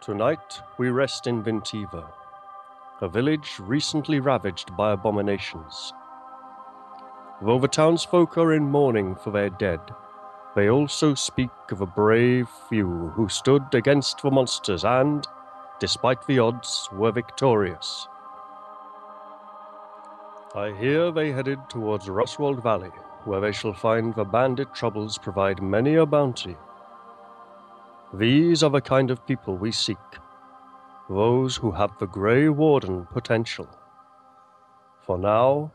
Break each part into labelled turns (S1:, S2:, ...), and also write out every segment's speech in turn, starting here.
S1: Tonight we rest in Ventiva, a village recently ravaged by abominations. Though the townsfolk are in mourning for their dead, they also speak of a brave few who stood against the monsters and, despite the odds, were victorious. I hear they headed towards Roswald Valley, where they shall find the bandit troubles provide many a bounty. These are the kind of people we seek those who have the Grey Warden potential. For now,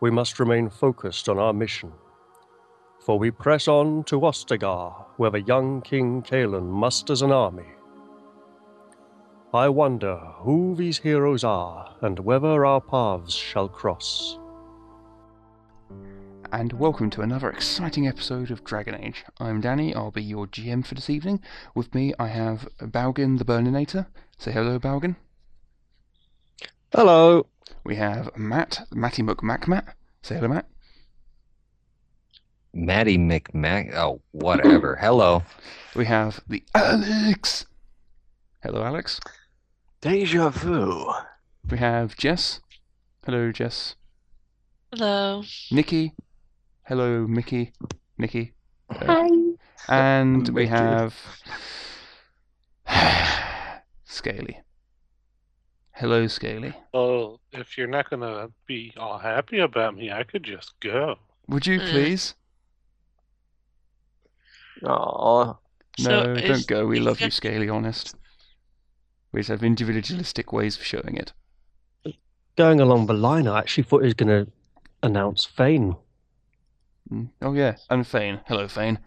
S1: we must remain focused on our mission, for we press on to Ostagar, where the young King Kalen musters an army. I wonder who these heroes are and whether our paths shall cross.
S2: and welcome to another exciting episode of Dragon Age. I'm Danny, I'll be your GM for this evening. With me, I have Balgin the Burninator. Say hello, Balgin.
S3: Hello.
S2: We have Matt, Matty McMacmat. Say hello, Matt.
S3: Maddie McMac. Oh, whatever. Hello.
S2: We have the Alex. Hello, Alex.
S4: Deja vu.
S2: We have Jess. Hello, Jess.
S5: Hello.
S2: Nikki. Hello, Mickey. Nikki.
S6: Hi.
S2: And we
S4: Mickey.
S2: have Scaly. Hello, Scaly.
S7: Well, if you're not gonna be all happy about me, I could just go.
S2: Would you
S5: Mm.
S2: please?
S4: Aw.
S5: So
S2: No,
S5: is-
S2: don't go. We
S5: is
S2: love you,
S5: that-
S2: Scaly Honest. We just have individualistic ways of showing it.
S3: Going along the line, I actually thought he was going to announce Fane.
S2: Mm. Oh yeah, and Fane. Hello, Fane.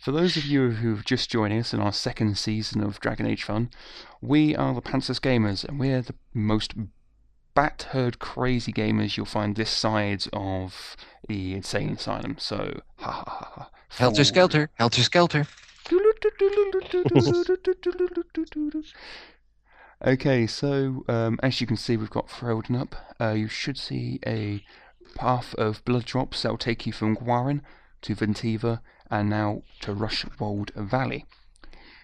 S2: For those of you who've just joined us in our second season of Dragon Age Fun, we are the Pantsers Gamers, and we're the most bat herd crazy gamers you'll find this side of the insane asylum. So, ha ha ha ha.
S8: Helter
S2: Fool.
S8: Skelter, Helter Skelter.
S2: Okay, so um, as you can see, we've got Ferelden up. Uh, you should see a path of blood drops that will take you from Guarin to Ventiva and now to Rushwold Valley.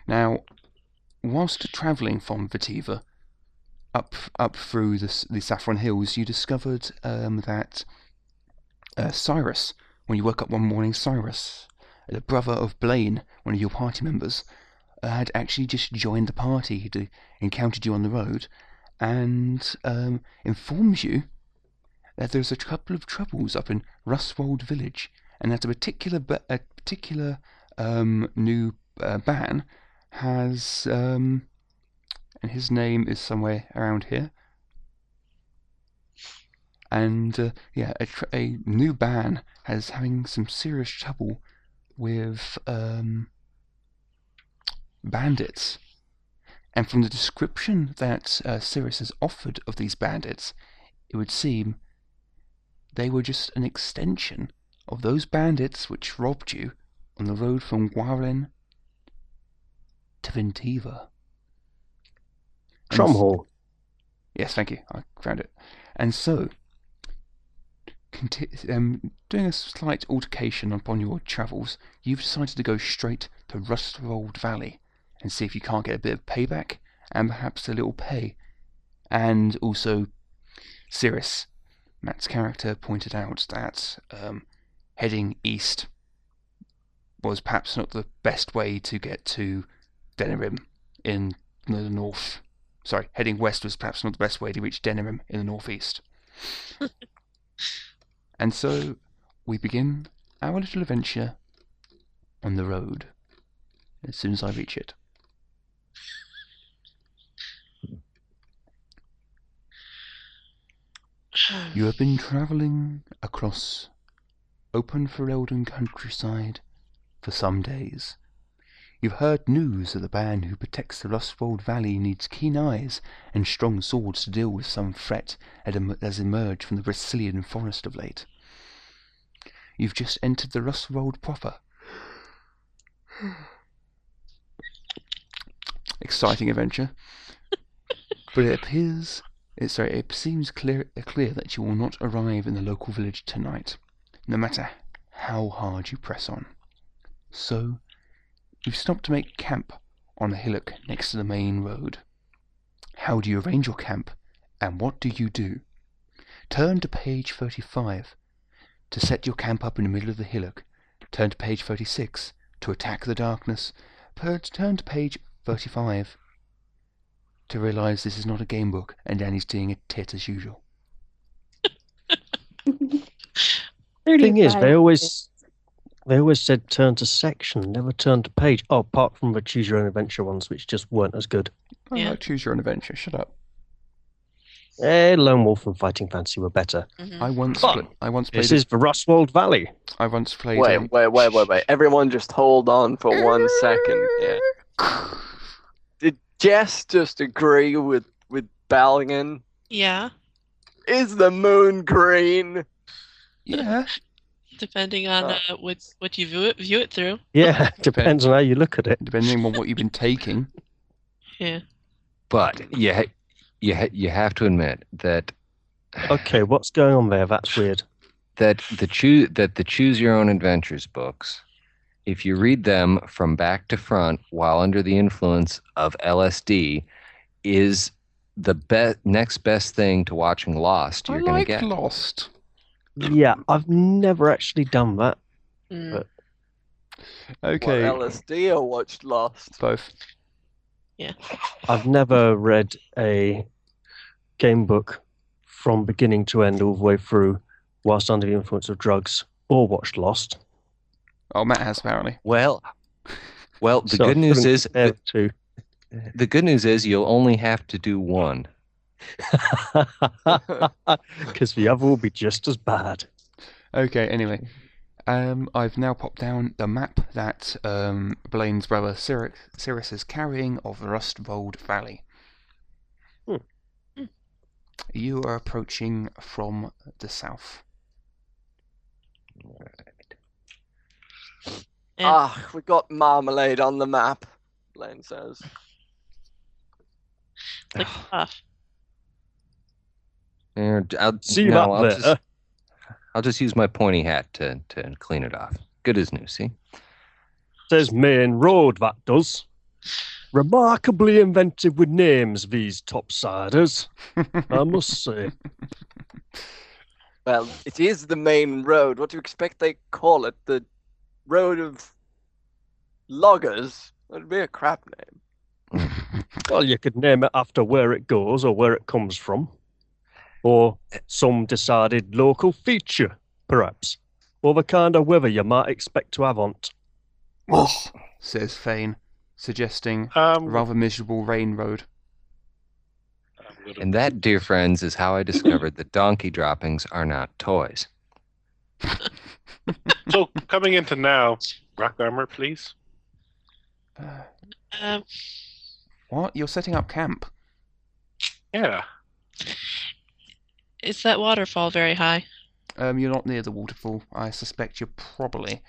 S2: Now, whilst travelling from Ventiva up up through the, s- the Saffron Hills, you discovered um, that uh, Cyrus, when you woke up one morning, Cyrus, the brother of Blaine, one of your party members, uh, had actually just joined the party. He'd uh, encountered you on the road and um, informs you that there's a couple of troubles up in Ruswold Village, and that a particular ba- a particular um, new uh, ban has um, and his name is somewhere around here. And uh, yeah, a, tr- a new ban has having some serious trouble with um, bandits. And from the description that uh, Cyrus has offered of these bandits, it would seem they were just an extension of those bandits which robbed you on the road from Guarin to Ventiva. And s-
S3: Trumhall.
S2: Yes, thank you. I found it. And so, conti- um, doing a slight altercation upon your travels, you've decided to go straight to Rustwold Valley and see if you can't get a bit of payback and perhaps a little pay. And also, Cirrus, Matt's character, pointed out that um, heading east was perhaps not the best way to get to Denerim in the north sorry, heading west was perhaps not the best way to reach Denham in the northeast. and so we begin our little adventure on the road as soon as I reach it. You have been travelling across open Ferelden countryside for some days. You've heard news that the man who protects the Rustfold Valley needs keen eyes and strong swords to deal with some threat that em- has emerged from the Brazilian forest of late. You've just entered the Rustfold proper. Exciting adventure. But it appears, it, sorry, it seems clear, clear that you will not arrive in the local village tonight, no matter how hard you press on. So You've stopped to make camp on a hillock next to the main road. How do you arrange your camp, and what do you do? Turn to page 35 to set your camp up in the middle of the hillock. Turn to page 36 to attack the darkness. Per- Turn to page 35 to realize this is not a game book and Danny's doing a tit as usual.
S3: Thing is, they always they always said turn to section, never turn to page. Oh, apart from the choose your own adventure ones, which just weren't as good.
S2: Oh,
S5: Yeah.
S2: choose your own adventure. Shut up.
S3: Eh, Lone Wolf and Fighting Fantasy were better.
S5: Mhm.
S2: I once
S1: Fun.
S2: pla- I once played
S3: This is the Roswald Valley.
S2: I once played um,
S4: Wait, wait, wait, wait, wait. Everyone just hold on for one second. Yeah. Did Jess just agree with with Balian?
S5: Yeah,
S4: Is the moon green?
S2: Yeah.
S5: depending on
S4: Uh,
S5: uh, what what you view it view it through.
S3: Yeah, depends on how you look at it.
S2: Depending on what you've been taking.
S6: But you, ha- you, ha- you have to admit that
S3: Okay, what's going on there? That's weird.
S6: that the choose that the choose your own adventures books, if you read them from back to front while under the influence of LSD, is the be- next best thing to watching Lost. You're
S2: I
S6: gonna
S2: like
S6: get.
S2: Lost.
S3: Yeah, I've never actually done that.
S5: Mm.
S3: But-
S2: Okay.
S4: What, LSD or watched Lost?
S2: Both.
S3: I've never read a game book from beginning to end, all the way through, whilst under the influence of drugs or watched Lost.
S2: Oh, Matt has apparently.
S6: Well, well, the
S3: So I
S6: good news
S3: couldn't
S6: is
S3: compare
S6: the,
S3: the two.
S6: the good news is you'll only have to do one.
S3: Because the other will be just as bad.
S2: Okay. Anyway, um, I've now popped down the map that um Blaine's brother Cyrus, Cyrus is carrying of the Rustvold Valley.
S3: Hmm.
S5: Hmm.
S2: You are approaching from the south.
S5: And
S4: Ah, we got marmalade on the map. Blaine says.
S5: like, off.
S6: Or d- I'll,
S3: See you
S6: no,
S3: up
S6: I'll
S3: there.
S6: Just, I'll just use my pointy hat to, to clean it off. Good as new, see?
S3: Says main road, that does. Remarkably inventive with names, these topsiders, I must say.
S4: Well, it is the main road. What do you expect they call it? The road of loggers? That'd be a crap name.
S3: Well, you could name it after where it goes or where it comes from, or some decided local feature, perhaps, or the kind of weather you might expect to have on't.
S2: Oh, Says Fane, suggesting
S7: Um,
S2: rather miserable rain road.
S7: I'm gonna-
S6: And that, dear friends, is how I discovered that donkey droppings are not toys.
S7: so coming into now, rock armor, please.
S2: Uh,
S5: Um,
S2: what? You're setting up camp.
S7: Yeah.
S5: is that waterfall very high?
S2: Um, you're not near the waterfall. I suspect you're probably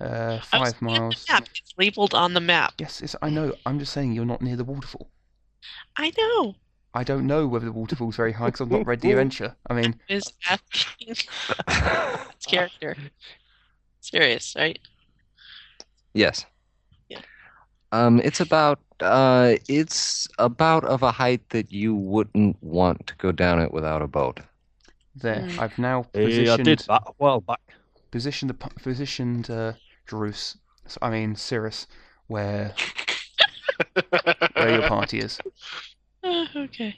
S2: uh,
S5: I was
S2: five
S5: looking at the
S2: miles.
S5: map. It's labeled on the map.
S2: Yes, it's, I know. I'm just saying you're not near the waterfall.
S5: I know.
S2: I don't know whether the waterfall's very high because I've not read the adventure. I mean,
S5: Is asking its character. Serious, right?
S6: Yes.
S5: Yeah.
S6: Um, it's about uh, it's about of a height that you wouldn't want to go down it without a boat.
S2: there.
S5: Mm.
S2: I've now
S3: Eh, I
S2: positioned
S3: did that a while back.
S2: positioned the pu- positioned uh, Jerus. I mean Cirrus, where where your party is.
S5: Uh, okay.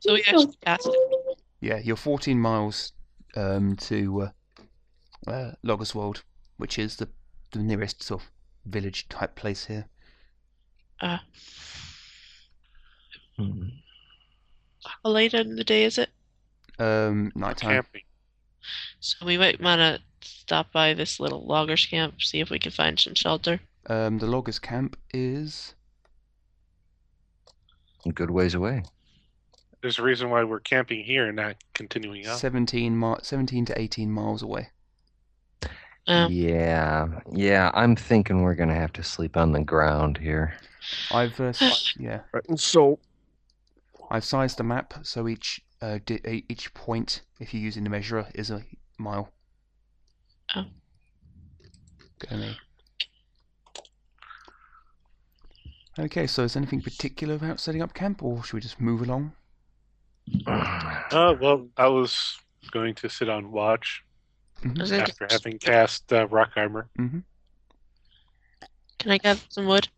S5: So we actually passed it.
S2: Yeah, you're 14 miles um, to uh, uh, Loggerswold, which is the the nearest sort of village type place here.
S5: Uh, how late in the day is it?
S2: Um, nighttime.
S7: Camping.
S5: So we might want to stop by this little loggers camp, see if we can find some shelter.
S2: Um, the loggers' camp is
S6: Good ways away.
S7: There's a reason why we're camping here and not continuing on.
S2: 17 mi- 17 to 18 miles away.
S5: Um,
S6: Yeah, yeah. I'm thinking we're gonna have to sleep on the ground here.
S2: I've uh, si- yeah,
S3: Reckon so.
S2: I've sized the map so each uh, di- e- each point, if you're using the measurer, is a mile.
S5: Oh.
S2: Gonna- Okay, so is there anything particular about setting up camp, or should we just move along?
S7: Oh well, I was going to sit on watch
S2: Mm-hmm.
S5: Is it-
S7: after having cast uh, rock armor.
S5: Can I gather some wood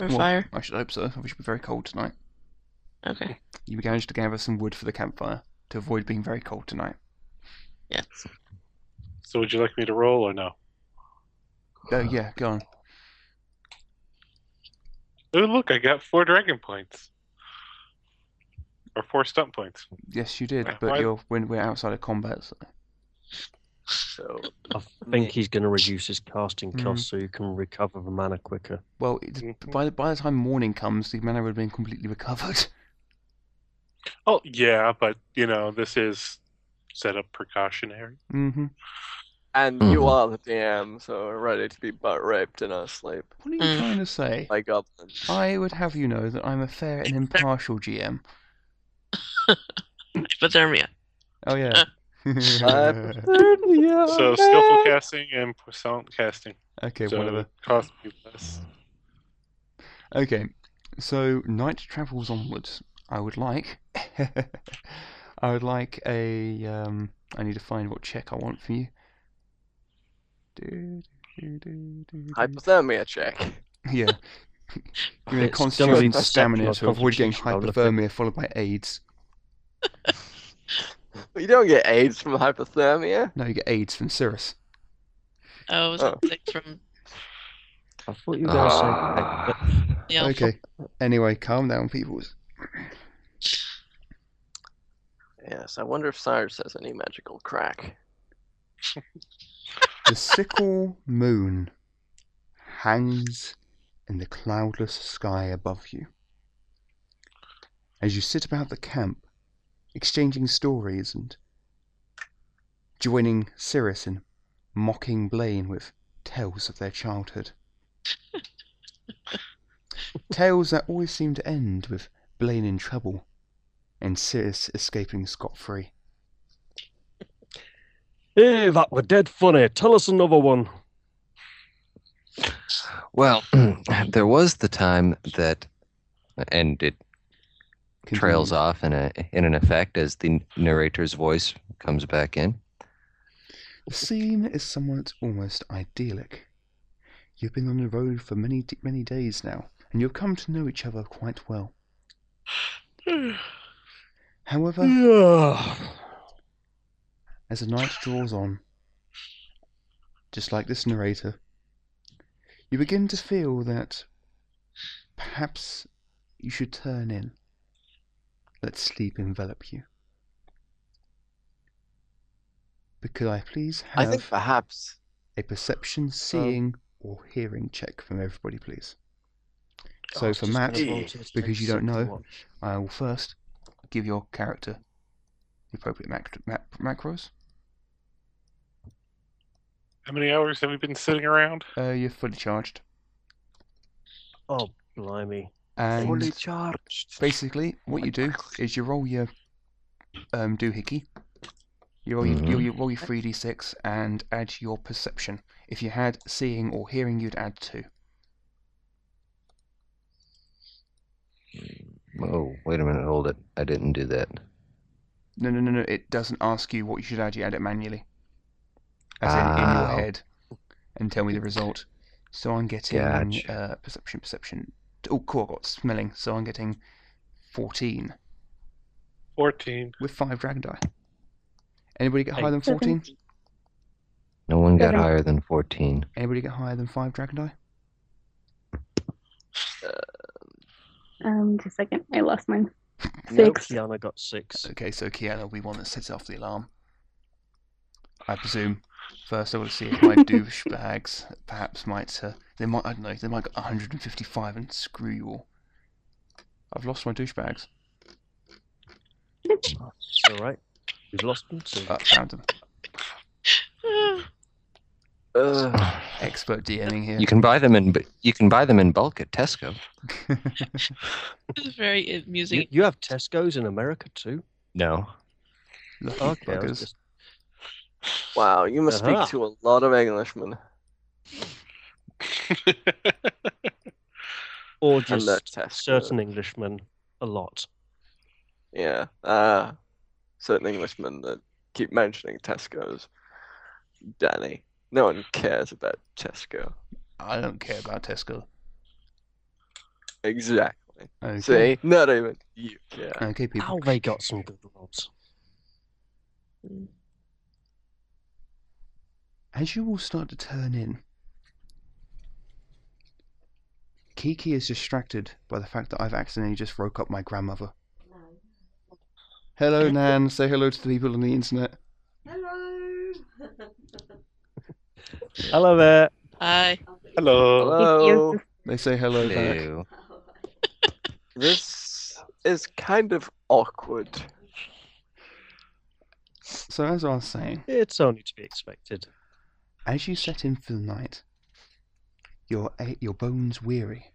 S5: or
S2: Well,
S5: fire?
S2: I should hope so. We should be very cold tonight.
S5: Okay.
S2: You managed to gather some wood for the campfire to avoid being very cold tonight.
S5: Yes.
S7: So would you like me to roll or no?
S2: Oh yeah, go on.
S7: Oh look, I got four dragon points, or four stunt points.
S2: Yes, you did,
S7: Why-
S2: but
S7: why-
S2: you're when we're outside of combat. So.
S4: So
S3: I think he's going to reduce his casting
S2: Mhm.
S3: cost so you can recover the mana quicker.
S2: Well, it,
S7: Mhm.
S2: by the- by the time morning comes, the mana would have been completely recovered.
S7: Oh yeah, but you know this is set up precautionary.
S2: Mm-hmm.
S4: and
S6: Mhm.
S4: you are the DM, so we're ready to be butt raped in our sleep
S2: What are you
S5: Mm.
S2: trying to say?
S4: by goblins.
S2: I would have you know that I'm a fair and impartial GM.
S5: Hypothermia.
S2: Oh yeah.
S7: So skillful casting and silent casting.
S2: okay,
S7: so
S2: whatever.
S7: it cost me less.
S2: Okay, so night travels onwards. I would like, I would like a. Um, I need to find what check I want for you. Do, do, do, do, do.
S4: Hypothermia check.
S2: Yeah. Give me a
S3: It's gonna be
S2: constitution
S3: perception
S2: stamina
S3: or
S2: to avoid getting
S3: constitution, I would've
S2: hypothermia followed by AIDS.
S4: You don't get AIDS from hypothermia.
S2: No, you get AIDS from Cirrus.
S5: Oh, it was
S4: Oh.
S5: like from
S3: I thought you guys said.
S6: Ah.
S5: the elf.
S2: Okay. Anyway, calm down, peoples.
S4: Yes, I wonder if Cyrus has any magical crack.
S2: The sickle moon hangs in the cloudless sky above you. As you sit about the camp, exchanging stories and joining Cirrus in mocking Blaine with tales of their childhood. tales that always seem to end with Blaine in trouble and Cirrus escaping scot free.
S3: Hey, that were dead funny. Tell us another one.
S6: Well, there was the time that, and it trails off in a in an effect as the narrator's voice comes back in.
S2: The scene is somewhat almost idyllic. You've been on the road for many, d- many days now, and you've come to know each other quite well. However,
S3: Yeah.
S2: as the night draws on, just like this narrator, you begin to feel that perhaps you should turn in. Let sleep envelop you. But could I please
S4: I
S2: have
S4: think perhaps Um,
S2: a perception, seeing, or hearing check from everybody, please. So for Matt, because you don't know, I will first give your character the appropriate mac- mac- macros.
S7: How many hours have we been sitting around?
S2: Uh, you're fully charged,
S3: Oh, blimey.
S2: and
S4: fully charged.
S2: basically what you do is you roll your um, doohickey. You roll,
S6: Mhm.
S2: your,
S4: Mm-hmm.
S2: you, you roll your 3d6 and add your perception. If you had seeing or hearing, you'd add two.
S6: Oh, wait a minute, hold it. I didn't do that.
S2: No, no, no, no. It doesn't ask you what you should add. You add it manually, as in in your
S6: Ah.
S2: head, and tell me the result. So I'm getting
S6: Gotcha.
S2: uh, perception, perception. Oh, cool. I got smelling. So I'm getting fourteen
S7: Fourteen.
S2: with five dragon die. Anybody get higher than fourteen?
S6: No one got
S8: Seven.
S6: higher than fourteen.
S2: Anybody get higher than five dragon die?
S8: Um, just a second. I lost mine.
S4: Nope.
S8: Six.
S3: Kiana got six.
S2: Okay, so Kiana will be one that sets off the alarm. I presume. First, I will see if my douchebags perhaps might. Uh, they might. I don't know. They might get 155 and screw you all. I've lost my douchebags.
S3: All right. We've lost them. So
S2: Uh, found them.
S4: Ugh.
S2: Expert DMing here.
S6: You can buy them in. bu- You can buy them in bulk at Tesco.
S5: This is very amusing.
S3: you, you have Tesco's in America too.
S6: No.
S2: Lucky
S3: Okay. I was
S2: buggers.
S3: just-
S4: Wow, you must
S3: Uh-huh.
S4: speak to a lot of Englishmen.
S3: or
S4: I'm not
S3: just
S4: tested.
S3: certain Englishmen a lot.
S4: Yeah. Uh, certain Englishmen that keep mentioning Tesco's. Danny. No one cares about Tesco.
S2: I don't care about Tesco.
S4: Exactly.
S2: Okay.
S4: See? Not even you care.
S2: Okay, people.
S3: Oh, they got some good lobs.
S2: As you all start to turn in, Kiki is distracted by the fact that I've accidentally just woke up my grandmother. Hello, Nan. Say hello to the people on the internet.
S9: Hello.
S3: Hello there.
S4: Uh,
S5: Hi.
S7: Hello.
S4: Hello.
S2: They say hello back.
S6: Hello.
S4: This is kind of awkward.
S2: So, as I was saying,
S3: It's only to be expected.
S2: as you set in for the night, your a- your bones weary,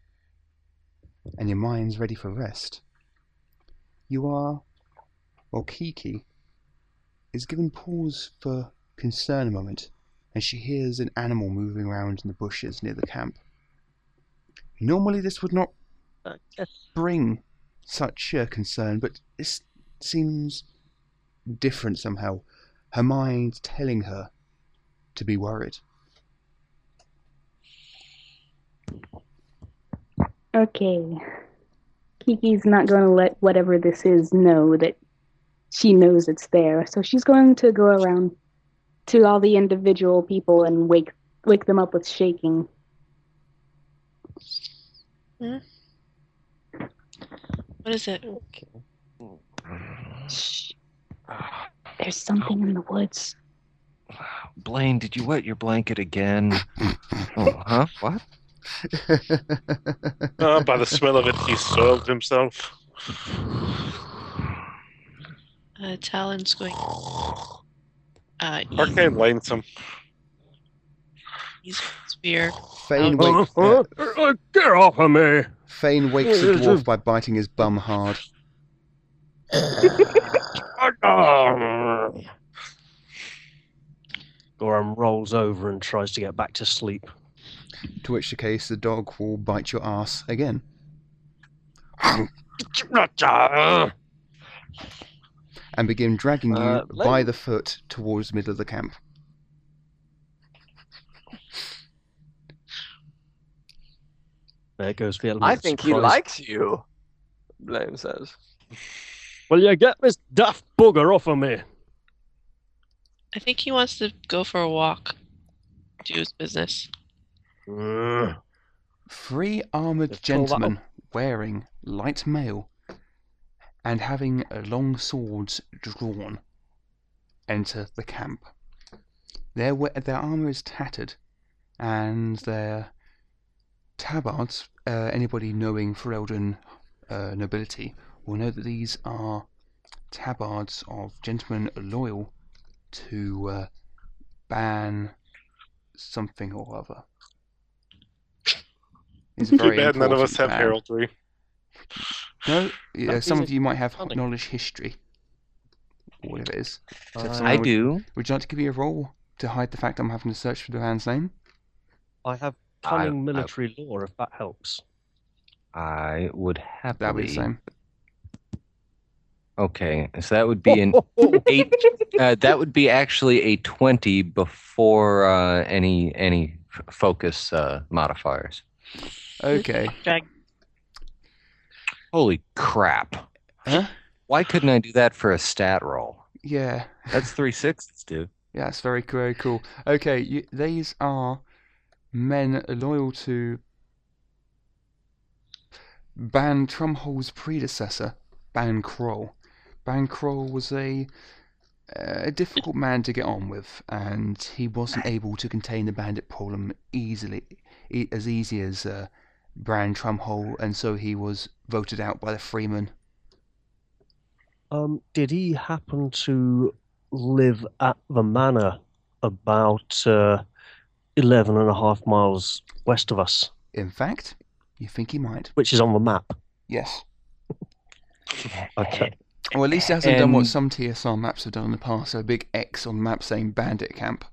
S2: and your mind's ready for rest. You are, well, Kiki is given pause for concern a moment, and she hears an animal moving around in the bushes near the camp. Normally, this would not bring such a concern, but this seems different somehow. Her mind telling her to be worried.
S8: Okay. Kiki's not going to let whatever this is know that she knows it's there. So she's going to go around to all the individual people and wake wake them up with shaking.
S5: Hmm? What is it?
S8: There's something in the woods.
S6: Blaine, did you wet your blanket again? oh, huh? What?
S7: Uh, by the smell of it, he soiled himself.
S5: Uh, Talon's going. Uh, eat
S7: Arcane lanes him.
S5: his spear. Oh.
S2: Fane,
S3: Oh,
S2: wake, uh,
S3: get off of me!
S2: Fane wakes the dwarf by biting his bum hard.
S3: Gorham rolls over and tries to get back to sleep.
S2: To which the case, the dog will bite your ass again. and begin dragging you
S4: Uh, let-
S2: by the foot towards the middle of the camp.
S3: There goes the element
S4: I
S3: of
S4: think he
S3: surprise.
S4: likes you. Blaine says.
S3: Will you get this daft bugger off of me?
S5: I think he wants to go for a walk. Do his business.
S3: Mm.
S2: Three armored
S3: Let's call that up.
S2: gentlemen wearing light mail and having uh, long swords drawn enter the camp. Their we- their armor is tattered, and their tabards. Uh, anybody knowing Ferelden uh, nobility will know that these are tabards of gentlemen loyal to uh, ban something or other. It's a
S7: Too
S2: very
S7: bad none of
S2: important
S7: us have
S2: ban.
S7: heraldry.
S2: No, yeah, some of
S3: isn't
S2: you might have
S3: funny.
S2: knowledge history, or whatever it is. So if
S3: I
S2: someone
S6: Uh, I
S2: would-
S6: do.
S2: Would you like to give me a roll to hide the fact I'm having to search for the man's name?
S3: I have
S6: I-
S3: cunning
S6: I-
S3: military lore, if that helps.
S6: I would happily.
S2: That'll be the same.
S6: Okay, so that would be an eight. Uh, that would be actually a twenty before uh, any any f- focus uh, modifiers.
S2: Okay.
S5: Drag.
S6: Holy crap!
S2: Huh?
S6: Why couldn't I do that for a stat roll?
S2: Yeah.
S6: That's three sixes, dude.
S2: Yeah, that's very, co- very cool. Okay, you, these are men loyal to Ban Trumhol's predecessor, Ban Kroll. Ban Kroll was a uh, a difficult man to get on with, and he wasn't able to contain the bandit problem easily, e- as easy as uh, Bran Trumhole, and so he was voted out by the Freemen.
S3: Um, did he happen to live at the manor about uh, 11 and a half miles west of us,
S2: In fact, you think he might?
S3: which is on the map?
S2: Yes.
S3: Okay.
S2: Well, at least it hasn't done
S3: Um,
S2: what
S6: And-
S2: some TSR maps have done in the past. So a big X on the map saying Bandit Camp.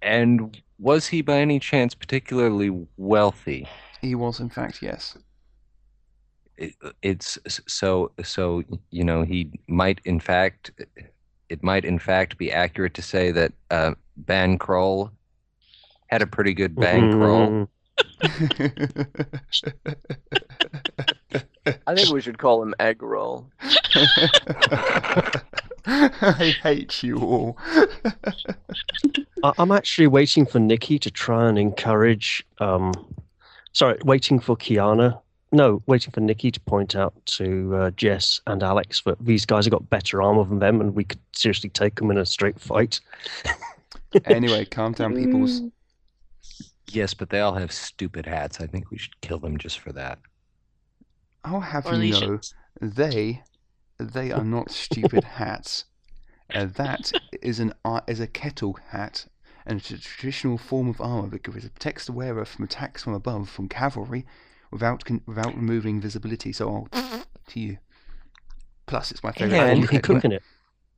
S6: And was he by any chance particularly wealthy?
S10: He was, in fact, yes.
S6: It, it's so so you know he might in fact it might in fact be accurate to say that uh, Bankroll had a pretty good
S3: Mm-hmm,
S6: bankroll.
S4: I think we should call him egg roll.
S10: I hate you all.
S3: I- I'm actually waiting for Nikki to try and encourage. Um, sorry, waiting for Kiana. No, waiting for Nikki to point out to uh, Jess and Alex that these guys have got better armor than them, and we could seriously take them in a straight fight.
S10: anyway, calm down,
S3: Mm.
S10: peoples.
S6: Yes, but they all have stupid hats. I think we should kill them just for that.
S10: I'll have
S5: Or
S10: you
S5: they
S10: know, they they are not stupid hats. Uh, that is an ar- is a kettle hat, and it's a traditional form of armor because it protects the wearer from attacks from above from cavalry, without con- without removing visibility. So I'll to you. Plus, it's my favorite.
S6: And
S10: form
S3: And
S10: of
S3: you can
S10: kettle.
S3: cook in it.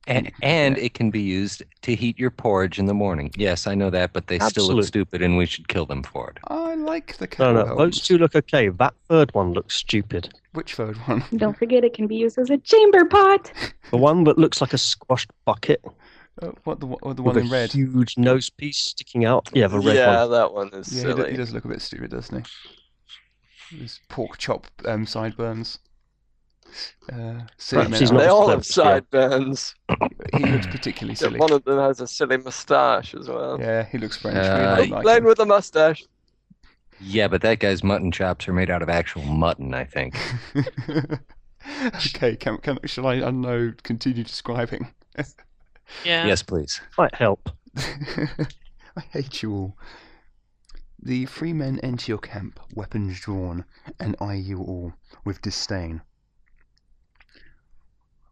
S6: And and it can be used to heat your porridge in the morning. Yes, I know that, but they still
S3: Absolutely.
S6: look stupid, and we should kill them for it.
S10: I like the
S3: No,
S10: kettle.
S3: no, those
S10: helms.
S3: two look okay. That third one looks stupid.
S10: Which third one?
S8: Don't forget it can be used as a chamber pot.
S3: The one that looks like a squashed bucket
S10: Uh, what the what the one
S3: with
S10: in
S3: a
S10: red?
S3: huge nose piece sticking out. Yeah, the red
S4: yeah,
S3: one.
S4: that one is
S10: Yeah, he, do-
S4: silly.
S10: he does look a bit stupid, doesn't he? His pork chop um, sideburns. Uh, silly
S3: Perhaps
S10: men
S3: he's
S10: are-
S3: not
S4: they
S3: as
S4: all
S3: clever
S4: have
S3: as you are.
S4: sideburns.
S10: He looks particularly silly.
S4: One of them has a silly moustache as well.
S10: Yeah, he looks French.
S6: Uh,
S10: we
S4: I'm
S10: don't like
S4: playing
S10: him.
S4: with a moustache.
S6: Yeah, but that guy's mutton chops are made out of actual mutton. I think.
S10: okay, can, can, shall I, I don't know, continue describing?
S5: Yeah.
S6: Yes, please.
S3: Might help.
S10: I hate you all. The three men enter your camp, weapons drawn, and eye you all with disdain.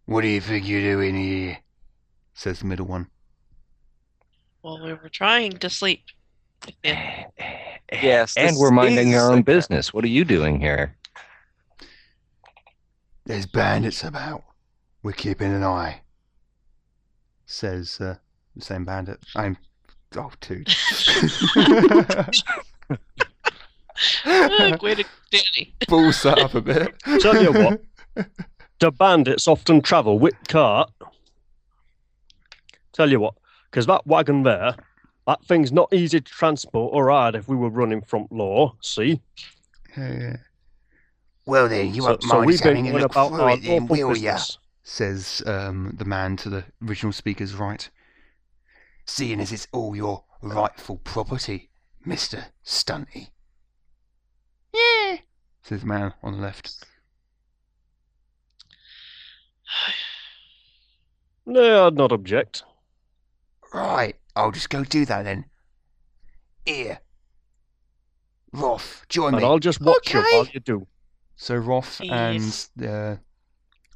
S10: What do you think you're doing here? says the middle one.
S5: Well, we were trying to sleep. Yeah.
S4: Yes,
S6: and
S4: this
S6: we're minding
S4: is
S6: our
S4: a
S6: own
S4: cat.
S6: business. What are you doing here?
S10: There's bandits about. We're keeping an eye. Says uh, the same bandit. I'm. Oh, dude.
S5: Look, way to go, Danny.
S10: Bull set up a bit.
S3: Tell you what. The bandits often travel with cart. Tell you what, because that wagon there, that thing's not easy to transport or hard if we were running front law, see?
S10: Well, then, you
S3: so
S10: won't
S3: so
S10: mind
S3: we've been
S10: having a
S3: going
S10: look
S3: about
S10: through
S3: our
S10: it, then,
S3: lawful
S10: will ya?
S3: business.
S10: Says um, the man to the original speaker's right. Seeing as it's all your rightful property, Mr. Stunty. Yeah, says the man on the left.
S3: No, I'd not object.
S10: Right, I'll just go do that then. Here. Roth, join
S3: And
S10: me.
S3: I'll just watch you
S10: Okay.
S3: while you do.
S10: So Roth and
S5: Yes.
S10: the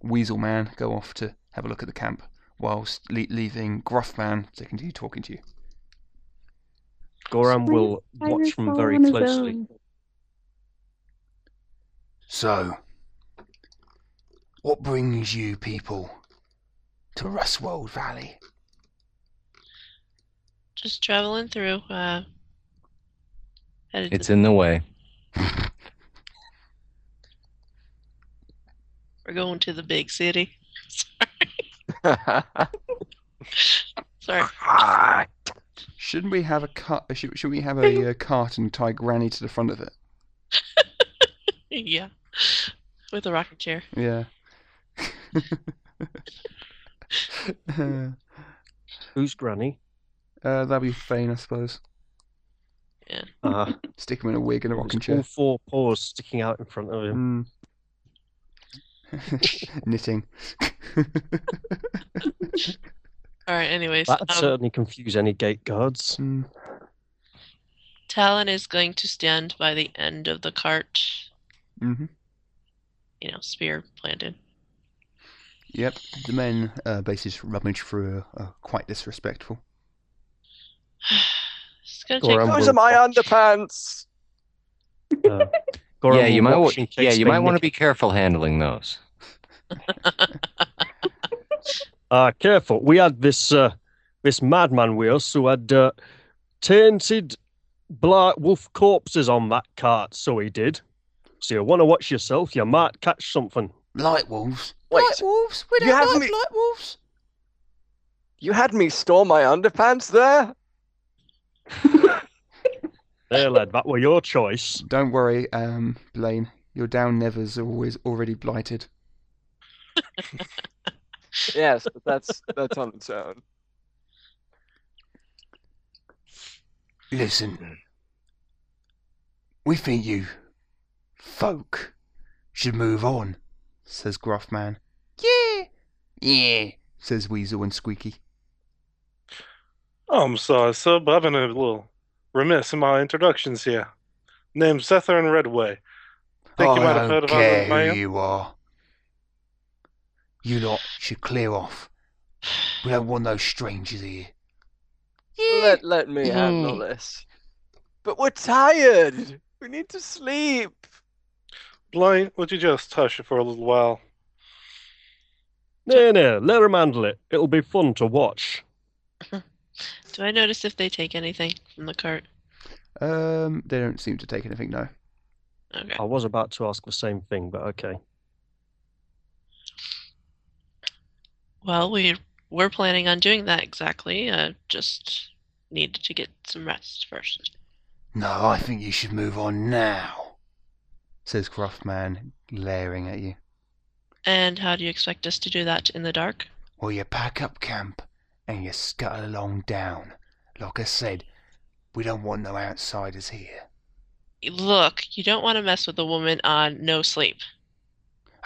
S10: Weasel Man go off to have a look at the camp, whilst le- leaving Gruff Man to continue talking to you.
S3: Goran will watch
S8: Tiger's
S3: from
S8: all
S3: very
S8: on his
S3: closely.
S8: own.
S10: So, what brings you people to Rustwold Valley?
S5: Just traveling through. Uh, headed
S6: It's
S5: to-
S6: in the way.
S5: we're going to the big city. Sorry.
S10: Shouldn't we have a cut? Should, should we have a, uh cart and tie Granny to the front of it?
S5: yeah. With a rocking chair.
S10: Yeah. uh,
S3: Who's Granny?
S10: that'd be Fane, I suppose.
S3: Uh,
S10: Stick him in a wig and a rocking
S3: it's
S10: chair.
S3: all four paws sticking out in front of him.
S10: Mm. Knitting.
S5: All right. Anyways,
S3: That'd
S5: um,
S3: certainly confuse any gate guards.
S2: Hmm,
S10: Mm.
S5: Talon is going to stand by the end of the cart.
S10: Mhm.
S5: You know, spear planted.
S10: Yep. The men uh, bases rummage through are, are quite disrespectful.
S5: It's gonna take.
S3: Or I'm-
S4: Those are my underpants.
S3: Uh, Goran
S6: yeah, you
S3: will
S6: might.
S3: watch
S6: wa-
S3: in
S6: Yeah,
S3: case
S6: you
S3: they
S6: might want to
S3: nick
S6: be careful handling those.
S3: Ah, careful. We had this uh, this madman with us who had uh, tainted black wolf corpses on that cart, so he did. So you want to watch yourself, you might catch something.
S2: Light wolves.
S4: Wait,
S2: light wolves. We
S4: you
S2: don't
S4: have
S2: like
S4: me-
S2: light wolves.
S4: You had me store my underpants there?
S3: There, lad, that were your choice.
S2: Don't worry, um, Blaine. Your down nevers are always already blighted.
S4: Yes, but that's that's on its own.
S2: Listen, we think you folk should move on, says Gruffman. Yeah, yeah, says Weasel and Squeaky.
S7: I'm sorry, sub. I've been a little remiss in my introductions here. Name's Zethern Redway. Think
S2: I
S7: you might have
S2: don't
S7: heard of
S2: care
S7: Iron
S2: who
S7: Man.
S2: you are. You lot should clear off. We don't want no strangers here.
S4: Let let me
S10: Hmm.
S4: handle this. But we're tired. We need to sleep.
S7: Blaine, would you just hush for a little while?
S3: No, no, let him handle it. It'll be fun to watch.
S5: Do I notice if they take anything from the cart?
S2: Um, they don't seem to take anything, no.
S5: Okay.
S3: I was about to ask the same thing, but okay.
S5: Well, we were planning on doing that exactly. Uh, just needed to get some rest first.
S2: No, I think you should move on now, says Gruffman, glaring at you.
S5: And how do you expect us to do that in the dark?
S2: Well, you pack up camp and you scuttle along down. Like I said, we don't want no outsiders here.
S5: Look, you don't want to mess with a woman on no sleep.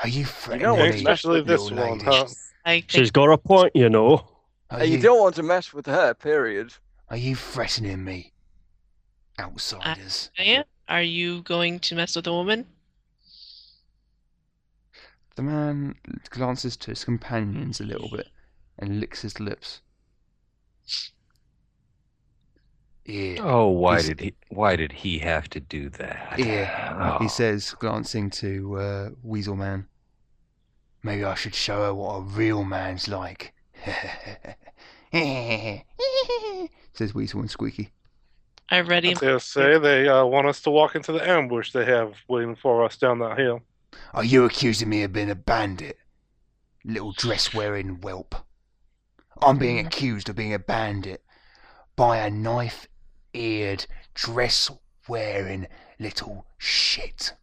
S2: Are you
S4: don't
S2: threatening
S4: want
S2: me,
S4: to
S7: Especially this
S2: little
S7: one,
S2: lady?
S7: huh?
S5: I think
S3: She's got a point, you know.
S2: Are
S4: And you don't want to mess with her, period.
S2: Are you threatening me, outsiders?
S5: I am. Are you going to mess with a woman?
S2: The man glances to his companions a little bit and licks his lips. Yeah,
S6: Oh, why
S2: He's-
S6: did he? Why did he have to do that?
S2: Yeah,
S6: Oh.
S2: he says, glancing to uh, Weasel Man. Maybe I should show her what a real man's like. says Weasel and Squeaky.
S5: I ready.
S7: They say they uh, want us to walk into the ambush they have waiting for us down that hill.
S2: Are you accusing me of being a bandit? Little dress wearing whelp. I'm being accused of being a bandit by a knife eared, dress wearing little shit.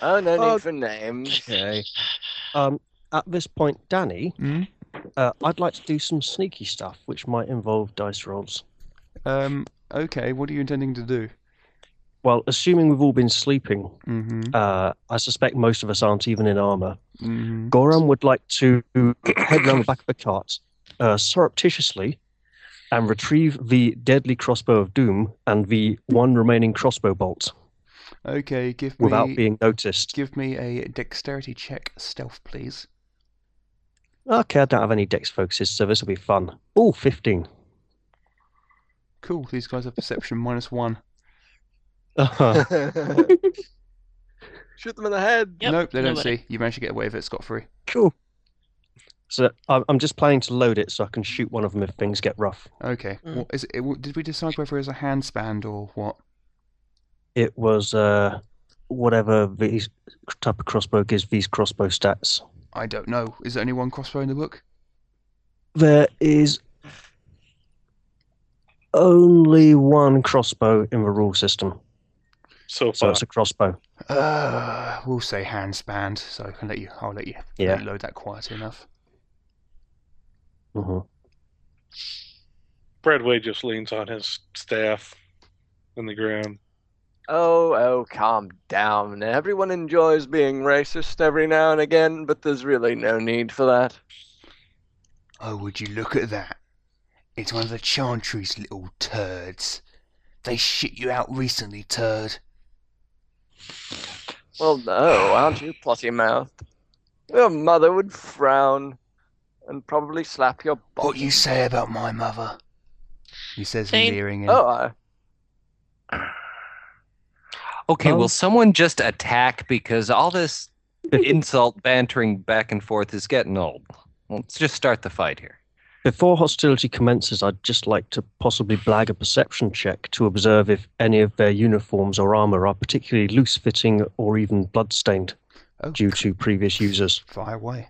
S4: Oh, no
S3: Oh.
S4: need for names.
S6: Okay.
S3: Um, at this point, Danny,
S2: Hmm?
S3: uh, I'd like to do some sneaky stuff, which might involve dice rolls.
S2: Um, okay, what are you intending to do?
S3: Well, assuming we've all been sleeping,
S2: Mm-hmm.
S3: uh, I suspect most of us aren't even in armor.
S2: mm-hmm.
S3: Goran would like to head round the back of the cart uh, surreptitiously and retrieve the deadly crossbow of doom and the one remaining crossbow bolt
S2: Okay, give me
S3: without being noticed.
S2: give me a dexterity check, stealth, please.
S3: Okay, I don't have any dex focuses, so this will be fun. Ooh, 15.
S2: Cool. These guys have perception minus one.
S3: Uh-huh.
S4: Shoot them in the head.
S5: Yep,
S2: nope, they don't
S5: nobody.
S2: see. You managed to get away with it scot free.
S3: cool. So I'm I'm just planning to load it so I can shoot one of them if things get rough.
S2: Okay.
S5: Mm.
S2: Well, is it, w- did we decide whether it was a hand span or what?
S3: It was uh, whatever these type of crossbow gives these crossbow stats.
S2: I don't know. Is there only one crossbow in the book?
S3: There is only one crossbow in the rule system,
S7: So
S3: so
S7: far,
S3: it's a crossbow.
S2: Uh, we'll say hand span. So I can let you. I'll let you,
S3: Yeah.
S2: let you load that quietly enough.
S3: hmm
S7: Bradway just leans on his staff in the ground.
S4: Oh, oh, calm down. Everyone enjoys being racist every now and again, but there's really no need for that.
S2: Oh, would you look at that? It's one of the Chantry's little turds. They shit you out recently, turd.
S4: Well, no, aren't you plotty mouthed? Your mother would frown and probably slap your bottom.
S2: What you say about my mother? He says,
S5: They-
S2: leering in.
S4: Oh, I,
S6: Okay.
S3: Um,
S6: will someone just attack because all this insult bantering back and forth is getting old. Let's just start the fight here.
S3: Before hostility commences, I'd just like to possibly blag a perception check to observe if any of their uniforms or armor are particularly loose fitting or even bloodstained
S2: Oh,
S3: due to previous users.
S2: fire away.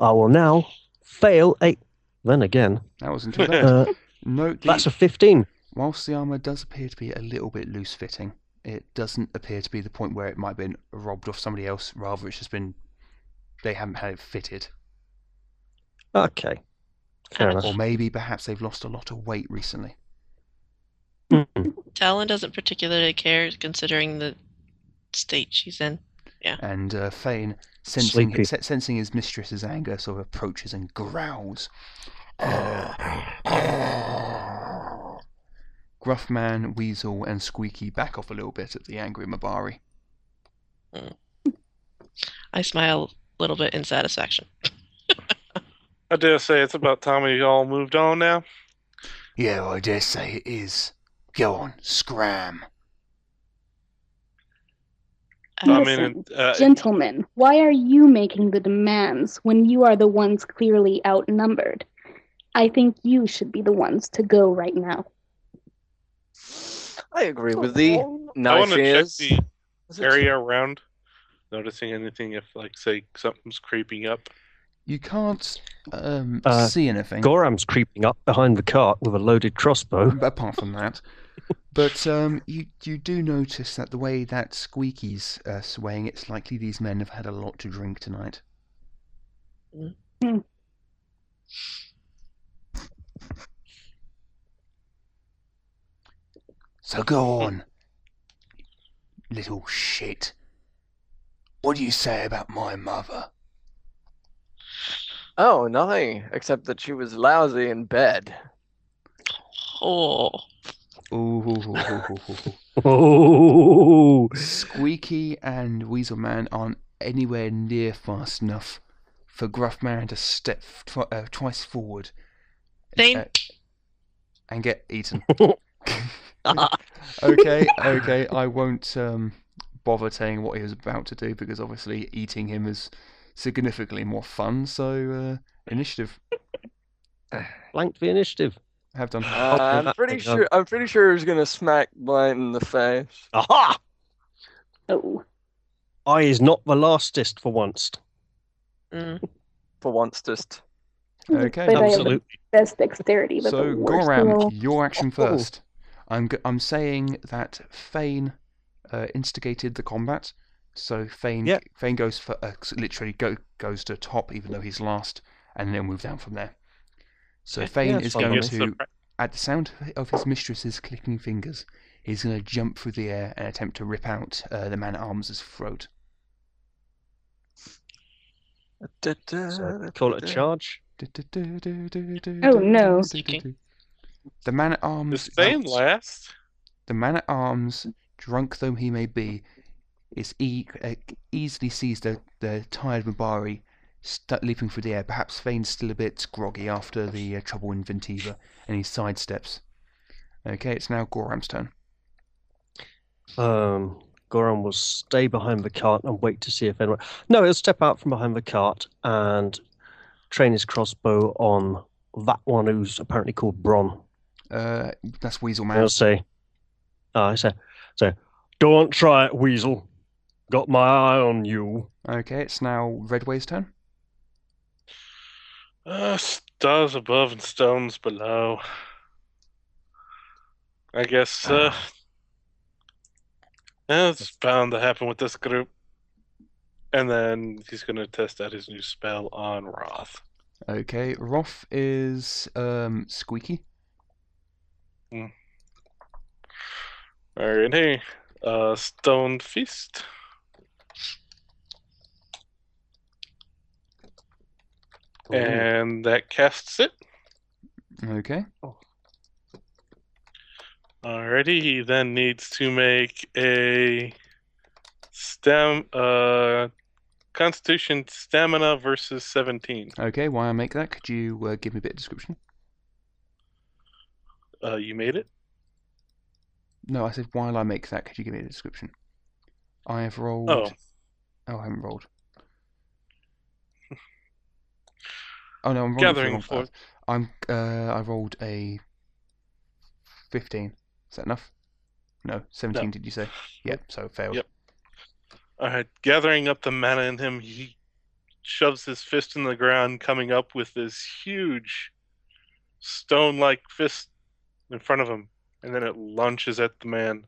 S3: I will now fail a. Then again,
S2: That was enjoyed. That.
S3: uh,
S2: Note the,
S3: that's a 15.
S2: whilst the armour does appear to be a little bit loose fitting, it doesn't appear to be the point where it might have been robbed off somebody else. Rather, it's just been they haven't had it fitted,
S3: Okay. Fair
S2: or
S3: enough.
S2: maybe perhaps they've lost a lot of weight recently.
S5: Talon doesn't particularly care considering the state she's in.
S2: And uh, Fane, sensing
S3: Sleepy.
S2: se- sensing his mistress's anger, sort of approaches and growls. Gruffman, Weasel, and Squeaky back off a little bit at the angry Mabari.
S5: Mm. I smile a little bit in satisfaction.
S7: I dare say it's about time we all moved on now.
S2: Yeah, I dare say it is. Go on, scram.
S7: I
S8: Listen,
S7: mean, uh,
S8: Gentlemen, why are you making the demands when you are the ones clearly outnumbered? I think you should be the ones to go right now.
S4: I agree with thee.
S7: I
S6: Knife
S7: want to check
S6: is.
S7: the area around, noticing anything if, like, say, something's creeping up.
S2: You can't um,
S3: Uh,
S2: see anything
S3: Goram's creeping up behind the cart with a loaded crossbow.
S2: apart from that. But um, you you do notice that the way that Squeaky's uh, swaying, it's likely these men have had a lot to drink tonight. So go on, little shit. What do you say about my mother?
S4: Oh, nothing except that she was lousy in bed.
S5: Oh,
S2: Ooh.
S3: Oh,
S2: Squeaky and Weasel Man aren't anywhere near fast enough for Gruff Man to step tw- uh, twice forward
S5: they
S2: uh, and get eaten. okay, okay, I won't um, bother saying what he was about to do because obviously eating him is significantly more fun. So uh, initiative
S3: blanked the initiative.
S2: have done.
S4: Uh, I'm
S3: that
S4: pretty
S3: thing up.
S4: sure. I'm pretty sure he's gonna smack Blind in the face.
S3: Aha!
S8: Oh,
S3: I is not the lastest for once.
S5: mm,
S4: For once, just
S2: Okay.
S8: But I have the
S3: Absolutely.
S8: best dexterity, but
S2: So
S8: the worst roll.
S2: Goram, your action
S3: Oh.
S2: first. I'm g- I'm saying that Fane uh, instigated the combat, so Fane
S3: Yeah.
S2: Fane goes for uh, s- literally go goes to top even though he's last, and then move down from there. So Fane
S3: that's
S2: is
S3: fine.
S2: going
S7: Yes,
S2: to,
S7: the-
S2: at the sound of his mistress's clicking fingers, he's going to jump through the air and attempt to rip out uh, the man at arms' throat.
S3: So call it a charge.
S8: Oh, no.
S5: Sneaky.
S2: The man at
S7: Is
S2: arms.
S7: Thane last?
S2: The man at arms, drunk though he may be, is e- uh, easily sees the, the tired Mabari st- leaping through the air. Perhaps Fane's still a bit groggy after the uh, trouble in Ventiva, and he sidesteps. Okay, it's now Goram's turn.
S3: Um, Goran will stay behind the cart and wait to see if anyone. No, he'll step out from behind the cart and train his crossbow on that one who's apparently called Bron.
S2: Uh, that's Weasel
S3: And he'll
S2: Man.
S3: say, oh, I say, say, don't try it, Weasel. Got my eye on you.
S2: Okay, it's now Redway's turn.
S7: Uh, stars above and stones below. I guess uh, that's bound to happen with this group. And then he's going to test out his new spell on Roth.
S2: Okay, Roth is um, squeaky.
S7: Hmm. Alrighty. Uh, Stone Feast. And that casts it.
S2: Okay,
S7: Alrighty, he then needs to make a stam uh constitution stamina versus 17.
S2: okay. Why I make that? Could you uh, give me a bit of description?
S7: Uh you made it?
S2: No, I said while I make that. Could you give me a description? I have rolled.
S7: Oh.
S2: Oh, I haven't rolled. Oh no, I'm rolling for
S7: Gathering
S2: wrong-
S7: force.
S2: I'm uh, I rolled a fifteen. Is that enough? No, seventeen. Did you say? Yep. So failed.
S7: Yep. All right, uh, gathering up the mana in him, he shoves his fist in the ground, coming up with this huge stone like fist in front of him, and then it launches at the man.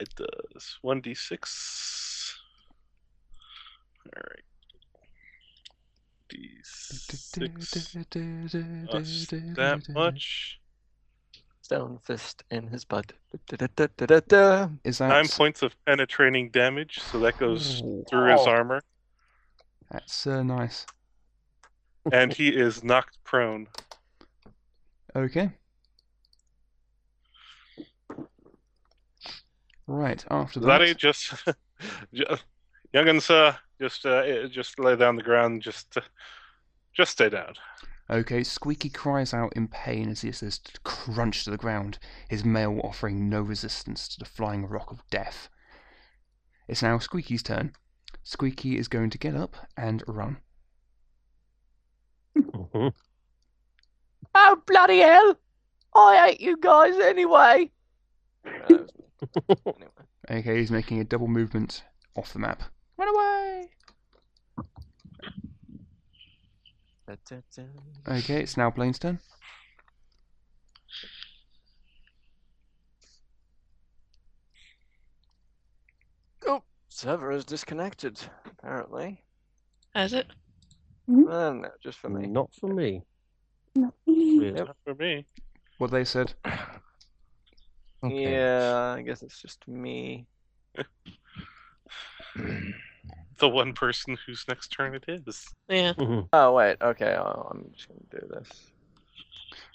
S7: It does 1d6. All right. D6. Us that much.
S4: Stone fist in his butt. Da-da-da-da-da-da.
S2: Is that
S7: Nine points of penetrating damage, so that goes through his
S4: Wow.
S7: armor,
S2: that's uh, nice?
S7: and he is knocked prone.
S2: Okay. Right after that.
S7: Larry, just, just young and sir, just uh, eh, just lay down on the ground, just uh, just stay down.
S2: Okay, Squeaky cries out in pain as he is this crunch to the ground, his mail offering no resistance to the flying rock of death. It's now Squeaky's turn. Squeaky is going to get up and run.
S3: Mhm.
S4: Oh, bloody hell! I hate you guys anyway! Uh, that was me. anyway.
S2: Okay, he's making a double movement off the map.
S4: Run away! Da-da-da.
S2: Okay, it's now Blaine's turn.
S4: Oh, server is disconnected, apparently.
S5: Has it?
S4: Uh, no, just for me.
S3: Not for me.
S7: Mm-hmm. Not For me,
S2: What they said.
S6: Okay.
S4: Yeah, I guess it's just me.
S7: the one person whose next turn it is.
S5: Yeah.
S3: Mhm.
S4: Oh, wait, okay, oh, I'm just gonna do this.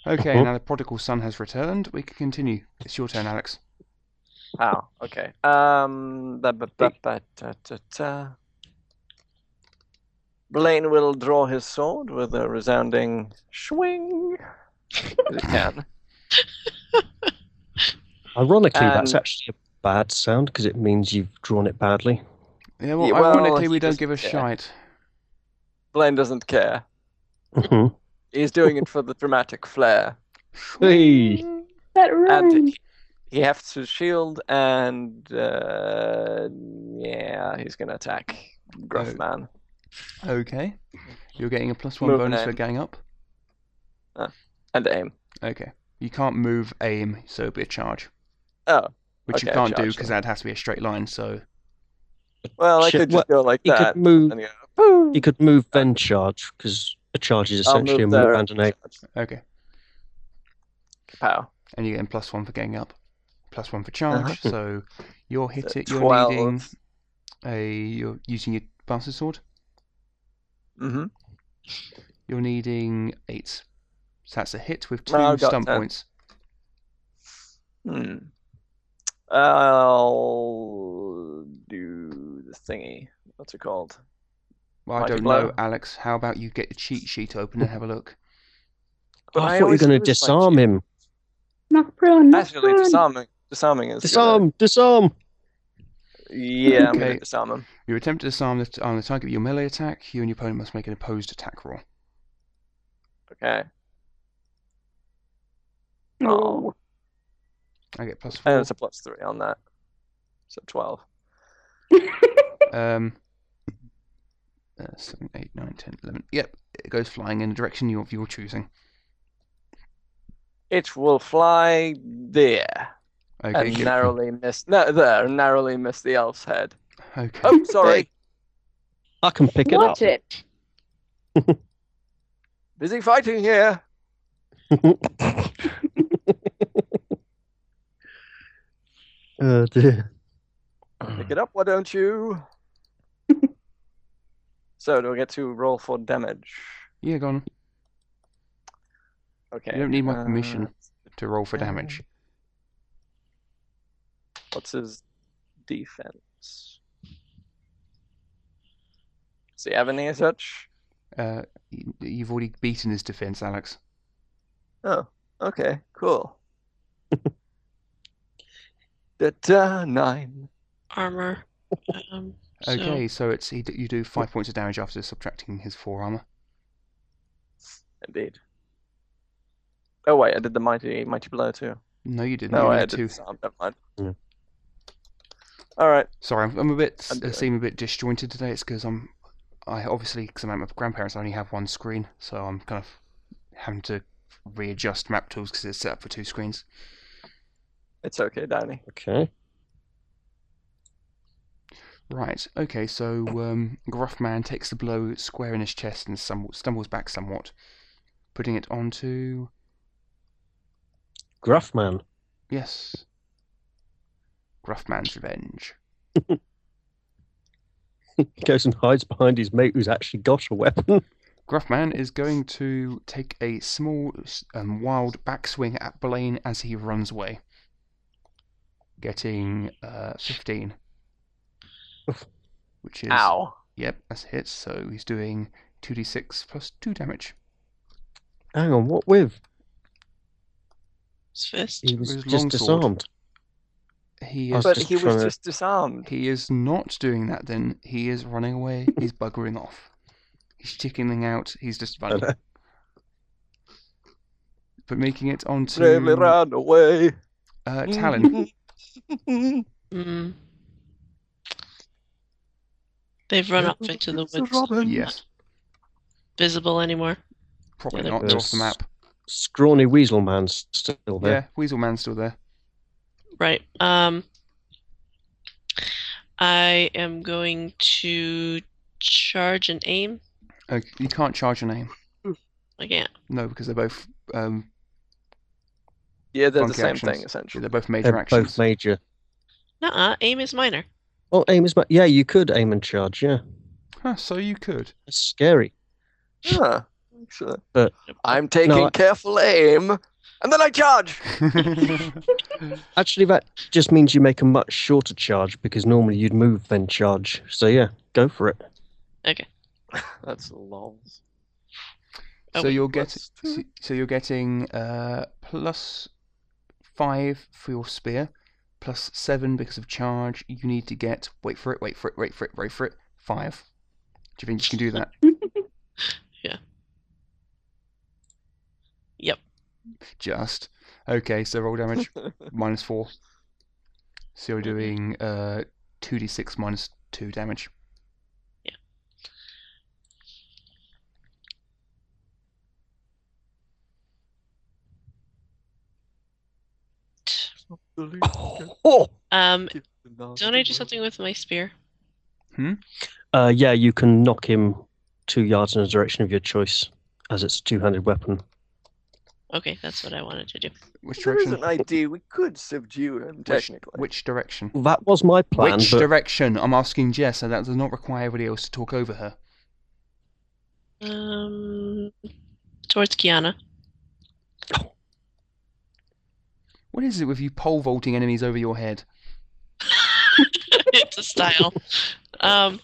S2: Okay,
S3: Mhm.
S2: now the prodigal son has returned. We can continue. It's your turn, Alex.
S4: Oh, okay. Um, da, ba, ba, ba, da, da, da. Blaine will draw his sword with a resounding swing. If he can.
S3: Ironically, that's
S4: And-
S3: actually a bad sound because it means you've drawn it badly.
S2: Yeah, well,
S4: Yeah, well,
S2: ironically, we
S4: he
S2: don't
S4: just-
S2: give a
S4: yeah.
S2: shite.
S4: Blaine doesn't care.
S8: Mm-hmm.
S3: Mhm.
S4: He's doing it for the dramatic flair.
S3: hey,
S8: That rhymes.
S4: And he has to shield, and uh, yeah, he's gonna attack Gruff
S2: Oh.
S4: Man.
S2: Okay. You're getting a plus one
S4: Move
S2: bonus
S4: and
S2: for
S4: aim.
S2: going up.
S4: And aim.
S2: Okay. You can't move, aim, so it'll be a charge.
S4: Oh,
S2: Which you
S4: Okay,
S2: can't do
S4: charge
S2: because
S4: then.
S2: that has to be a straight line. So
S4: well, Oh, I
S3: Shit,
S4: could just
S3: what-
S4: go like
S3: you
S4: that.
S3: could move.
S4: And go, boom.
S3: You could move then charge because a charge is
S4: I'll
S3: essentially
S4: move
S3: a move
S4: there.
S3: and an aim.
S2: okay,
S4: Pow. Uh-huh.
S2: and you're getting plus one for getting up, plus one for charge. So you'll hit
S4: So
S2: it. You're
S4: 12.
S2: needing a. You're using your bastard sword.
S4: Mm-hmm.
S2: You're needing eight. So that's a hit with two
S4: No, I've got
S2: stunt
S4: ten.
S2: points.
S4: Hmm. I'll do the thingy. What's it called?
S2: Well, I
S4: Mighty
S2: don't
S4: blow.
S2: know, Alex. How about you get the cheat sheet open and have a look?
S3: But
S4: I
S3: I, thought you were
S4: always
S3: going to
S4: lose my
S3: disarm
S4: cheat.
S3: him.
S8: Knock prone. Knock
S4: Actually,
S8: prone.
S4: disarming. Disarming is good.
S3: Disarm, disarm.
S4: Yeah, I'm
S2: Okay.
S4: gonna disarm him.
S2: You attempt to disarm the, arm the target with your melee attack. You and your opponent must make an opposed attack roll.
S4: Okay.
S8: No.
S2: I get plus four.
S4: Oh. And it's a plus three on that. So twelve.
S2: Um, uh, 7, 8, 9, 10, 11. Yep, it goes flying in the direction you- of your choosing.
S4: It will fly there
S2: Okay,
S4: and
S2: give-
S4: narrowly miss. No, there narrowly miss the elf's head.
S2: okay.
S4: Oh, sorry.
S3: I can pick it
S8: Watch
S3: up.
S8: it.
S4: Busy fighting here.
S3: Oh dear.
S4: Pick it up, why don't you? so do I get to roll for damage?
S2: Yeah, go on.
S4: Okay.
S2: You don't need my
S4: uh,
S2: permission to roll for damage.
S4: What's his defense? Does he have any such?
S2: Uh, y- you've already beaten his defense, Alex.
S4: Oh, Okay, cool. Da-da, uh, nine.
S5: Armor. Um, so
S2: Okay, so it's he, d- you do five points of damage after subtracting his four armor.
S4: Indeed. Oh wait, I did the mighty mighty blow too.
S2: No, you didn't.
S4: No,
S2: you
S4: I
S2: had
S4: did
S2: to.
S4: disarm. Never mind.
S1: Yeah.
S4: All right.
S2: Sorry, I'm, I'm a bit.
S4: I'm
S2: I
S4: doing-
S2: seem a bit disjointed today. It's because I'm. I obviously because I'm at my grandparents. I only have one screen, so I'm kind of having to readjust map tools because it's set up for two screens.
S4: It's okay, Danny.
S1: Okay.
S2: Right. Okay. So um, Gruff Man takes the blow square in his chest and stum- stumbles back somewhat, putting it onto
S1: Gruffman.
S2: yes. Gruff Man's revenge.
S1: He goes and hides behind his mate who's actually got a weapon.
S2: Gruffman is going to take a small um, wild backswing at Blaine as he runs away, getting uh, 15. Which is.
S4: Ow.
S2: Yep, that's a hit. So he's doing 2d6 plus 2 damage.
S1: Hang on, what with?
S5: His fist.
S1: He was
S2: With
S1: just
S2: longsword.
S1: disarmed.
S2: He
S1: I
S2: is,
S1: was
S4: But
S1: just
S4: he
S1: trying
S4: was
S1: to-
S4: just disarmed.
S2: he is not doing that then. He is running away. He's buggering off. He's chickening out. He's just running.
S1: know.
S2: But making it onto
S4: Let me
S2: uh,
S4: run away.
S2: Talon.
S5: Mm. They've run off into the woods.
S2: yes,
S5: Visible anymore?
S2: probably
S5: Yeah,
S2: not. They're off the
S1: there's-
S2: map.
S1: Uh, Scrawny Weasel Man's still
S2: Yeah,
S1: there.
S2: Weasel Man's still there.
S5: Right. Um, I am going to charge and aim.
S2: Uh, you can't charge your name.
S5: I can't.
S2: No, because they're both um,
S4: Yeah, they're the
S2: Funky
S4: same
S2: actions.
S4: thing essentially.
S2: they're both major
S1: They're
S2: actions.
S1: both major.
S5: Nuh-uh, aim is minor.
S1: Well, aim is. Ma- yeah, you could aim and charge, yeah.
S2: Huh, so you could.
S1: That's scary.
S4: Huh, actually.
S1: But-
S4: I'm taking
S1: No, I-
S4: careful aim, and then I charge.
S1: Actually, that just means you make a much shorter charge because normally you'd move then charge. So, yeah, go for it.
S4: That's lols.
S5: Oh,
S2: so you're getting
S4: plus
S2: so, so you're getting uh, plus five for your spear, plus seven because of charge. You need to get wait for it, wait for it, wait for it, wait for it. Five. Do you think you can do that?
S5: Yep.
S2: Just okay. So roll damage minus four. So you're doing uh two d six minus two damage.
S5: Um, don't I do something with my spear?
S1: Uh, yeah, you can knock him two yards in the direction of your choice as it's a two handed weapon.
S5: Okay, that's what I wanted to do.
S2: Which
S4: There is
S2: direction?
S4: an idea we could subdue him technically.
S2: Which direction?
S1: That was my plan,
S2: Which
S1: but
S2: direction? I'm asking Jess, and that does not require everybody else to talk over her.
S5: Um, towards Kiana.
S2: What is it with you pole vaulting enemies over your head?
S5: it's a style. Um,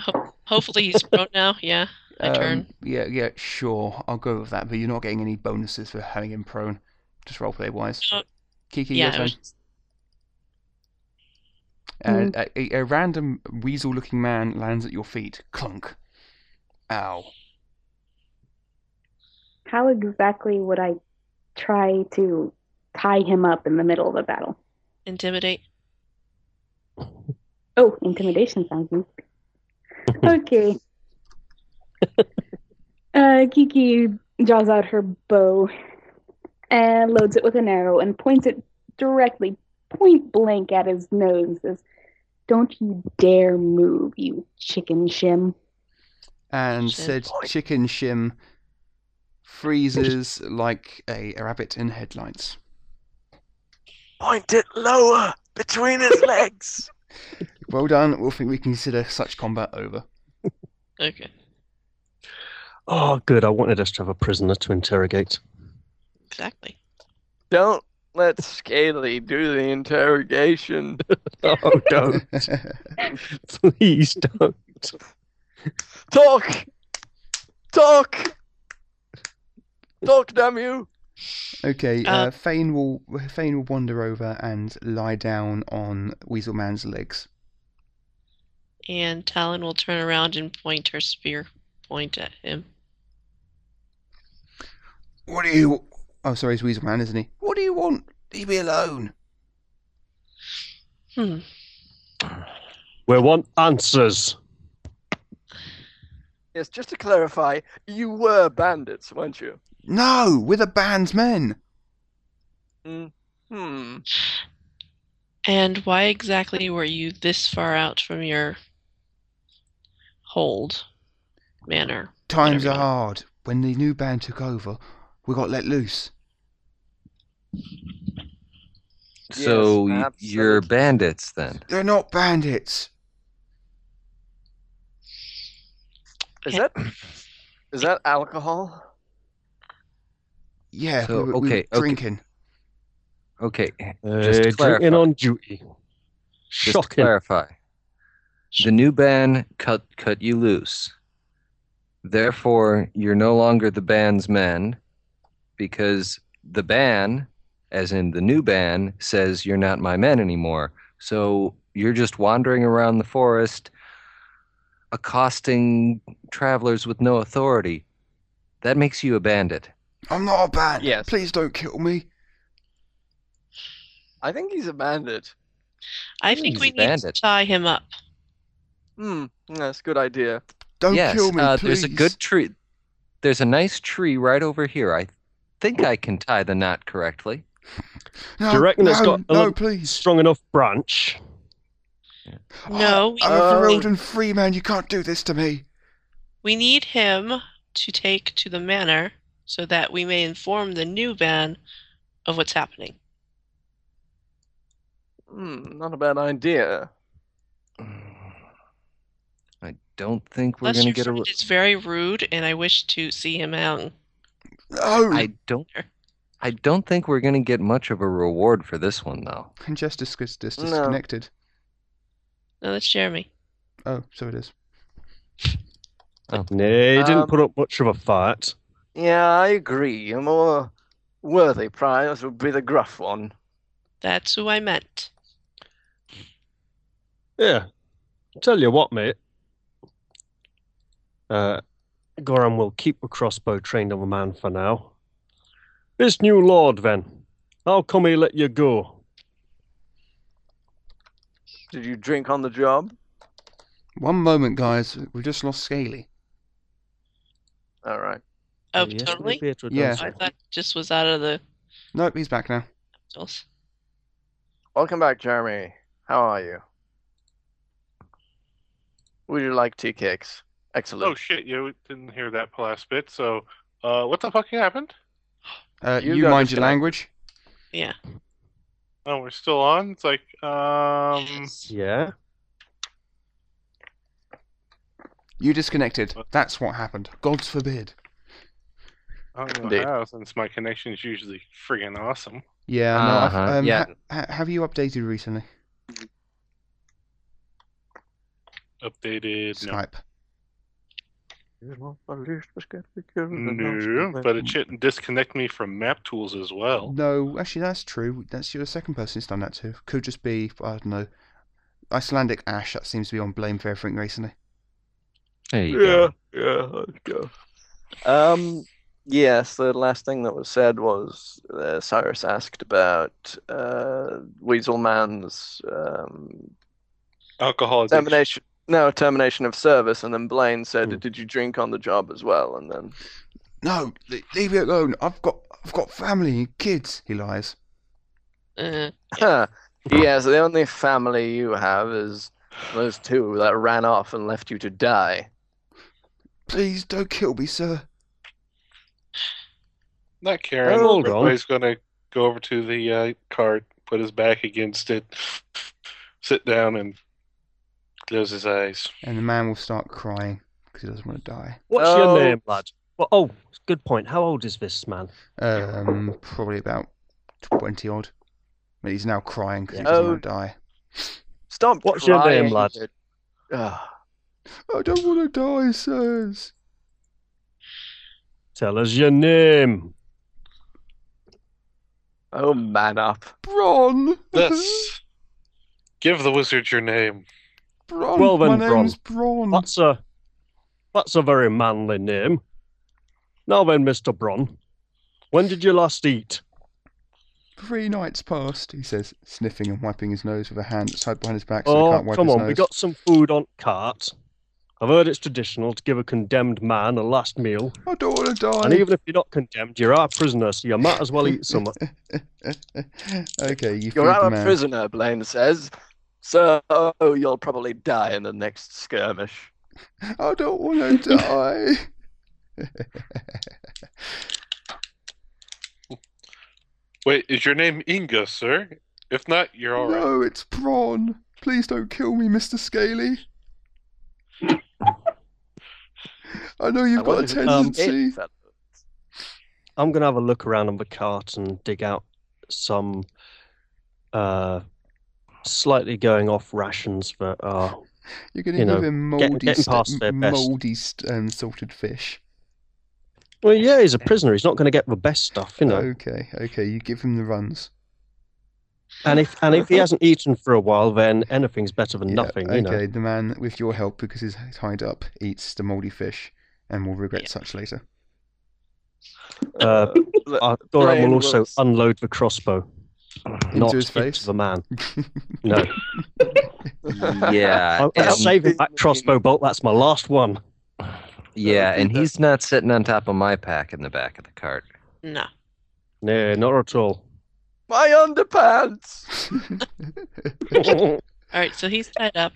S5: ho- hopefully he's prone now. Yeah, I
S2: Um,
S5: turn.
S2: Yeah, yeah, sure. I'll go with that, but you're not getting any bonuses for having him prone, just roleplay wise.
S5: No.
S2: Kiki,
S5: Oh, Yeah,
S2: your
S5: I was
S2: turn. Uh, a, a random weasel looking man lands at your feet. Clunk. Ow.
S8: How exactly would I try to tie him up in the middle of a battle?
S5: Intimidate.
S8: Oh, intimidation sounds neat. Okay. uh, Kiki draws out her bow and loads it with an arrow and points it directly, point blank, at his nose and says, Don't you dare move, you chicken shim.
S2: And
S5: Shit.
S2: said chicken shim freezes like a, a rabbit in headlights.
S4: Point it lower between his legs.
S2: Well done. We'll think we consider such combat over.
S5: Okay.
S1: oh, good. I wanted us to have a prisoner to interrogate.
S5: Exactly.
S4: Don't let Scaly do the interrogation.
S1: Oh, don't. Please don't.
S4: Talk, talk, talk, damn you!
S2: Okay,
S5: Uh,
S2: uh, Fane will Fane will wander over and lie down on Weasel Man's legs.
S5: And Talon will turn around and point her spear point at him.
S10: What do you. Oh, sorry, he's Weasel Man, isn't he? What do you want? Leave me alone.
S5: Hmm.
S1: We want answers.
S4: Yes, just to clarify, you were bandits, weren't you?
S10: No, we're the band's men.
S4: Hmm.
S5: And why exactly were you this far out from your hold manor?
S10: Times
S5: Whatever
S10: are
S5: you want.
S10: hard. When the new band took over, we got let loose.
S6: So y-
S4: Yes,
S6: you're
S4: absolutely.
S6: bandits then.
S10: They're not bandits.
S4: Is that is that alcohol?
S10: Yeah,
S6: So,
S10: we, were, we were
S6: okay, okay.
S10: drinking.
S6: Okay. Just
S1: Just
S6: to clarify.
S1: Uh, drinking on duty.
S6: Just to
S1: Shocking.
S6: clarify. The new ban cut cut you loose. Therefore, you're no longer the ban's men because the ban, as in the new ban, says you're not my men anymore. So you're just wandering around the forest accosting travelers with no authority. That makes you a bandit.
S10: I'm not a band.
S4: Yes.
S10: Please don't kill me.
S4: I think he's a bandit.
S5: I
S6: Hmm,
S5: think
S6: he's
S5: we
S6: a
S5: need to
S6: bandit.
S5: tie him up.
S4: Hmm. That's a good idea.
S10: Don't
S6: yes,
S10: kill me,
S6: uh,
S10: please.
S6: there's a good tree. There's a nice tree right over here. I think I can tie the knot correctly.
S10: No,
S1: Do you reckon
S10: no,
S1: it's got a
S10: no,
S1: little-
S10: please.
S1: Strong enough branch.
S5: No, we,
S10: I'm a
S4: Oh.
S10: thrilled and free man. You can't do this to me.
S5: we need him to take to the manor so that we may inform the new ban of what's happening.
S4: Hmm. Not a bad idea.
S6: I don't think we're
S5: Unless
S6: going to
S5: you
S6: get a.
S5: find
S6: re-
S5: it's very rude, and I wish to see him out.
S10: No.
S6: I don't. I don't think we're going to get much of a reward for this one, though.
S10: And just dis- dis- dis-
S4: No.
S10: disconnected.
S5: No, that's Jeremy.
S10: Oh, so it is.
S2: Oh.
S1: Nah, he
S4: Um,
S1: didn't put up much of a fight.
S4: Yeah, I agree. A more worthy prize would be the gruff one.
S5: That's who I meant.
S1: Yeah. Tell you what, mate. Uh, Goran will keep the crossbow trained on the man for now. This new lord, then. How come he let you go?
S4: Did you drink on the job?
S10: One moment, guys. We've just lost Scaly.
S4: All right.
S5: Oh, totally.
S10: Yeah.
S5: I thought it just was out of the.
S10: Nope, he's back now.
S4: Welcome back, Jeremy. How are you? Would you like tea cakes?
S7: Oh
S4: Excellent.
S7: shit, you didn't hear that last bit. So, uh, what the fuck happened?
S10: Uh,
S4: You
S10: you
S4: got
S10: mind your
S4: disconnected.
S10: language?
S5: Yeah.
S7: Oh, we're still on. It's like, um,
S1: Yeah.
S10: You disconnected. That's what happened. God's forbid.
S7: I don't know
S4: Indeed.
S7: how, since my connection is usually friggin' awesome.
S10: Yeah, no, I've-
S6: Uh-huh,
S10: um,
S6: yeah.
S10: ha- ha- have you updated recently?
S7: Updated, no,
S10: Skype.
S7: no, but it shouldn't disconnect me from map tools as well.
S10: No, actually, that's true. That's you're the second person who's done that to. Could just be, I don't know, Icelandic Ash. That seems to be on blame for everything recently.
S6: There you go.
S4: yeah, let's go. Um, yes, the last thing that was said was uh, Cyrus asked about uh, Weasel Man's um,
S7: Alcohol addiction.
S4: termination. No, termination of service, and then Blaine said,
S6: Hmm.
S1: Mm.
S4: "Did you drink on the job as well?" And then,
S10: No, le- leave me alone. I've got, I've got family and kids. He lies.
S5: Uh,
S4: yes, the only family you have is those two that ran off and left you to die.
S10: Please don't kill me, sir.
S7: Not Karen.
S1: Oh, hold
S7: Ripley's gonna go over to the uh, cart, put his back against it, sit down, and close his eyes.
S10: And the man will start crying because he doesn't want to die.
S1: What's
S4: Oh.
S1: your name, lad? Well, oh, good point. How old is this man?
S10: Um, probably about twenty odd. But he's now crying because
S1: Yeah.
S10: he doesn't
S4: Oh.
S10: want to die.
S4: Stop
S1: What's your
S4: crying,
S1: name, lad?
S4: you- Ugh.
S10: I don't want to die, sirs.
S1: Tell us your name.
S4: oh, man up.
S10: Bron.
S7: Let's give the wizard your name.
S10: Bron.
S1: Well then,
S10: my
S1: Bron.
S10: name's Bron.
S1: That's a that's a very manly name. Now then, Mister Bron,
S3: When did you last eat?
S10: Three nights past, he says, sniffing and wiping his nose with a hand that's tied behind his back so he
S3: oh,
S10: can't wipe
S3: come
S10: his
S3: on.
S10: nose.
S3: We got some food on cart. I've heard it's traditional to give a condemned man a last meal.
S10: Oh, I don't want to die.
S3: And even if you're not condemned, you are a prisoner, so you might as well eat some.
S10: okay, you
S4: You're
S10: feed the
S4: out of
S10: man.
S4: prisoner, Blaine says. So you'll probably die in the next skirmish.
S10: I don't want to die.
S7: Wait, is your name Inga, sir? If not, you're all right.
S10: no, it's prawn. Please don't kill me, Mr. Scaly. I know you've
S4: I
S10: got a
S4: wondered if it's
S10: tendency.
S4: it, fella.
S3: I'm going to have a look around on the cart and dig out some uh, slightly going off rations that are
S10: You're going to give
S3: you know,
S10: him
S3: get-
S10: moldy,
S3: getting
S10: st-
S3: past their best.
S10: moldy st- um, salted fish.
S3: Well, yeah, he's a prisoner. He's not going to get the best stuff, you know.
S10: Okay, okay, you give him the runs.
S3: And if and if he hasn't eaten for a while, then anything's better than
S10: Yeah,
S3: nothing, you
S10: okay,
S3: know.
S10: the man, with your help, because he's tied up, eats the moldy fish and will regret
S5: Yeah.
S10: such later.
S3: Uh,
S4: le-
S3: uh, Doran
S4: Blaine
S3: will also
S4: will-
S3: unload the crossbow,
S10: Into
S3: not
S10: his face.
S3: into the man. No,
S6: Yeah,
S3: I'm, I'm
S6: and-
S3: saving that crossbow bolt. That's my last one.
S6: yeah, and he's not sitting on top of my pack in the back of the cart.
S5: No.
S3: No, not at all.
S4: My underpants!
S5: All right, so he's tied up.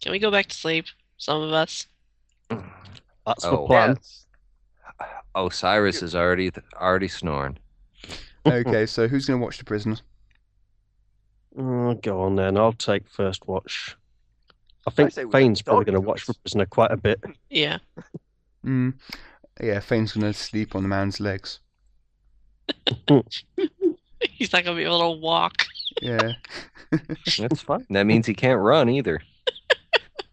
S5: Can we go back to sleep? Some of us.
S3: That's
S6: Oh.
S3: the plan.
S4: Yes.
S6: Osiris is already already snoring.
S10: okay, so who's going to watch the prisoner?
S3: Oh, go on then. I'll take first watch. I think
S4: say we
S3: Fane's
S4: let the
S3: probably
S4: dog
S3: going to
S4: do
S3: watch
S4: it.
S3: the prisoner quite a bit.
S5: Yeah.
S10: Mm. Yeah, Fane's going to sleep on the man's legs.
S5: He's not going to be able to walk.
S10: Yeah.
S6: That's fine. That means he can't run either.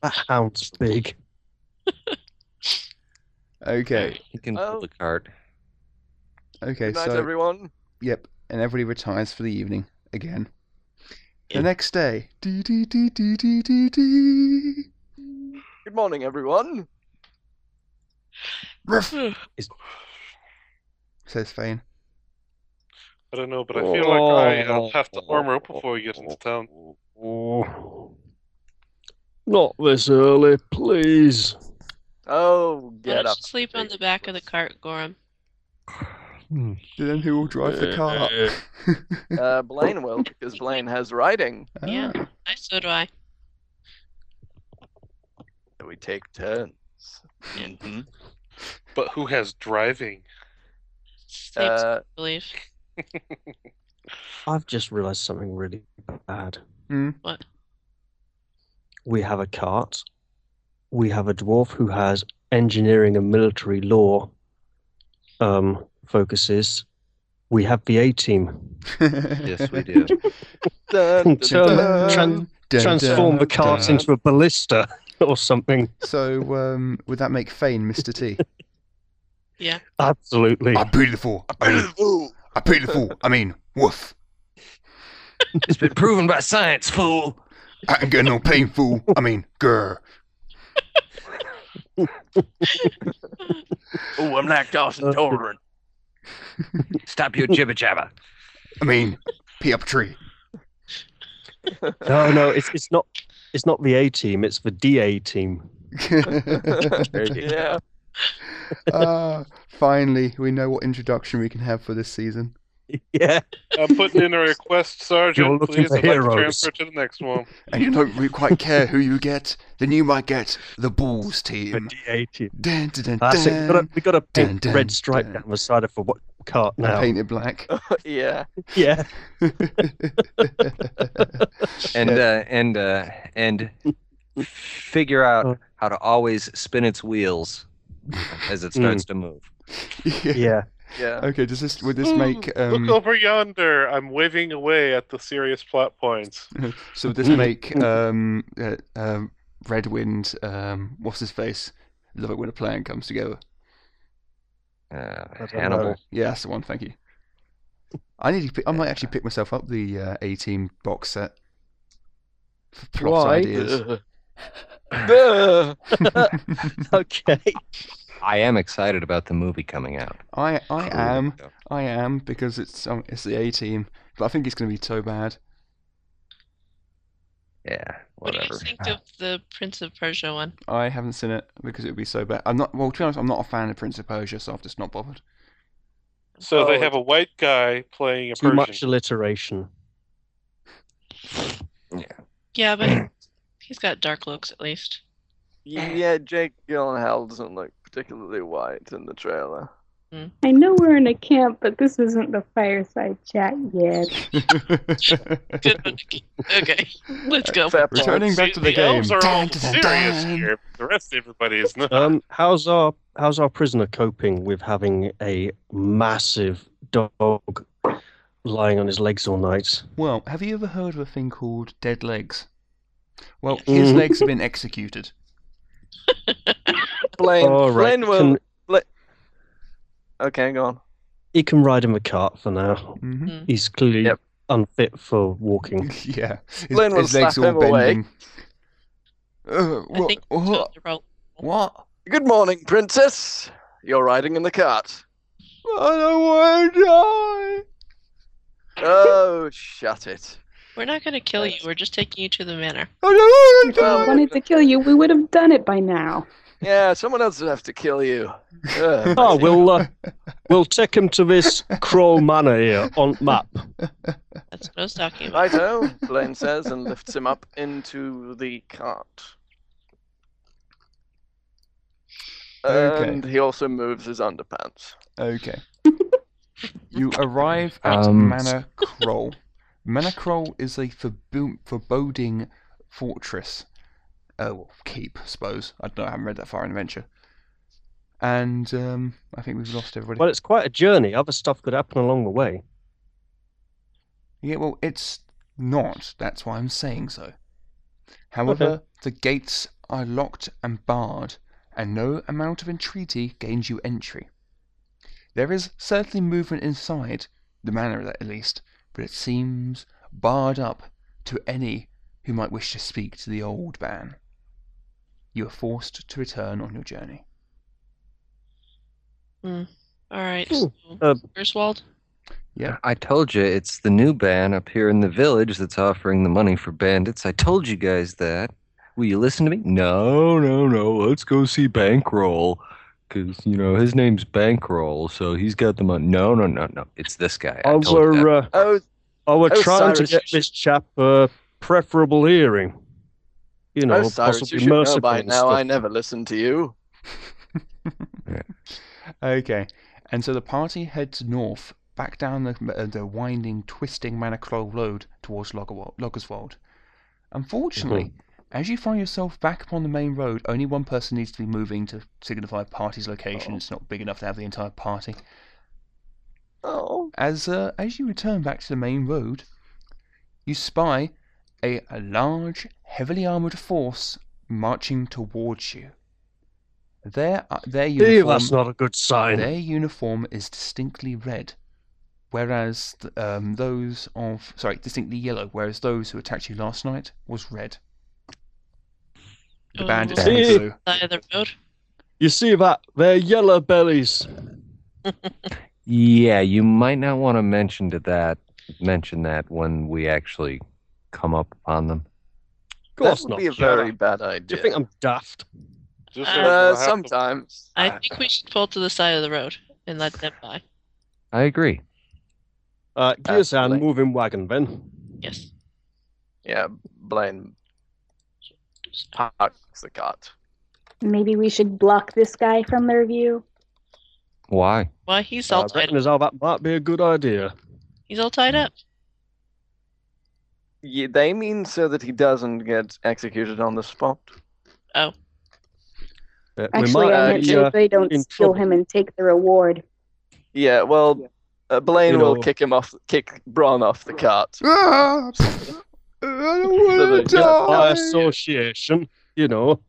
S3: That hound's big.
S10: Okay,
S6: He can pull
S4: Oh.
S6: the cart.
S10: okay,
S4: Good night,
S10: so.
S4: everyone.
S10: Yep, and everybody retires for the evening again. The
S3: Yeah.
S10: next day, dee dee dee dee dee dee dee.
S4: Good morning, everyone.
S10: Ruff,
S5: Ugh.
S10: says Fane.
S7: I don't know, but I feel like I uh, have to armor up before we get into town.
S3: Oh. Not this early, please.
S4: Oh, get
S5: Why
S4: up.
S5: don't you sleep on the back of the cart, Gorham?
S10: Then who will drive the car?
S4: Uh, Blaine will, because Blaine has writing.
S5: Yeah.
S10: Ah,
S5: I so do I.
S4: So we take turns. Mm-hmm.
S7: But who has driving?
S5: Sleep, I
S4: Uh,
S5: believe.
S3: I've just realised something really bad.
S10: Hmm.
S5: What?
S3: We have a cart. We have a dwarf who has engineering and military law um, focuses. We have the A team.
S6: Yes, we do.
S4: dun, dun,
S3: So-
S4: dun.
S3: Tran- Transform the cart
S10: dun.
S3: into a ballista or something.
S10: So, um, would that make Fane Mr. T?
S5: Yeah.
S3: Absolutely.
S10: pity the fool.
S4: Ooh.
S10: I pity the fool. I mean, woof.
S6: It's been proven by science, fool.
S10: I ain't getting no pain, fool. I mean, grr.
S4: Ooh, I'm lactose
S1: Uh,
S4: intolerant.
S6: Stop your jibber jabber.
S10: I mean, pee up a tree.
S3: No, no, it's it's not it's not the A team, it's the DA team.
S4: yeah.
S10: Ah, finally, we know what introduction we can have for this season.
S3: Yeah.
S7: I'm putting in a request,
S3: You're
S7: Sergeant.
S3: looking
S7: Please,
S3: for
S7: I'd like to
S3: heroes.
S7: transfer to the next one.
S10: And you don't really quite care who you get, then you might get the Bulls
S3: The
S10: team.
S3: DA team.
S10: Dun, dun, dun,
S3: That's it. We've got
S10: dun.
S3: to, we got to paint
S10: Dun, dun,
S3: red stripe
S10: dun.
S3: down the side of the what cart
S10: And
S3: now.
S10: Paint it black.
S4: Yeah.
S3: Yeah.
S6: And uh, and uh, and figure out how to always spin its wheels as it
S3: Hmm.
S6: starts to move.
S10: yeah.
S3: Yeah.
S4: Yeah.
S10: Okay, does this would this
S7: Ooh,
S10: Oh, make um
S7: Look over yonder. I'm waving away at the serious plot points.
S10: so would this
S6: Mm.
S10: make um uh, um Red Wind um what's his face? Love it when a plan comes together.
S6: Uh,
S3: don't
S6: Hannibal.
S3: know.
S10: Yeah, that's the one. Thank you. I need to. Pick, I might actually pick myself up the uh, A Team box set for plot
S3: Why?
S10: ideas.
S4: Duh.
S3: okay.
S6: I am excited about the movie coming out.
S2: I I am I am because it's um, it's the A team, but I think it's going to be so bad.
S6: Yeah,
S5: What do
S6: whatever.
S5: you think of the Prince of Persia one?
S2: I haven't seen it because it would be so bad. I'm not well. To be honest, I'm not a fan of Prince of Persia, so I'm just not bothered.
S7: So they
S4: Oh.
S7: have a white guy playing a
S3: Too
S7: Persian.
S3: much alliteration.
S5: Yeah, but he's got dark looks at least.
S4: Yeah, Jake Gyllenhaal doesn't look particularly white in the trailer.
S8: I know we're in a camp, but this isn't the fireside chat yet.
S5: Good one. Okay, let's go.
S4: Fair point.
S2: Uh, Returning back to the,
S7: the
S2: game.
S7: elves are all
S2: Dun, dun,
S7: serious
S2: dun.
S7: here. The rest of everybody is not.
S3: Um, how's our how's our prisoner coping with having a massive dog lying on his legs all night?
S2: Well, have you ever heard of a thing called dead legs? Well, his
S3: Mhm.
S2: legs have been executed.
S4: Blaine,
S3: All right,
S4: Blaine will.
S3: can-
S4: Bla- okay, go on.
S3: He can ride in the cart for now.
S2: hmm
S3: He's clearly
S4: Yep.
S3: unfit for walking.
S2: yeah, his,
S4: Lynn will
S2: his legs
S4: slap
S2: all
S4: him away.
S2: bending. Uh,
S5: I
S2: what?
S5: think
S2: what?
S5: they're all-
S2: What?
S4: Good morning, Princess. You're riding in the cart.
S2: I don't want to
S4: Oh, shut it.
S5: We're not going to kill you. We're just taking you to the manor.
S2: die. I don't want
S8: If
S2: to
S8: we
S4: Well,
S8: wanted to kill you, we would have done it by now.
S4: Yeah, someone else would have to kill you. Ugh.
S3: Oh, we'll uh, we'll take him to this Crow Manor here on map.
S5: That's what I was talking about.
S4: Righto, Blaine says and lifts him up into the cart.
S2: Okay.
S4: And he also moves his underpants.
S2: Okay. you arrive at
S6: Um,
S2: Manor Kroll. Manor Kroll is a forbo- foreboding fortress. Oh, well, keep, I suppose. I don't know, I haven't read that far in Adventure. And um, I think we've lost everybody.
S3: Well, it's quite a journey. Other stuff could happen along the way.
S2: Yeah, well, it's not. That's why I'm saying so. However, the gates are locked and barred, and no amount of entreaty gains you entry. There is certainly movement inside, the manor at least, but it seems barred up to any who might wish to speak to the old man. You are forced to return on your journey.
S5: All right.
S3: Hmm.
S5: So,
S3: Uh,
S5: Griswold?
S6: I told you it's the new band up here in the village that's offering the money for bandits. I told you guys that. Will you listen to me? No, no, no. Let's go see Bankroll. Because, you know, his name's Bankroll, so he's got the money. No, no, no, no. It's this guy. I told you that.
S3: Our uh,
S4: Oh,
S3: our
S4: Oh,
S3: trying to
S4: Cyrus,
S3: get
S4: you
S3: this chap uh, preferable hearing. You know,
S4: oh Cyrus, you
S3: possibly
S4: should know
S3: merciful
S4: by
S3: and
S4: now.
S3: stuff.
S4: I never listen to you.
S2: Okay, and so the party heads north, back down the uh, the winding, twisting Manacrow Road towards Loggerwa- Loggerswold. Unfortunately, as you find yourself back upon the main road, only one person needs to be moving to signify party's location. It's not big enough to have the entire party.
S4: Oh,
S2: As uh, as you return back to the main road, you spy a, a large, heavily armored force marching towards you. Their uh, their
S3: Steve,
S2: uniform.
S3: that's not a good sign.
S2: Their uniform is distinctly red, whereas th- um, those of sorry, distinctly yellow, whereas those who attacked you last night was red. The
S5: Oh,
S2: bandits
S6: Ooh.
S2: were
S3: See?
S2: blue.
S5: Side of the road?
S3: You see that? They're yellow bellies.
S6: Yeah, you might not want to mention to that mention that when we actually come up upon them.
S3: Of
S4: that
S3: course
S4: would
S3: not.
S4: be a
S3: Shut
S4: very
S3: up.
S4: bad idea.
S3: Do you think I'm daft?
S7: Just
S5: Uh,
S7: so we'll
S4: Uh,
S7: have to-
S4: sometimes.
S5: I think we should pull to the side of the road and let them by.
S6: I agree.
S3: Uh, gears hand,
S4: Absolutely.
S3: moving wagon, then.
S5: Yes.
S4: Yeah, Blaine parks the cart.
S8: Maybe we should block this guy from their view.
S6: Why?
S5: Why he's all
S3: I
S5: tied
S3: reckon as how that might be a good idea.
S5: He's all tied up.
S4: Yeah, they mean so that he doesn't get executed on the spot.
S3: Uh,
S8: Actually, I meant
S3: be,
S8: so
S3: uh,
S8: they don't
S3: in
S8: steal
S3: trouble.
S8: him and take the reward.
S4: Yeah, well, uh, Blaine
S3: You
S4: will
S3: know-
S4: kick him off, kick Bron off the cart.
S2: Ah, I don't want to
S4: So the-
S3: by
S2: die.
S3: association, you know.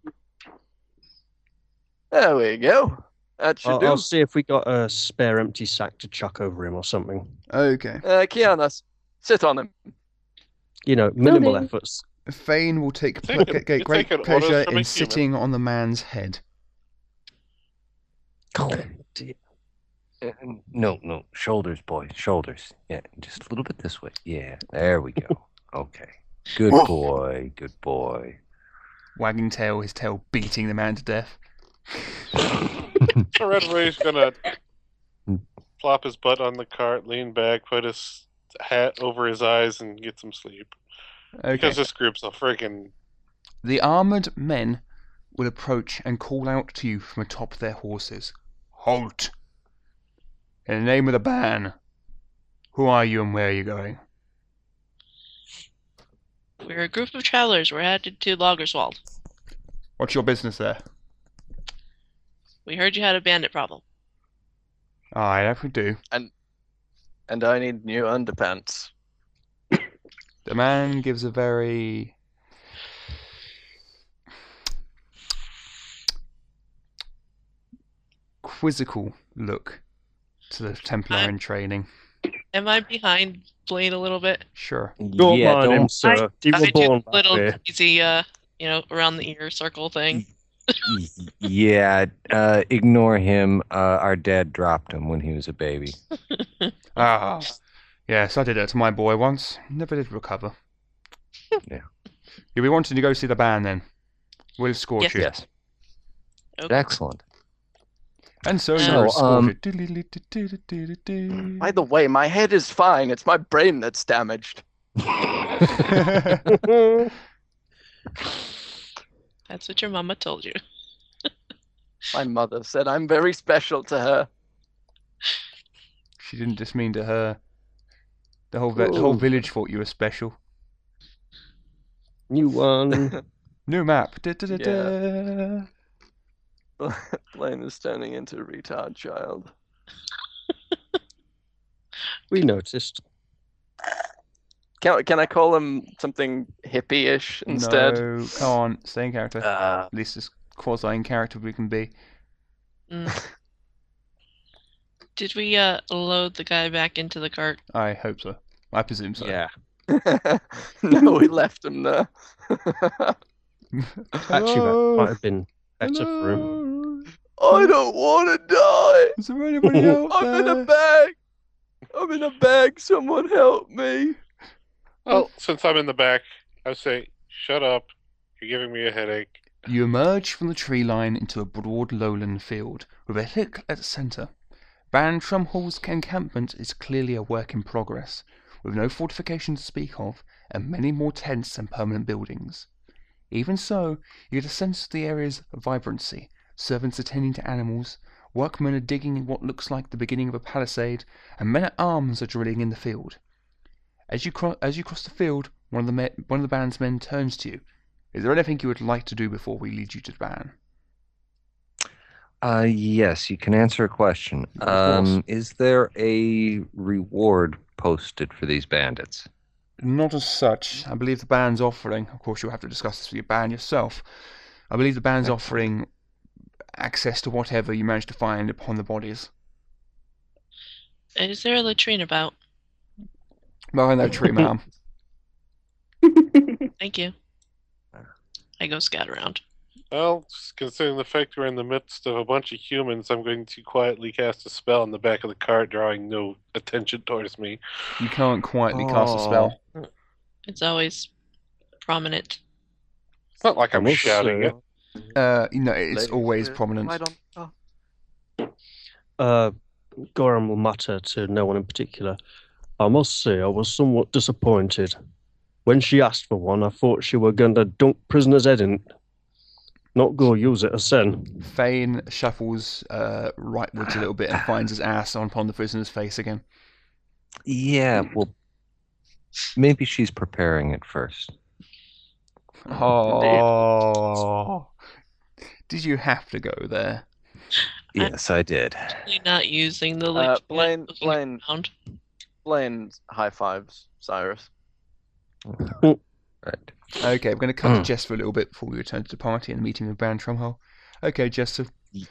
S4: There we go. That should
S3: I'll,
S4: do.
S3: I'll see if we got a spare empty sack to chuck over him or something.
S2: Okay,
S4: Uh, Kiana, s- sit on him.
S3: You know, minimal
S8: do.
S3: efforts.
S2: Fane will take,
S7: Take
S2: ple-
S7: it.
S2: get
S7: You
S2: great
S7: take it. Orders
S2: pleasure
S7: from a
S2: in
S7: human.
S2: sitting on the man's head.
S6: Oh, dear. Uh, No, no, shoulders, boy, shoulders. Yeah, just a little bit this way. Yeah, there we go. Okay, good boy, good boy.
S2: Wagging tail, his tail beating the man to death.
S7: Red Ray's gonna plop his butt on the cart, lean back, put his hat over his eyes, and get some sleep.
S2: Okay.
S7: Because this group's a freaking.
S2: The armoured men will approach and call out to you from atop their horses. Halt! In the name of the ban, who are you and where are you going?
S5: We're a group of travelers. We're headed to Lagerswald.
S2: What's your business there?
S5: We heard you had a bandit problem.
S2: Aye, that we Ah, do.
S4: And I need new underpants.
S2: The man gives a very quizzical look to the Templar in training.
S5: Am I behind Blade a little bit?
S2: Sure.
S3: Don't
S6: yeah,
S3: mind him,
S6: don't.
S3: sir. He
S5: I
S3: was
S5: do
S3: born
S5: a
S3: that
S5: little
S3: way.
S5: easy, uh, you know, around the ear circle thing.
S6: y- yeah, uh, ignore him. Uh, our dad dropped him when he was a baby.
S2: Ah, yes, I did it to my boy once. Never did recover.
S6: Yeah.
S2: You'll be wanting to go see the band then. We'll escort
S5: Yes.
S2: you.
S6: Yes.
S5: Okay.
S6: Excellent.
S2: And so
S5: So,
S2: you're
S6: um,
S2: escorted. Doodly-doo-doo-doo-doo-doo.
S4: By the way, my head is fine. It's my brain that's damaged.
S5: That's what your mama told you.
S4: My mother said I'm very special to her.
S2: she didn't just mean to her. The whole, vi- the whole village thought you were special.
S3: New one.
S2: New map. Da-da-da-da.
S4: Blaine is turning into a retard child.
S3: We noticed.
S4: Can, can I call him something hippie-ish instead?
S2: No, come on, stay in character.
S4: Uh,
S2: At least as quasi in character we can be.
S5: Mm. Did we uh, load the guy back into the cart?
S2: I hope so. I presume so.
S4: no, we left him there.
S3: Actually, that
S2: Hello?
S3: might have been better for him.
S2: Hello?
S4: I don't want to die.
S2: Is there anybody out
S4: I'm in a
S2: there?
S4: bag. I'm in a bag. Someone help me.
S7: Well, since I'm in the back, I say, shut up. You're giving me a headache.
S2: You emerge from the tree line into a broad lowland field, with a hill at the centre. Baron Trumhall's encampment is clearly a work in progress, with no fortifications to speak of, and many more tents and permanent buildings. Even so, you get a sense of the area's vibrancy. Servants attending to animals, workmen are digging in what looks like the beginning of a palisade, and men at arms are drilling in the field. As you, cro- as you cross the field, one of the me- one of the band's men turns to you. Is there anything you would like to do before we lead you to the ban?
S6: Uh, yes, you can answer a question.
S2: Of course.
S6: Um, is there a reward posted for these bandits?
S2: Not as such. I believe the ban's offering, of course, you'll have to discuss this with your ban yourself. I believe the ban's offering access to whatever you manage to find upon the bodies.
S5: Is there a latrine about?
S2: Behind that tree, ma'am.
S5: Thank you.
S4: Ah.
S5: I go scout around.
S7: Well, considering the fact we're in the midst of a bunch of humans, I'm going to quietly cast a spell on the back of the cart, drawing no attention towards me.
S2: You can't quietly cast a spell.
S4: Hmm.
S5: It's always prominent.
S7: It's not like I'm
S3: Well,
S7: shouting
S3: sir.
S7: it.
S2: Uh, you know, it's
S4: Ladies,
S2: always
S4: uh,
S2: prominent.
S4: right on- oh,
S3: Uh, Gorham will matter to no one in particular. I must say, I was somewhat disappointed. When she asked for one, I thought she were going to dunk prisoner's head in it. Not go use it as then.
S2: Fane shuffles uh, rightwards a little bit and finds his ass on upon the prisoner's face again.
S6: Yeah, well, maybe she's preparing it first.
S2: Oh. Did you have to go there?
S6: Yes, I did.
S5: Really not using the
S4: Uh,
S5: latrine.
S4: Blaine,
S5: looking
S4: Blaine,
S5: around.
S4: Blaine, high fives, Cyrus. Mm.
S6: Right.
S2: Okay, we're going to cut to
S6: Mm.
S2: Jess for a little bit before we return to the party and the meeting with Baron Trumhole. Okay, Jess, so
S6: Ye-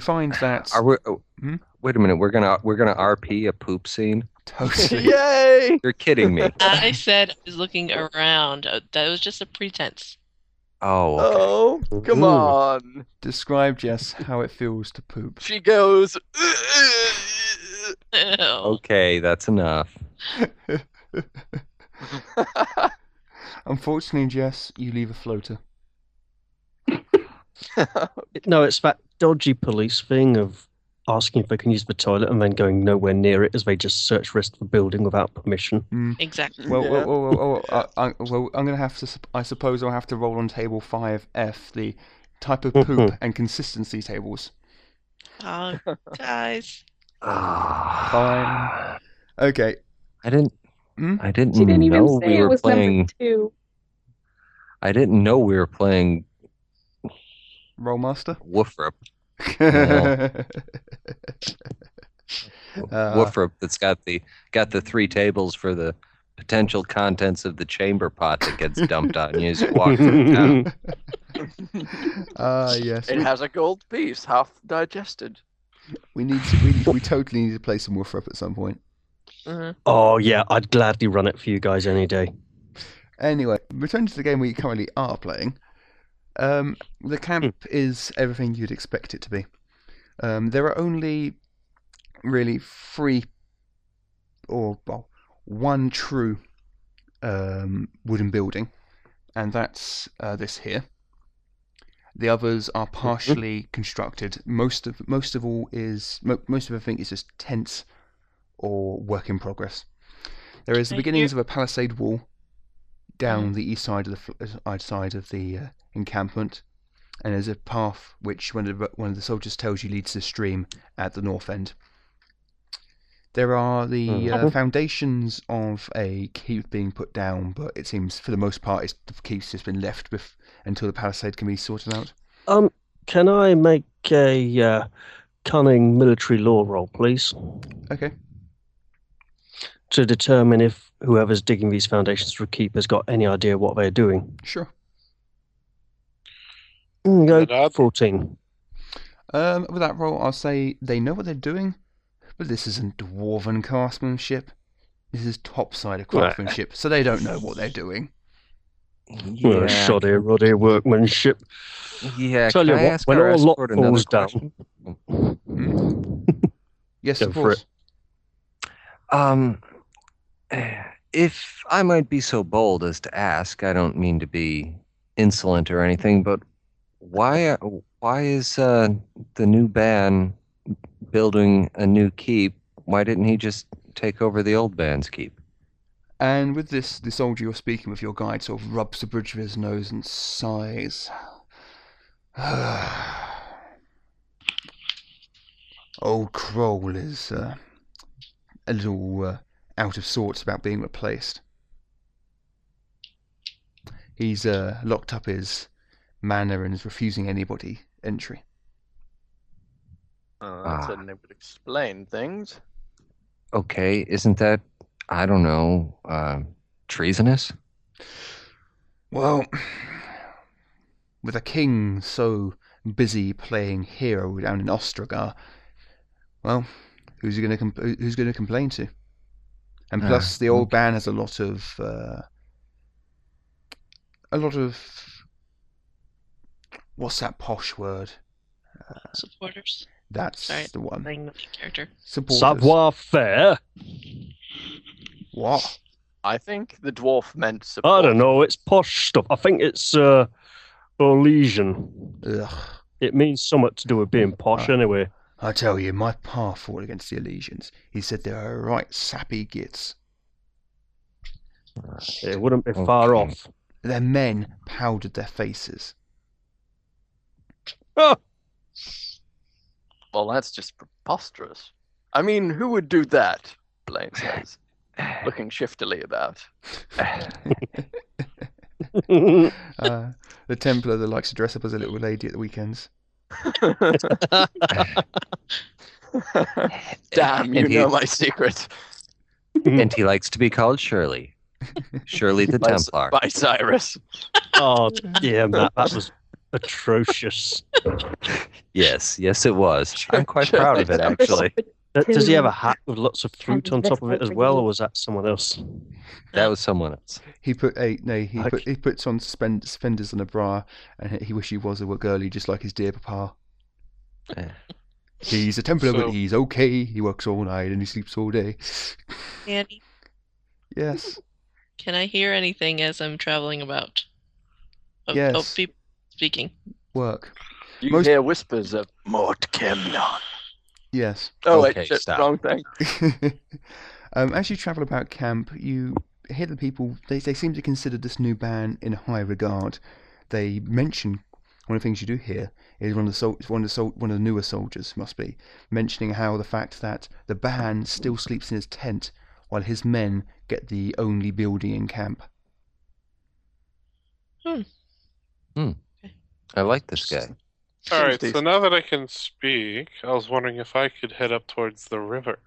S2: find that
S6: Are we, oh,
S2: Hmm?
S6: Wait a minute. We're gonna we're gonna RP a poop scene.
S2: totally.
S4: Yay!
S6: You're kidding me.
S5: I said I was looking around. Uh, That was just a pretense.
S6: Oh, okay.
S4: Oh, come
S2: Ooh.
S4: on.
S10: Describe, Jess, how it feels to poop.
S4: She goes.
S9: Ew.
S6: Oh, okay, that's enough.
S10: Unfortunately, Jess, you leave a floater.
S3: No, it's that dodgy police thing of asking if they can use the toilet and then going nowhere near it as they just search rest of the building without permission.
S5: Mm.
S9: Exactly.
S10: Well,
S4: Yeah.
S10: well, well, well, well, I, I, well, I'm going to have to. sup- I suppose I'll have to roll on table five F, the type of
S6: Mm-hmm.
S10: poop and consistency tables.
S9: Oh, guys.
S6: Ah,
S10: Fine. Okay.
S6: I didn't.
S10: Hmm?
S6: I didn't
S5: She didn't even
S6: know
S5: say
S6: we
S5: it
S6: were
S5: was
S6: playing.
S5: number two.
S6: I didn't know we were playing
S10: Roll master.
S6: Woofrup.
S10: uh,
S6: Woofrup that's got the got the three tables for the potential contents of the chamber pot that gets dumped on you as you walk through town.
S10: ah, yes.
S4: It has a gold piece, half digested.
S10: We need to. We, need- we totally need to play some Wolf Up at some point.
S9: Mhm.
S3: Oh yeah, I'd gladly run it for you guys any day.
S10: Anyway, returning to the game we currently are playing, um, the camp is everything you'd expect it to be. Um, there are only really three, or well, one true um, wooden building, and that's uh, this here. The others are partially constructed. Most of most of all is mo- most of everything is just tents or work in progress. There is the
S9: Thank
S10: beginnings
S9: you. Mm.
S10: of a palisade wall down the east side of the fl- uh, side of the uh, encampment, and there's a path which one of the, one of the soldiers tells you leads to the stream at the north end. There are the uh, foundations of a keep being put down, but it seems for the most part it's, the keep's just been left with, until the palisade can be sorted out.
S3: Um, can I make a uh, cunning military law roll, please,
S10: Okay.
S3: to determine if whoever's digging these foundations for keep has got any idea what they're doing?
S10: Sure.
S3: Mm, go
S11: Good lad.
S3: fourteen.
S10: Um, with that role, I'll say they know what they're doing, but this isn't dwarven craftsmanship. This is topside of
S3: Right.
S10: craftsmanship, so they don't know what they're doing.
S3: Yeah.
S6: Yeah.
S3: shoddy, ruddy workmanship.
S6: Yeah,
S3: Tell
S6: can
S3: you
S6: I
S3: what,
S6: ask
S3: when
S6: our
S3: all lot
S6: escort another
S3: falls down-
S6: question?
S10: Yes,
S3: Um, Go
S10: of
S3: for
S10: course.
S6: Um, eh, if I might be so bold as to ask, I don't mean to be insolent or anything, but why uh, why is uh, the new ban building a new keep? Why didn't he just take over the old ban's keep?
S10: And with this, the soldier you're speaking with, your guide sort of rubs the bridge of his nose and sighs. Old Kroll is uh, a little uh, out of sorts about being replaced. He's uh, locked up his manor and is refusing anybody entry.
S4: Uh, that
S6: Ah.
S4: certainly would explain things.
S6: Okay, isn't that I don't know uh, treasonous?
S10: Well, with a king so busy playing hero down in Ostrogar, well, who's he going to compl- who's going to complain to? And
S6: Ah,
S10: plus, the old ban has a lot of uh, a lot of what's that posh word?
S9: Supporters.
S10: That's
S9: Sorry,
S10: the one.
S9: Playing with the character.
S10: Supporters.
S3: Savoir faire.
S10: What?
S4: I think the dwarf meant support.
S3: I don't know. It's posh stuff. I think it's uh, Orlesian.
S10: Ugh.
S3: It means somewhat to do with being posh,
S10: Ah.
S3: anyway.
S10: I tell you, my pa fought against the Elysians. He said they are right sappy gits.
S3: It wouldn't be far
S6: Okay.
S3: off.
S10: Their men powdered their faces.
S6: Ah.
S4: Well, that's just preposterous. I mean, who would do that? Blaine says, looking shiftily about.
S10: Uh, the Templar that likes to dress up as a little lady at the weekends.
S4: Damn, you
S6: And
S4: know
S6: he-
S4: my secret.
S6: and he likes to be called Shirley. Shirley the
S4: Mm-hmm. By, S-
S6: Templar.
S4: by Cyrus.
S3: oh, yeah, Matt, that was atrocious.
S6: Yes, yes, it was. I'm quite
S4: Shirley
S6: proud of it,
S4: the
S6: actually.
S1: Does-
S3: to
S1: Does he have a hat with lots of fruit
S3: Travis,
S1: on top
S3: let's
S1: of it
S3: not
S1: as well,
S3: forget-
S1: or was that someone else?
S6: That was someone else.
S10: He put a no. He
S1: Okay.
S10: put he puts on spend, spenders and a bra, and he- he wish he was a girly, just like his dear papa.
S6: Yeah.
S10: He's a Templar,
S7: So-
S10: but he's okay. He works all night and he sleeps all day.
S5: Annie,
S10: Yes,
S5: can I hear anything as I'm traveling about? Of,
S10: Yes.
S5: of people speaking.
S10: work.
S4: You
S10: Most-
S4: hear whispers of Mort Kemnon.
S10: Yes.
S4: Oh,
S6: Okay,
S4: wait, shit,
S6: stop.
S4: wrong thing.
S10: um, as you travel about camp, you hear the people. They they seem to consider this new ban in high regard. They mention one of the things you do hear is one of the sol- one of the sol- one of the newer soldiers must be mentioning how the fact that the ban still sleeps in his tent while his men get the only building in camp.
S6: I like this guy.
S7: All right,
S4: Tuesdays.
S7: so now that I can speak, I was wondering if I could head up towards the river.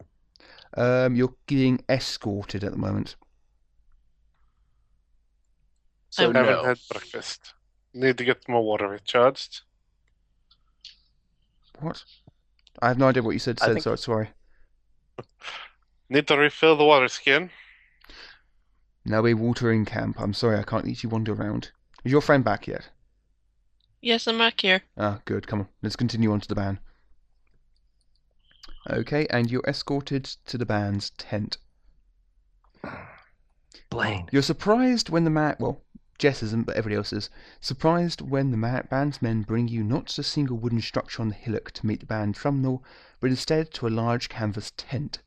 S10: Um, you're being escorted at the moment.
S5: I
S4: So
S5: would-
S7: Haven't
S4: no.
S7: had breakfast. Need to get more water recharged.
S10: What? I have no idea what you said
S4: I
S10: said,
S4: think-
S10: so sorry.
S7: Need to refill the water skin.
S10: Now we're watering camp. I'm sorry, I can't let you wander around. Is your friend back yet?
S5: Yes, I'm back here.
S10: Ah, good. Come on, let's continue on to the ban. Okay, and you're escorted to the band's tent.
S6: Blaine.
S10: You're surprised when the man, well, Jess isn't, but everybody else is, surprised when the ma band's men bring you not a single wooden structure on the hillock to meet the band terminal, but instead to a large canvas tent.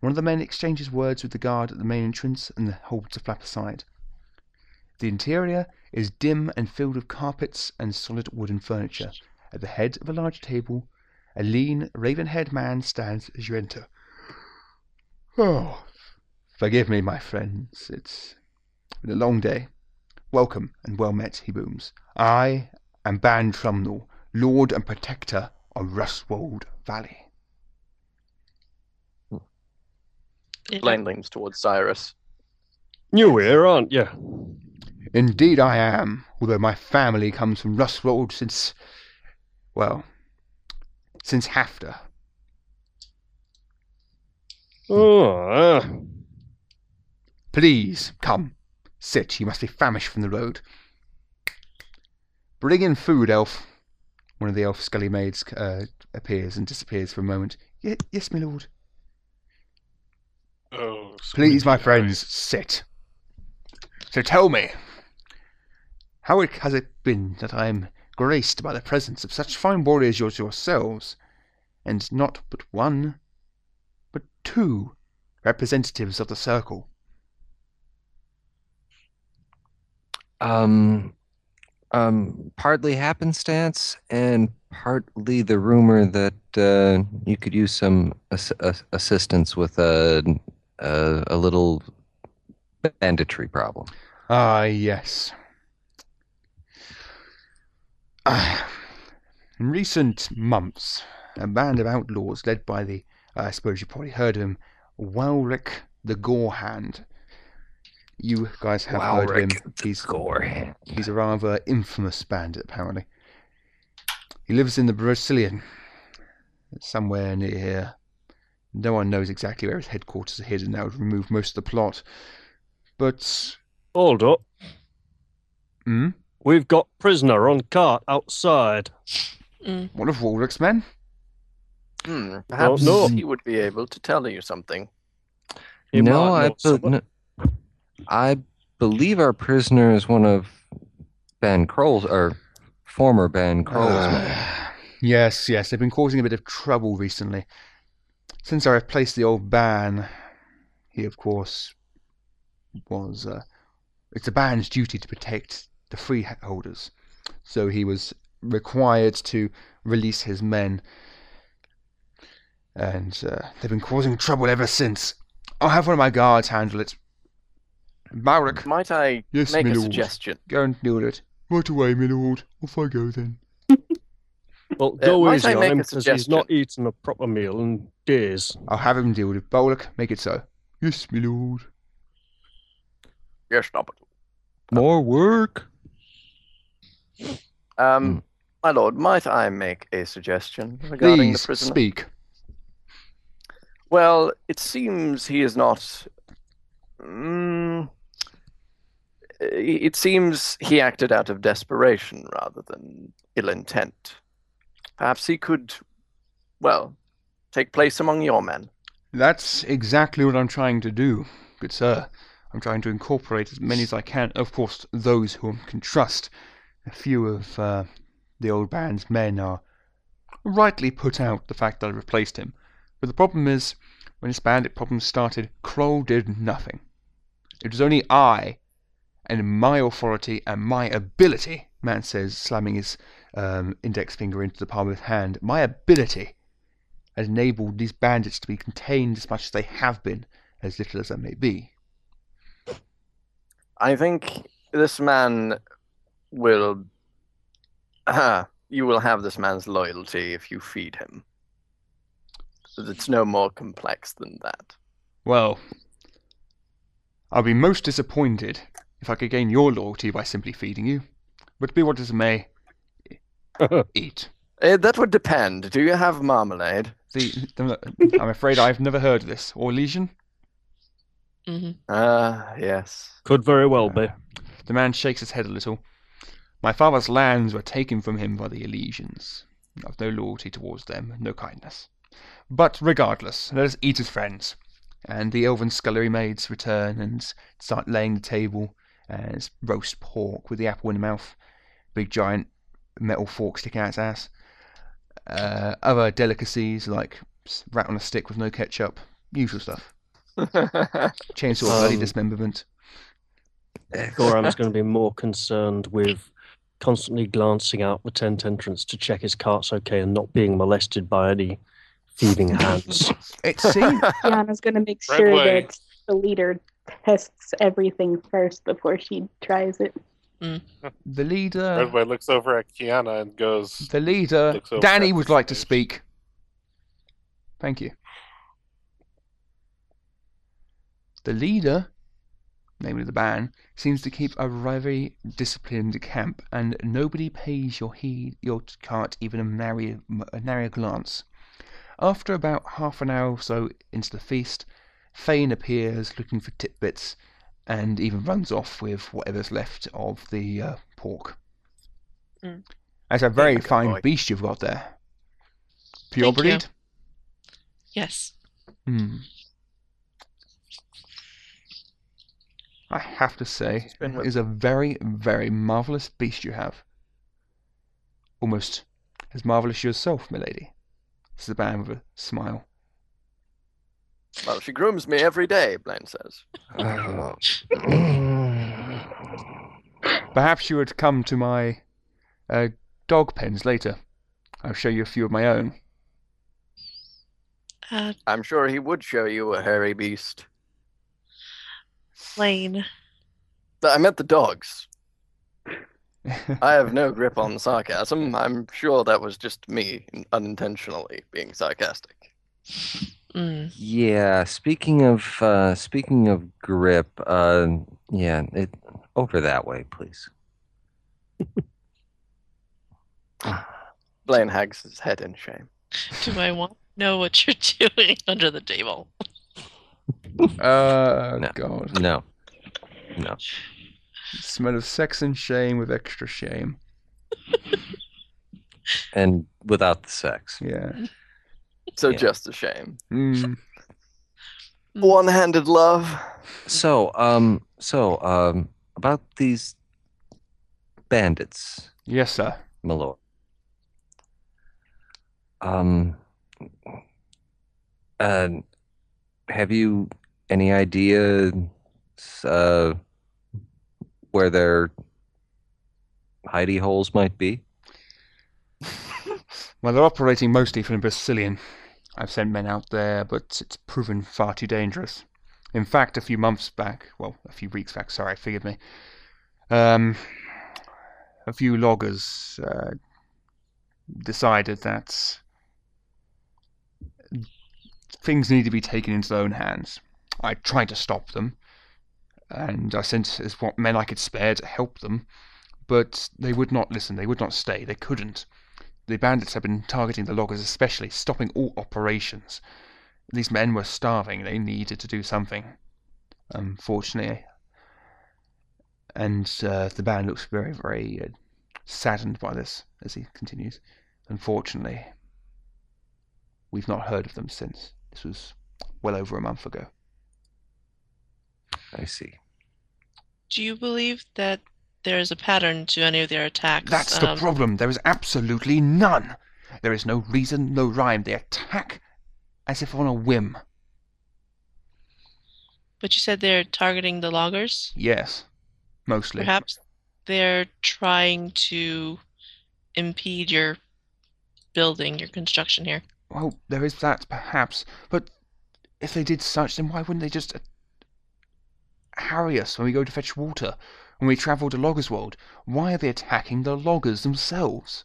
S10: One of the men exchanges words with the guard at the main entrance and holds the flap aside. The interior is dim and filled with carpets and solid wooden furniture. At the head of a large table, a lean, raven haired man stands as you enter. Oh, forgive me, my friends. It's been a long day. Welcome and well met, he booms. I am Ban Trumnell, Lord and Protector of Rustwold Valley.
S5: Yeah.
S4: Lane leans towards Cyrus.
S1: You here, aren't you?
S10: Indeed, I am, although my family comes from Rustwold since. well, since Hafter.
S1: Oh, ah.
S10: Please, come. Sit, you must be famished from the road. Bring in food, elf. One of the elf scully maids uh, appears and disappears for a moment. Ye- yes, my lord.
S7: Oh,
S10: Please,
S7: squeaky
S10: my
S7: eyes.
S10: friends, sit. So tell me, how it, has it been that I am graced by the presence of such fine warriors as yourselves, and not but one, but two representatives of the circle?
S6: Um, um, partly happenstance and partly the rumor that uh, you could use some ass- ass- assistance with a, a a little banditry problem.
S10: Ah, yes. Ah, in recent months, a band of outlaws led by the, uh, I suppose you probably heard of him, Walrick the Gorehand. You guys have heard of him. He's
S6: Gorehand.
S10: He's a rather infamous bandit, apparently. He lives in the Brazilian, somewhere near here. No one knows exactly where his headquarters are hidden. That would remove most of the plot. But,
S1: Hold up.
S10: hmm,
S1: We've got prisoner on cart outside.
S10: one of Warwick's men?
S4: Hmm, perhaps
S1: no.
S4: he would be able to tell you something.
S1: He
S6: no,
S1: might
S6: I
S1: know someone.
S6: no, I believe our prisoner is one of Ben Kroll's or former Ben Kroll's men.
S10: Ah, yes, yes, they've been causing a bit of trouble recently. Since I replaced the old ban, he, of course, was. Uh, it's a ban's duty to protect the freeholders, so he was required to release his men, and uh, they've been causing trouble ever since. I'll have one of my guards handle it. Barak,
S4: Might I
S10: Yes,
S4: make
S10: my
S4: a
S10: lord.
S4: suggestion?
S10: go and deal with it. Right away, my lord. Off I go then.
S1: Well,
S4: Uh,
S1: go
S4: might
S1: easy
S4: I
S1: on
S4: make
S1: him
S4: a
S1: because he's not eaten a proper meal in days.
S10: I'll have him deal with it. Bollock, make it so. Yes, my lord.
S4: Yes, stop it.
S6: More work.
S4: Um,
S6: Hmm.
S4: my lord, might I make a suggestion regarding
S10: Please
S4: the prisoner?
S10: speak.
S4: Well, it seems he is not. Mm, it seems he acted out of desperation rather than ill intent. Perhaps he could, well, take place among your men.
S2: That's exactly what I'm trying to do, good sir. I'm trying to incorporate as many as I can. Of course, those whom I can trust. A few of uh, the old band's men are rightly put out the fact that I replaced him. But the problem is, when this bandit problem started, Kroll did nothing. It was only I, and my authority and my ability, man says, slamming his um, index finger into the palm of his hand, my ability has enabled these bandits to be contained as much as they have been, as little as they may be.
S4: I think this man will. Ah, you will have this man's loyalty if you feed him. But It's no more complex than that.
S2: Well, I'll be most disappointed if I could gain your loyalty by simply feeding you. But be what it may, eat.
S4: Eh, that would depend. Do you have marmalade?
S2: The, I'm afraid I've never heard of this. Or Legion?
S5: hmm
S4: Ah, yes.
S3: Could very well be.
S2: The man shakes his head a little. My father's lands were taken from him by the Elysians. I've no loyalty towards them, no kindness. But regardless, let us eat as friends. And the elven scullery maids return and start laying the table and it's roast pork with the apple in the mouth, big giant metal fork sticking out its ass. Uh, other delicacies like s- rat on a stick with no ketchup, usual stuff. Chainsaw bloody
S3: Um,
S2: dismemberment.
S3: Goram's going to be more concerned with constantly glancing out the tent entrance to check his cart's okay and not being molested by any thieving hands.
S2: It seems
S8: Tiana's going to make
S7: Right
S8: sure
S7: away.
S8: that the leader tests everything first before she tries it.
S2: the
S7: Red
S2: leader,
S7: Boy looks over at Kiana and goes,
S2: the leader,
S7: Looks over
S2: Danny
S7: at
S2: would
S7: the
S2: like to
S7: stage.
S2: speak. Thank you. The leader, namely the Ban, seems to keep a very disciplined camp, and nobody pays your heed your cart even a narrow, a narrow glance. After about half an hour or so into the feast, Fane appears looking for titbits, and even runs off with whatever's left of the uh, pork.
S5: Mm.
S2: That's a very
S4: Good
S2: fine
S4: boy.
S2: beast you've got there. Pure
S5: Thank you.
S2: breed.
S5: Yes.
S2: Hmm. I have to say,
S4: It's been
S2: it
S4: with-
S2: is a very, very marvellous beast you have. Almost as marvellous as yourself, milady. Says the man with a smile.
S4: Well, she grooms me every day, Blaine says.
S6: Oh.
S2: Perhaps you would come to my uh, dog pens later. I'll show you a few of my own.
S5: Uh,
S4: I'm sure he would show you a hairy beast.
S5: Lane.
S4: Th- I meant the dogs. I have no grip on sarcasm. I'm sure that was just me unintentionally being sarcastic.
S5: Mm.
S6: yeah. Speaking of uh, speaking of grip, uh, yeah, it, over that way, please.
S4: Blaine hags his head in shame.
S5: Do I want to know what you're doing under the table?
S2: Oh,
S4: Uh,
S6: No.
S2: God.
S6: No, no.
S2: Smell of sex and shame with extra shame.
S6: and without the sex.
S2: Yeah.
S4: So
S6: Yeah.
S4: just a shame.
S2: Mm.
S5: Mm.
S4: One-handed love.
S6: So, um, so, um, about these bandits,
S2: Yes, sir.
S6: my lord. Um, uh, have you any idea uh, where their hidey holes might be?
S2: Well, they're operating mostly from the Brazilian. I've sent men out there, but it's proven far too dangerous. In fact, a few months back, well, a few weeks back, sorry, forgive me, um, a few loggers uh, decided that things need to be taken into their own hands. I tried to stop them, and I sent as what men I could spare to help them, but they would not listen. They would not stay. They couldn't. The bandits have been targeting the loggers, especially stopping all operations. These men were starving. They needed to do something. Unfortunately, and uh, the man looks very, very uh, saddened by this as he continues. Unfortunately, we've not heard of them since. This was well over a month ago.
S6: I see.
S5: Do you believe that there is a pattern to any of their attacks?
S2: That's
S5: Um,
S2: the problem. There is absolutely none. There is no reason, no rhyme. They attack as if on a whim.
S5: But you said they're targeting the loggers?
S2: Yes, mostly.
S5: Perhaps they're trying to impede your building, your construction here.
S2: Well, there is that, perhaps. But if they did such, then why wouldn't they just uh, harry us when we go to fetch water, when we travel to Loggerswold? Why are they attacking the loggers themselves?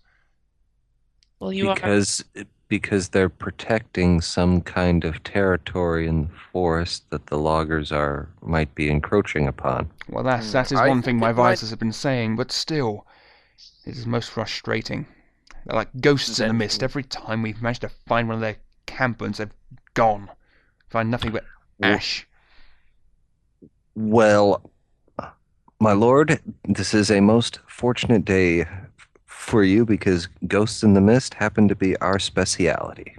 S5: Well, you are.
S6: because because they're protecting some kind of territory in the forest that the loggers are might be encroaching upon.
S2: Well, that's,
S4: Hmm,
S2: that is
S4: I
S2: one thing
S4: think
S2: my
S4: it might-
S2: advisors have been saying, but still, it is most frustrating. They're like ghosts in the mist.
S4: Then-
S2: Every time we've managed to find one of their campers, they've gone. Find nothing but ash.
S6: Well, my lord, this is a most fortunate day f- for you because ghosts in the mist happen to be our speciality.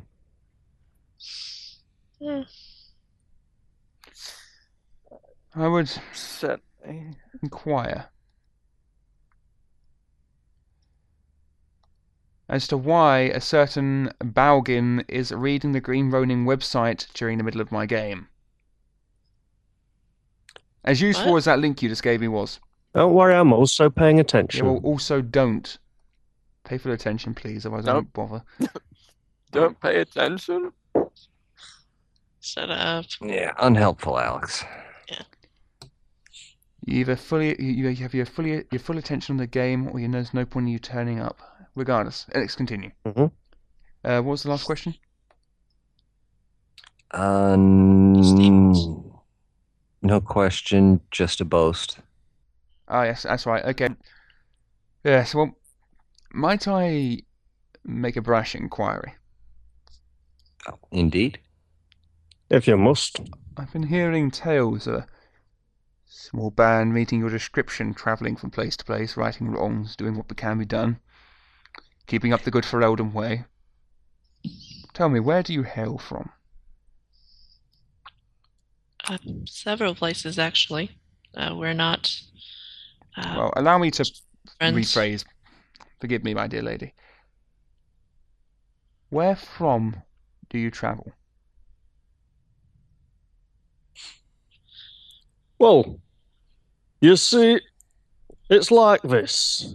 S5: Hmm.
S2: I would
S4: Certainly.
S2: inquire as to why a certain Balgin is reading the Green Ronin website during the middle of my game. As useful
S5: What?
S2: as that link you just gave me was,
S3: Don't worry, I'm also paying
S2: yeah,
S3: attention.
S2: well, also don't pay full attention, please, otherwise I
S4: Nope.
S2: won't bother.
S4: Don't pay attention.
S5: Set up.
S6: Yeah, unhelpful, Alex.
S2: You either fully, you you have your fully your full attention on the game, or you know there's no point in you turning up. Regardless, let's continue.
S3: Mhm.
S2: Uh, what was the last question?
S6: Um, no question, just a boast.
S2: Ah, yes, that's right. Okay.
S5: Mm.
S2: Yes, well, might I make a brash inquiry?
S6: Indeed.
S3: If you must.
S2: I've been hearing tales of a small band meeting your description, travelling from place to place, righting wrongs, doing what can be done, keeping up the good Ferelden way. Tell me, where do you hail from?
S5: Uh, several places, actually. Uh, we're not uh,
S2: Well, allow me to
S5: friends.
S2: rephrase. Forgive me, my dear lady. Where from do you travel?
S3: Well, you see, it's like this.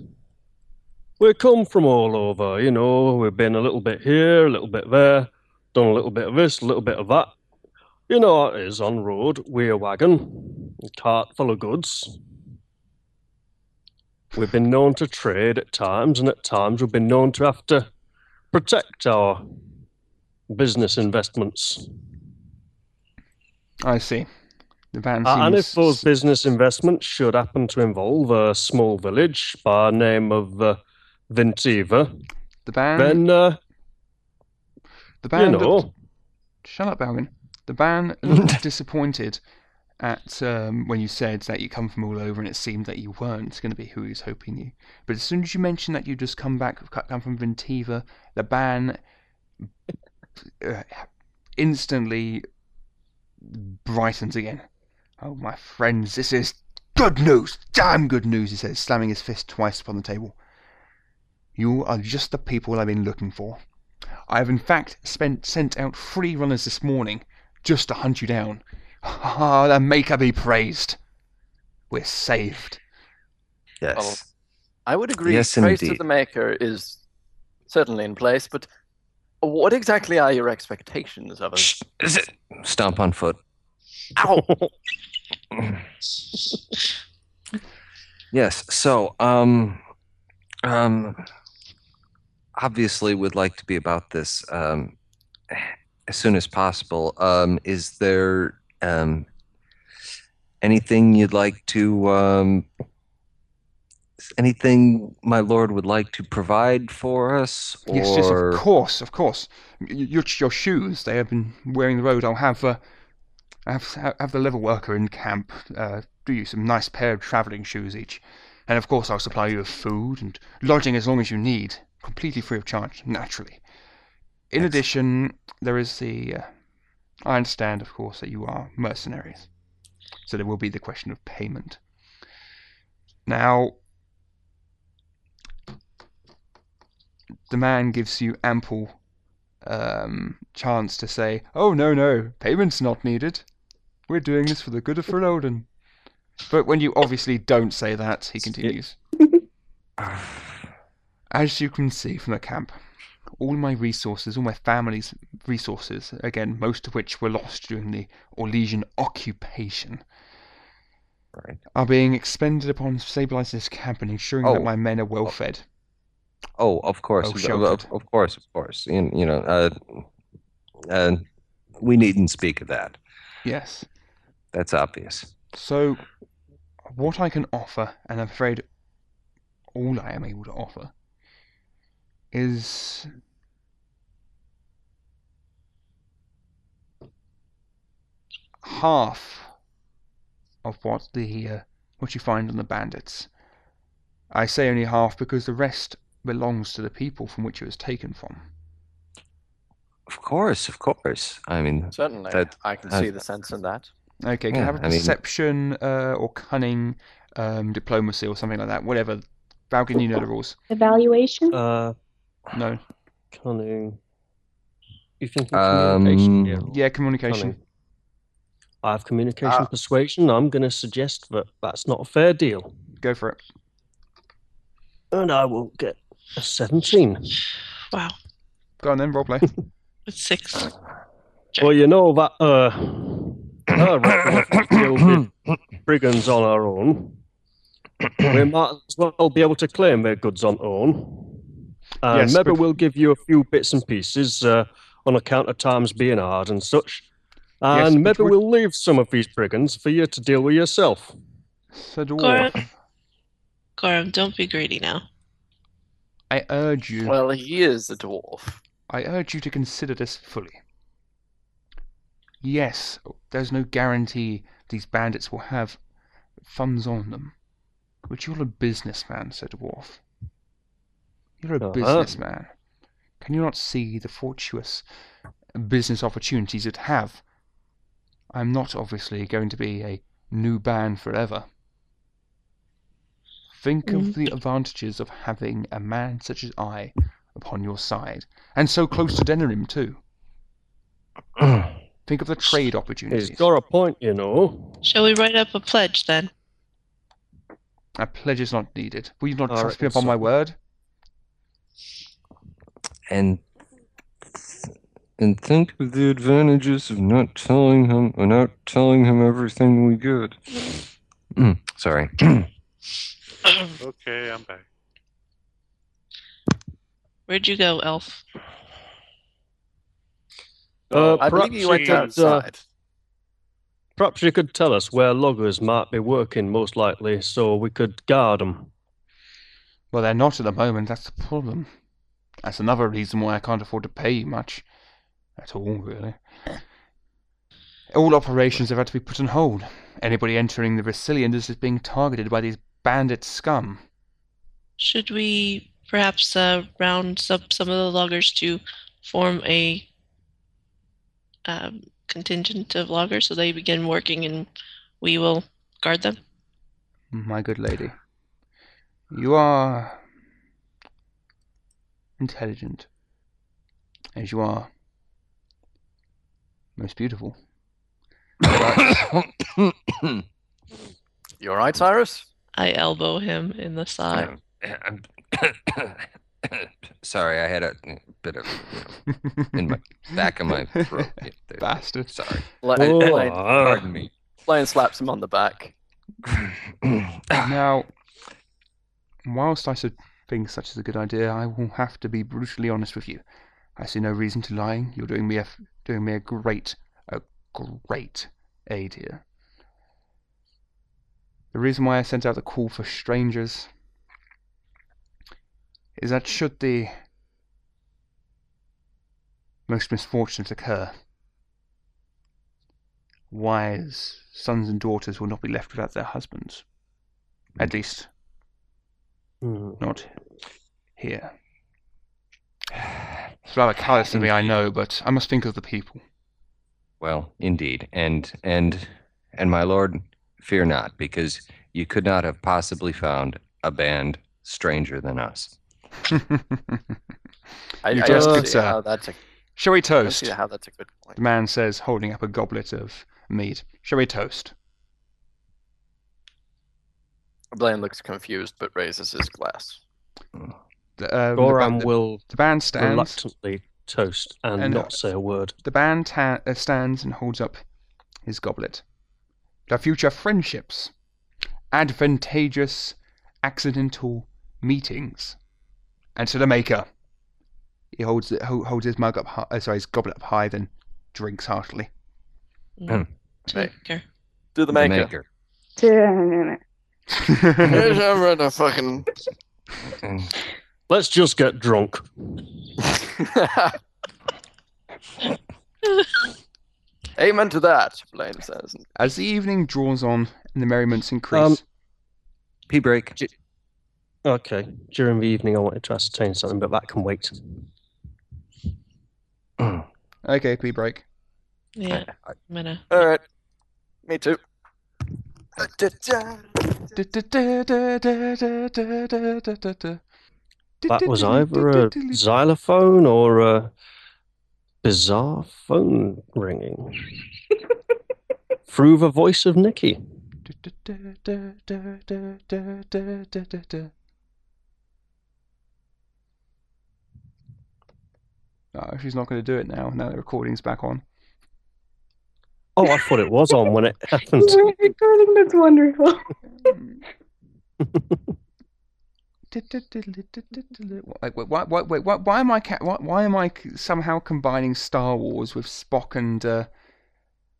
S3: We come from all over, you know, we've been a little bit here, a little bit there, done a little bit of this, a little bit of that. You know how it is on road, we're wagon, cart full of goods. We've been known to trade at times, and at times we've been known to have to protect our business investments.
S2: I see. The band
S3: Uh, and if
S2: seems
S3: those business investments should happen to involve a small village by name of uh, Ventiva,
S2: the band
S3: then uh,
S2: the
S3: you
S2: band looked-
S3: know,
S2: Shut up, Alvin. The band looked disappointed at um, when you said that you come from all over, and it seemed that you weren't going to be who he was hoping you. But as soon as you mentioned that you just come back, come from Ventiva, the band uh, instantly brightens again. Oh, my friends, this is good news! Damn good news! He says, slamming his fist twice upon the table. You are just the people I've been looking for. I have in fact spent sent out three runners this morning just to hunt you down. Ah, the maker be praised. We're saved.
S4: Oh,
S6: Yes.
S4: I would agree.
S6: Yes,
S4: Praise to
S6: indeed.
S4: the maker is certainly in place, but what exactly are your expectations of us?
S6: Shh, is it? Stomp on foot.
S4: Ow!
S6: Yes. So, um, um, obviously, would like to be about this um, as soon as possible. Um, is there um, anything you'd like to um, anything my lord would like to provide for us? Or...
S2: Yes, yes, of course, of course. Y- y- Your your shoes they have been wearing the road. I'll have uh, I have I have the level worker in camp uh, do you some nice pair of travelling shoes each, and of course I'll supply you with food and lodging as long as you need, completely free of charge, naturally. In addition, there is the. Uh, I understand, of course, that you are mercenaries, so there will be the question of payment. Now, the man gives you ample um, chance to say, "Oh no, no, payment's not needed. We're doing this for the good of Ferelden." But when you obviously don't say that, he continues. As you can see from the camp, all my resources, all my family's resources, again, most of which were lost during the Orlesian occupation,
S6: Right.
S2: are being expended upon stabilizing this camp and ensuring that
S6: Oh.
S2: my men are well fed.
S6: Oh, of course,
S2: Oh,
S6: of- of,
S2: sheltered.
S6: of course, of course. You, you know, uh, uh, we needn't speak of that.
S2: Yes.
S6: That's obvious.
S2: So, what I can offer, and I'm afraid all I am able to offer, is half of what the uh, what you find on the bandits. I say only half because the rest belongs to the people from which it was taken from.
S6: Of course, of course. I mean,
S4: Certainly,
S6: That-
S4: I can
S6: that-
S4: see the sense in that.
S2: Okay, can I
S6: Yeah,
S2: have a
S6: I mean-
S2: perception uh, or cunning, um, diplomacy or something like that? Whatever. Valgin, you know the rules.
S8: Evaluation?
S3: Uh,
S2: No.
S3: cunning. You thinking communication? here,
S6: um,
S3: or
S2: Yeah, communication.
S3: cunning? I have communication
S4: Ah.
S3: persuasion. I'm going to suggest that that's not a fair deal.
S2: Go for it.
S3: And I will get a 17.
S5: Wow.
S2: Go on then, roleplay.
S5: With six. Check.
S3: Well, you know that uh, our right gilded brigands on our own, we might as well be able to claim their goods on own. And
S2: Yes,
S3: maybe
S2: but-
S3: we'll give you a few bits and pieces uh, on account of times being hard and such.
S2: Yes,
S3: And
S2: but
S3: maybe
S2: would-
S3: we'll leave some of these brigands for you to deal with yourself.
S2: so
S5: Goran,
S2: dwarf,
S5: Goran, don't be greedy now.
S2: I urge you.
S4: Well, he is a dwarf.
S2: I urge you to consider this fully. Yes, there's no guarantee these bandits will have funds on them. But you're a businessman, said Dwarf. You're a
S3: Uh-huh.
S2: businessman. Can you not see the fortuitous business opportunities it have? I'm not obviously going to be a new ban forever. Think of
S3: Mm-hmm.
S2: the advantages of having a man such as I upon your side, and so close to Denerim too. Think of the trade
S3: He's
S2: opportunities.
S3: got a point, you know.
S5: Shall we write up a pledge then?
S2: A pledge is not needed. Will you not
S3: I
S2: trust me
S3: reckon
S2: upon my
S3: so.
S2: word?
S6: and and think of the advantages of not telling him, or not telling him everything we get. Mm, Sorry.
S7: Okay, I'm back.
S5: Where'd you go, Elf?
S3: Uh,
S4: I believe
S3: perhaps
S4: he went
S7: you could, uh,
S4: outside.
S3: Perhaps you could tell us where loggers might be working most likely so we could guard them.
S2: Well, they're not at the moment. That's the problem. That's another reason why I can't afford to pay you much. At all, really. All operations have had to be put on hold. Anybody entering the Resilienders is being targeted by these bandit scum.
S5: Should we perhaps uh, round up some of the loggers to form a um, contingent of loggers so they begin working and we will guard them?
S2: My good lady, you are intelligent, as you are most beautiful.
S4: You all right, Cyrus?
S5: I elbow him in the side.
S6: I'm- Sorry, I had a bit of in my back of my throat. Yeah, there-
S2: Bastard.
S6: Sorry.
S4: Like,
S3: Oh,
S4: Lion,
S3: ah.
S6: Pardon me.
S4: Lion slaps him on the back.
S2: Now, whilst I should think such is a good idea, I will have to be brutally honest with you. I see no reason to lying. You're doing me a doing me a great, a great aid here. The reason why I sent out the call for strangers is that should the most misfortunes occur, wives, sons, and daughters will not be left without their husbands. At least,
S3: Hmm.
S2: not here. It's rather callous of me, I know, but I must think of the people.
S6: Well, indeed, and and and my lord, fear not, because you could not have possibly found a band stranger than us.
S4: I,
S2: You
S4: I
S2: just
S4: don't
S2: good,
S4: see
S2: sir.
S4: how that's a,
S2: Shall we
S4: I don't see
S2: toast?
S4: how that's a good point.
S2: The man says, holding up a goblet of mead. Shall we toast?
S4: Blaine looks confused but raises his glass.
S2: The, um, the
S3: Goram
S2: band-
S3: will
S2: the band stands.
S3: reluctantly toast and,
S2: And, uh,
S3: not say a word.
S2: The band ta- uh, stands and holds up his goblet. The future friendships, advantageous, accidental meetings, and to the maker. He holds it, ho- holds his mug up, hi- uh, sorry, his goblet up high, then drinks heartily.
S8: Hmm.
S4: Hey.
S9: Taker.
S4: Do the
S6: The
S4: maker.
S8: To-
S4: Yes, I'm ready to fucking.
S6: And
S3: Mm. Let's just get drunk.
S4: Amen to that, Blaine says.
S2: As the evening draws on and the merriments
S3: Um,
S2: increase,
S6: pee break.
S3: Okay. During the evening, I wanted to ascertain something, but that can wait.
S2: okay, we break.
S9: Yeah. I'm gonna.
S4: All right. Me too. Da-da-da.
S2: That
S3: That was either a xylophone or a bizarre phone ringing through the voice of Nikki.
S2: No, Oh, she's not going to do it now. Now the recording's back on.
S3: Oh, I thought it was on when it happened.
S8: You weren't recording, that's wonderful.
S2: Like, wait, why, why, wait, why, why am I ca- why, why am I c- somehow combining Star Wars with Spock and uh,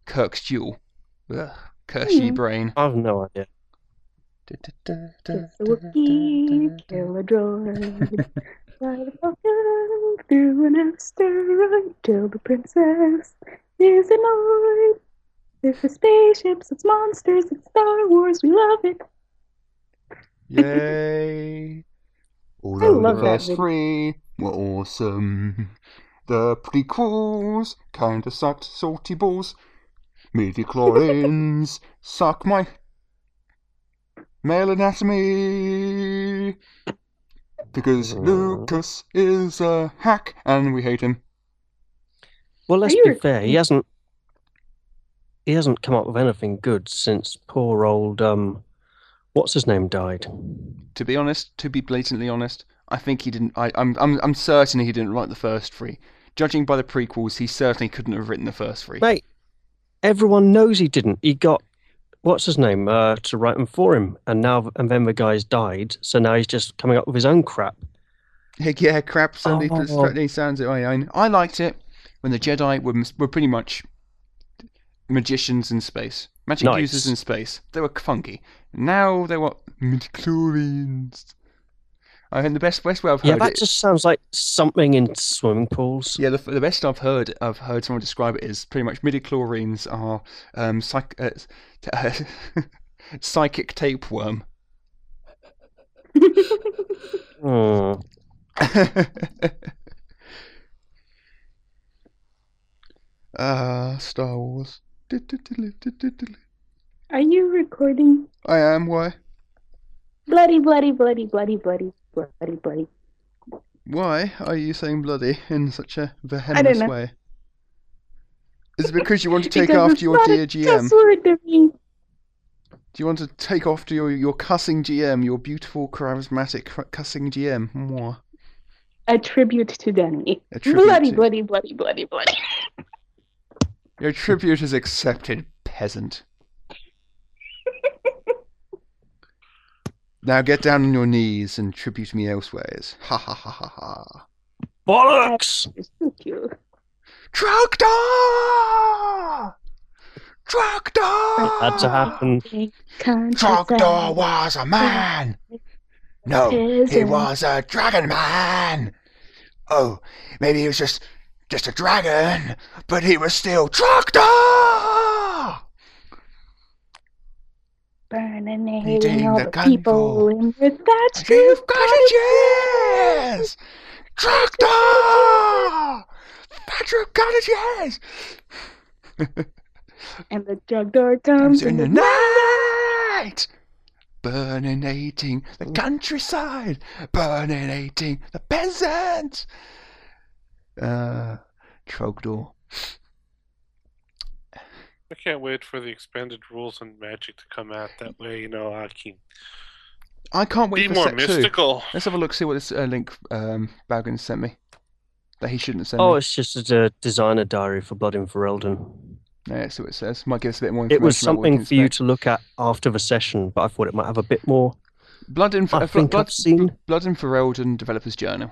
S2: Kirk's duel? Ugh, curse ye
S8: Hmm.
S2: brain.
S3: I've no idea.
S8: Kiss a Wookiee, kill a droid. Ride a falcon through an asteroid till the princess is annoyed. This is spaceships, it's monsters, it's Star Wars, we love it.
S2: Yay! All
S8: I
S2: of
S8: love that
S2: us
S8: video.
S2: three were awesome. The prequels kinda sucked salty balls. Midi chlorines suck my male anatomy. Because Lucas is a hack and Um, we hate him.
S3: Well, let's
S8: you
S3: be
S8: recording?
S3: fair. He hasn't. He hasn't come up with anything good since poor old um, what's his name died.
S2: To be honest, to be blatantly honest, I think he didn't. I, I'm, I'm, I'm certain he didn't write the first three. Judging by the prequels, he certainly couldn't have written the first three.
S3: Mate, everyone knows he didn't. He got what's his name uh, to write them for him, and now and then the guy's died, so now he's just coming up with his own crap.
S2: Heck yeah, crap. Sunday
S3: Oh.
S2: certainly sounds it. I, I, I liked it when the Jedi were, were pretty much magicians in space, magic
S3: Nice.
S2: users in space. They were funky. Now they were midichlorians. I think the best best way I've heard
S3: Yeah, that
S2: it.
S3: just sounds like something in swimming pools.
S2: Yeah, the, the best I've heard I've heard someone describe it is pretty much midichlorians are um, psych, uh, t- uh, psychic tapeworm.
S3: Hmm.
S2: Ah, Star Wars.
S8: Are you recording?
S2: I am. Why?
S8: Bloody, bloody, bloody, bloody, bloody, bloody, bloody.
S2: Why are you saying bloody in such a
S8: I don't
S2: vehement
S8: know.
S2: way? Is it because you want to take
S8: Because
S2: after
S8: it's
S2: your
S8: not a
S2: dear GM?
S8: cuss word to me.
S2: Do you want to take after your your cussing GM, your beautiful, charismatic cr- cussing GM? Moi.
S8: A tribute to Danny.
S2: A tribute
S8: bloody,
S2: to-
S8: bloody, bloody, bloody, bloody.
S2: Your tribute is accepted, peasant. now get down on your knees and tribute me elsewheres. Ha ha ha ha ha.
S3: Bollocks!
S8: It's so cute.
S2: Tractor! Tractor!
S8: Oh,
S3: Had to happen.
S8: Contract
S2: Trogdor was a man. No, he
S8: Isn't.
S2: was a dragon man. Oh, maybe he was just just a dragon, but he was still tractor.
S8: Burning
S2: Eating
S8: all
S2: the
S8: the, people
S2: candle.
S8: in with that
S2: You've
S8: truth.
S2: got a chance! Tractor! Patrick got a chance!
S8: And the drug door comes
S2: in
S8: and
S2: the
S8: the
S2: night! Burninating the countryside! Burninating the peasants! Uh, Trogdor.
S7: I can't wait for the expanded rules on magic to come out. That way, you know, I can
S2: I can't wait
S7: be
S2: for
S7: more
S2: set two.
S7: mystical.
S2: Let's have a look, see what this uh, link um, Balgan sent me. That he shouldn't send
S3: Oh,
S2: me.
S3: it's just a uh, designer diary for Blood in Ferelden.
S2: Yeah, that's what it says. Might give us a bit more
S3: It
S2: information.
S3: was
S2: about what we
S3: something
S2: can
S3: for you
S2: expect.
S3: to look at after the session, but I thought it might have a bit more.
S2: Blood in
S3: I
S2: uh,
S3: think
S2: blood,
S3: I've seen.
S2: Blood and Ferelden Developer's Journal.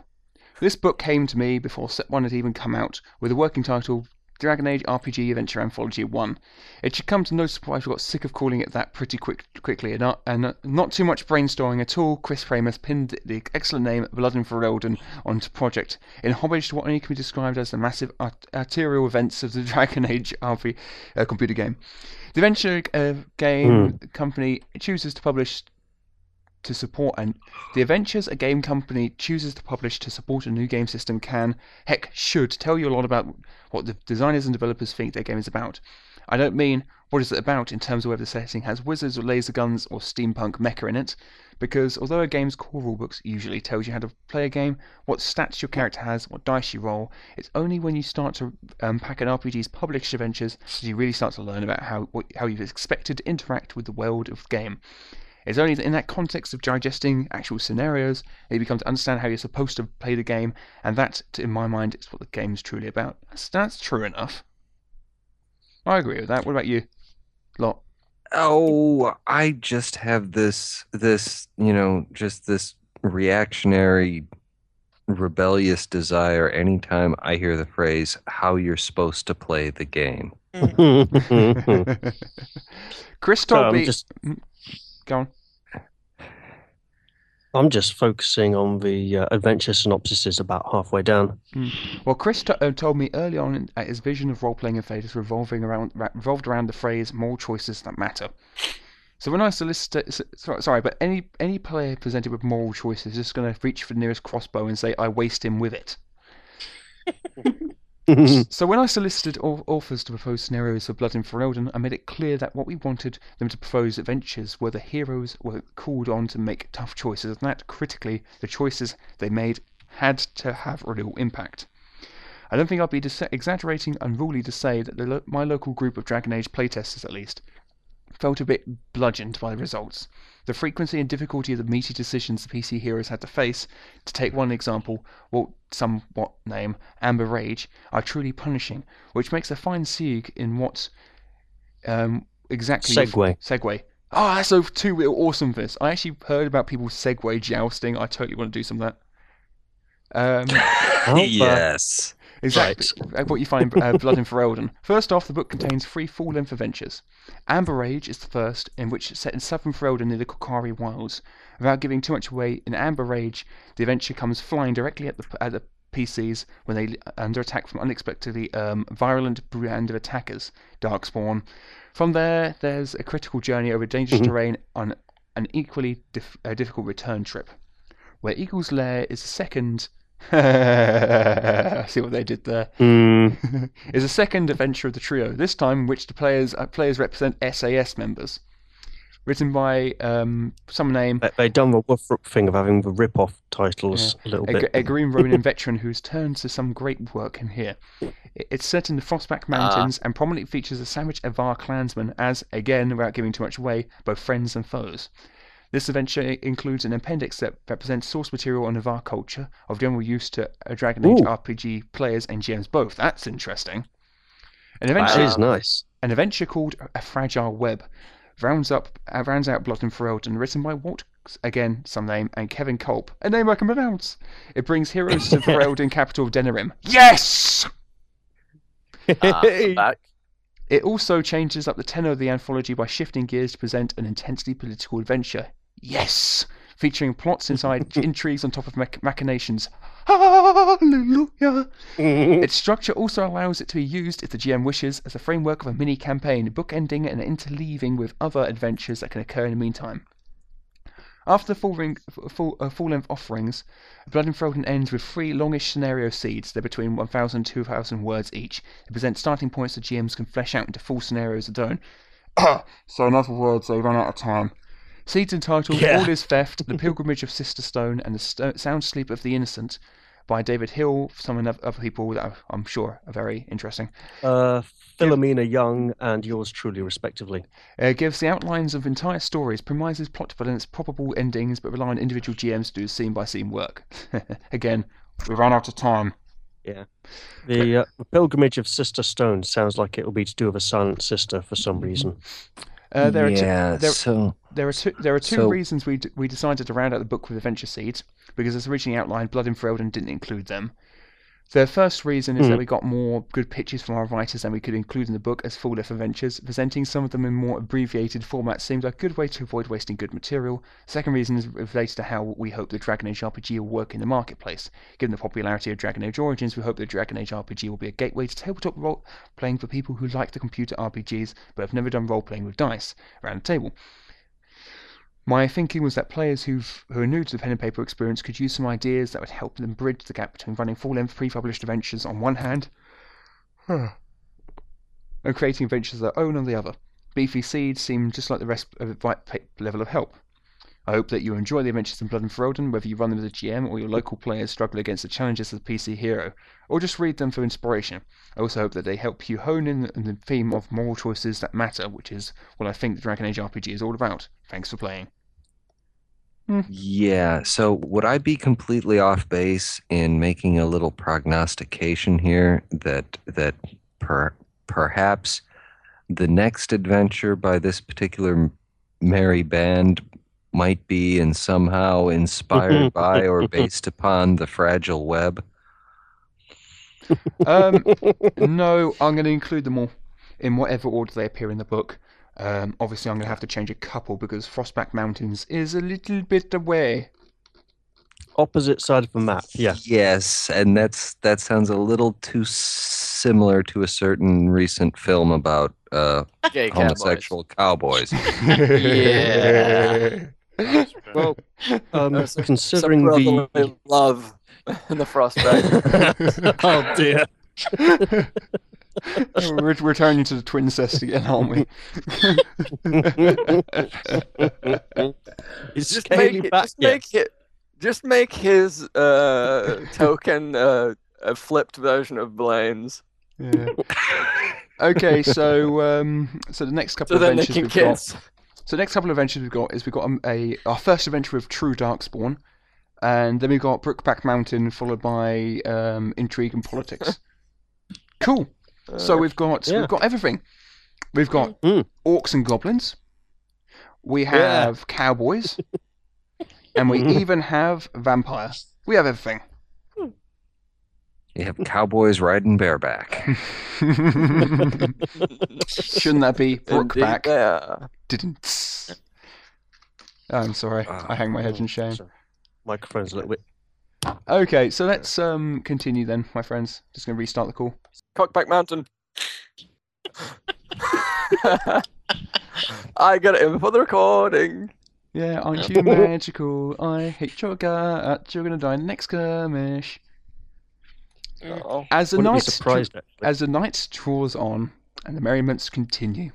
S2: This book came to me before Set 1 had even come out, with the working title Dragon Age RPG Adventure Anthology 1. It should come to no surprise we got sick of calling it that pretty quick, quickly, and not, and not- not too much brainstorming at all, Chris Framus pinned the excellent name Blood and Ferelden onto Project, in homage to what only can be described as the massive art- arterial events of the Dragon Age RPG uh, computer game. The venture uh,
S3: Hmm.
S2: game company chooses to publish to support and the adventures a game company chooses to publish to support a new game system can, heck, should tell you a lot about what the designers and developers think their game is about. I don't mean what is it about in terms of whether the setting has wizards or laser guns or steampunk mecha in it, because although a game's core rulebooks usually tells you how to play a game, what stats your character has, what dice you roll, it's only when you start to um, pack an RPG's published adventures that you really start to learn about how what, how you've expected to interact with the world of the game. It's only in that context of digesting actual scenarios that you become to understand how you're supposed to play the game, and that, t- in my mind, is what the game's truly about. That's, that's true enough. I agree with that. What about you, Lot?
S6: Oh, I just have this this, you know, just this reactionary rebellious desire anytime I hear the phrase how you're supposed to play the game.
S3: So
S2: Chris told
S3: Hmm. I'm
S2: me.
S3: just,
S2: Mm, Go on.
S3: I'm just focusing on the uh, adventure synopsises about halfway down.
S2: Hmm. Well, Chris t- uh, told me early on in- that his vision of role-playing Invaders revolving around ra- revolved around the phrase "more choices that matter." So when I solicit, s- so- sorry, but any any player presented with moral choices is just going to reach for the nearest crossbow and say, "I waste him with it." so when I solicited au- authors to propose scenarios for Blood and Ferelden, I made it clear that what we wanted them to propose adventures where the heroes were called on to make tough choices, and that critically, the choices they made had to have a real impact. I don't think I'd be dis- exaggerating unruly to say that the lo- my local group of Dragon Age playtesters, at least, felt a bit bludgeoned by the results. The frequency and difficulty of the meaty decisions the PC heroes had to face, to take one example, well, somewhat name, Amber Rage, are truly punishing, which makes a fine sieg in what um, exactly.
S3: Segway.
S2: Segway. Oh, that's so two real awesome for this. I actually heard about people Segway jousting. I totally want to do some of that. Um,
S6: yes.
S2: Exactly. uh, What you find uh, Blood in Ferelden. First off, the book contains three full length adventures. Amber Rage is the first, in which it's set in southern Ferelden near the Kokari Wilds. Without giving too much away, in Amber Rage, the adventure comes flying directly at the, at the PCs when they are under attack from unexpectedly um, virulent brand of attackers, Darkspawn. From there, there's a critical journey over dangerous terrain on an equally dif- uh, difficult return trip where Eagle's Lair is the second. See what they did there.
S3: Mm,
S2: is a second adventure of the trio. This time, in which the players uh, players represent SAS members. Written by um, some name
S3: they- they done the Wolfrook thing of having the rip-off titles a little
S2: a,
S3: bit.
S2: gr- a Green Ronin veteran who's turned to some great work in here. I- It's set in the Frostback
S3: Ah.
S2: Mountains and prominently features the Savage Avar clansmen as, again, without giving too much away, both friends and foes. This adventure i- includes an appendix that represents source material on Avar culture of general use to uh, Dragon Age
S3: Ooh.
S2: RPG players and GMs both. That's interesting. An adventure,
S3: That is nice.
S2: an adventure called A Fragile Web rounds up uh, rounds out Blood and Ferelden, written by Walt again, some name, and Kevin Culp, a name I can pronounce. It brings heroes to Ferelden capital of Denerim. Yes!
S4: Ah, I'm back.
S2: It also changes up the tenor of the anthology by shifting gears to present an intensely political adventure. Yes! featuring plots inside intrigues on top of mach- machinations. Hallelujah! Its structure also allows it to be used, if the GM wishes, as a framework of a mini campaign, bookending and interleaving with other adventures that can occur in the meantime. After the full, ring, full, uh, full length offerings, Blood and Froden ends with three longish scenario seeds. They're between 1,000 and 2,000 words each. It presents starting points that GMs can flesh out into full scenarios of their own. so, in other words, they run out of time. Seeds entitled
S3: Yeah.
S2: All Is Theft, The Pilgrimage of Sister Stone, and The St- Sound Sleep of the Innocent by David Hill, some of other people that I'm sure are very interesting.
S3: Uh, Philomena Young and yours truly, respectively.
S2: Uh, gives the outlines of entire stories, premises, plot developments, probable endings, but rely on individual GMs to do scene by scene work. Again, we ran out of time.
S3: The uh, Pilgrimage of Sister Stone sounds like it'll be to do with a silent sister for some reason.
S2: Uh, there
S6: yeah,
S2: are two, there,
S6: so
S2: there are two, there are two
S6: so-
S2: reasons we d- we decided to round out the book with adventure seeds because as originally outlined, Blood and Ferelden didn't include them. The first reason is that we got more good pitches from our writers than we could include in the book as full length adventures. Presenting some of them in more abbreviated format seemed a good way to avoid wasting good material. Second reason is related to how we hope the Dragon Age RPG will work in the marketplace. Given the popularity of Dragon Age Origins, we hope the Dragon Age RPG will be a gateway to tabletop role playing for people who like the computer RPGs but have never done role playing with dice around the table. My thinking was that players who've, who are new to the pen and paper experience could use some ideas that would help them bridge the gap between running full-length pre-published adventures on one hand and creating adventures of their own on the other. Beefy Seeds seem just like the rest of the right pa- level of help. I hope that you enjoy the adventures in Blood and Ferelden, whether you run them as a GM or your local players struggle against the challenges of the PC hero, or just read them for inspiration. I also hope that they help you hone in on the theme of moral choices that matter, which is what I think the Dragon Age RPG is all about. Thanks for playing.
S6: yeah, so would I be completely off base in making a little prognostication here that that per, perhaps the next adventure by this particular merry band might be and somehow inspired by or based upon the fragile web?
S2: Um, no, I'm going to include them all in whatever order they appear in the book. Um, obviously, I'm going to have to change a couple because Frostback Mountains is a little bit away.
S3: Opposite side of the map, yeah.
S6: Yes, and that's that sounds a little too similar to a certain recent film about uh,
S4: Gay
S6: homosexual cowboys.
S4: Yeah.
S3: Well, um,
S4: That's-
S3: considering the.
S4: love and the frostbite.
S3: Oh dear.
S2: we're, we're turning to the twin cest again, aren't we?
S3: It's
S4: just
S3: scaly
S4: make it,
S3: back
S4: just
S3: yet.
S4: make it, just make his uh, token uh, a flipped version of Blaine's,
S2: Yeah. Okay, so um, so the next couple
S4: so
S2: of
S4: then they
S2: adventures
S4: can
S2: we've got.
S4: kiss.
S2: So the next couple of adventures we've got is we've got um, a our first adventure with True Darkspawn, and then we've got Brookback Mountain followed by um, Intrigue and Politics. cool. So
S4: Uh,
S2: we've got
S3: yeah.
S2: we've got everything. We've got
S4: Hmm.
S3: Mm.
S2: orcs and goblins. We
S3: Yeah.
S2: have cowboys, and we even have vampires. We have everything.
S6: You have cowboys riding bareback.
S2: Shouldn't that be
S4: Indeed
S2: Brookback?
S4: they are.
S2: Didn't. I'm sorry. I
S6: Oh,
S2: hang my head in shame.
S3: Ah, Sorry. Microphone's a little bit.
S2: Okay, so let's um continue then, my friends. Just gonna restart the call.
S4: Cockback Mountain. I got it in before the recording.
S2: Yeah, aren't you magical? I hate sugar. Uh, You're gonna die next skirmish.
S4: Oh,
S2: As the
S3: Wouldn't be
S2: night
S3: surprised. actually.
S2: as the night draws on and the merriments continue,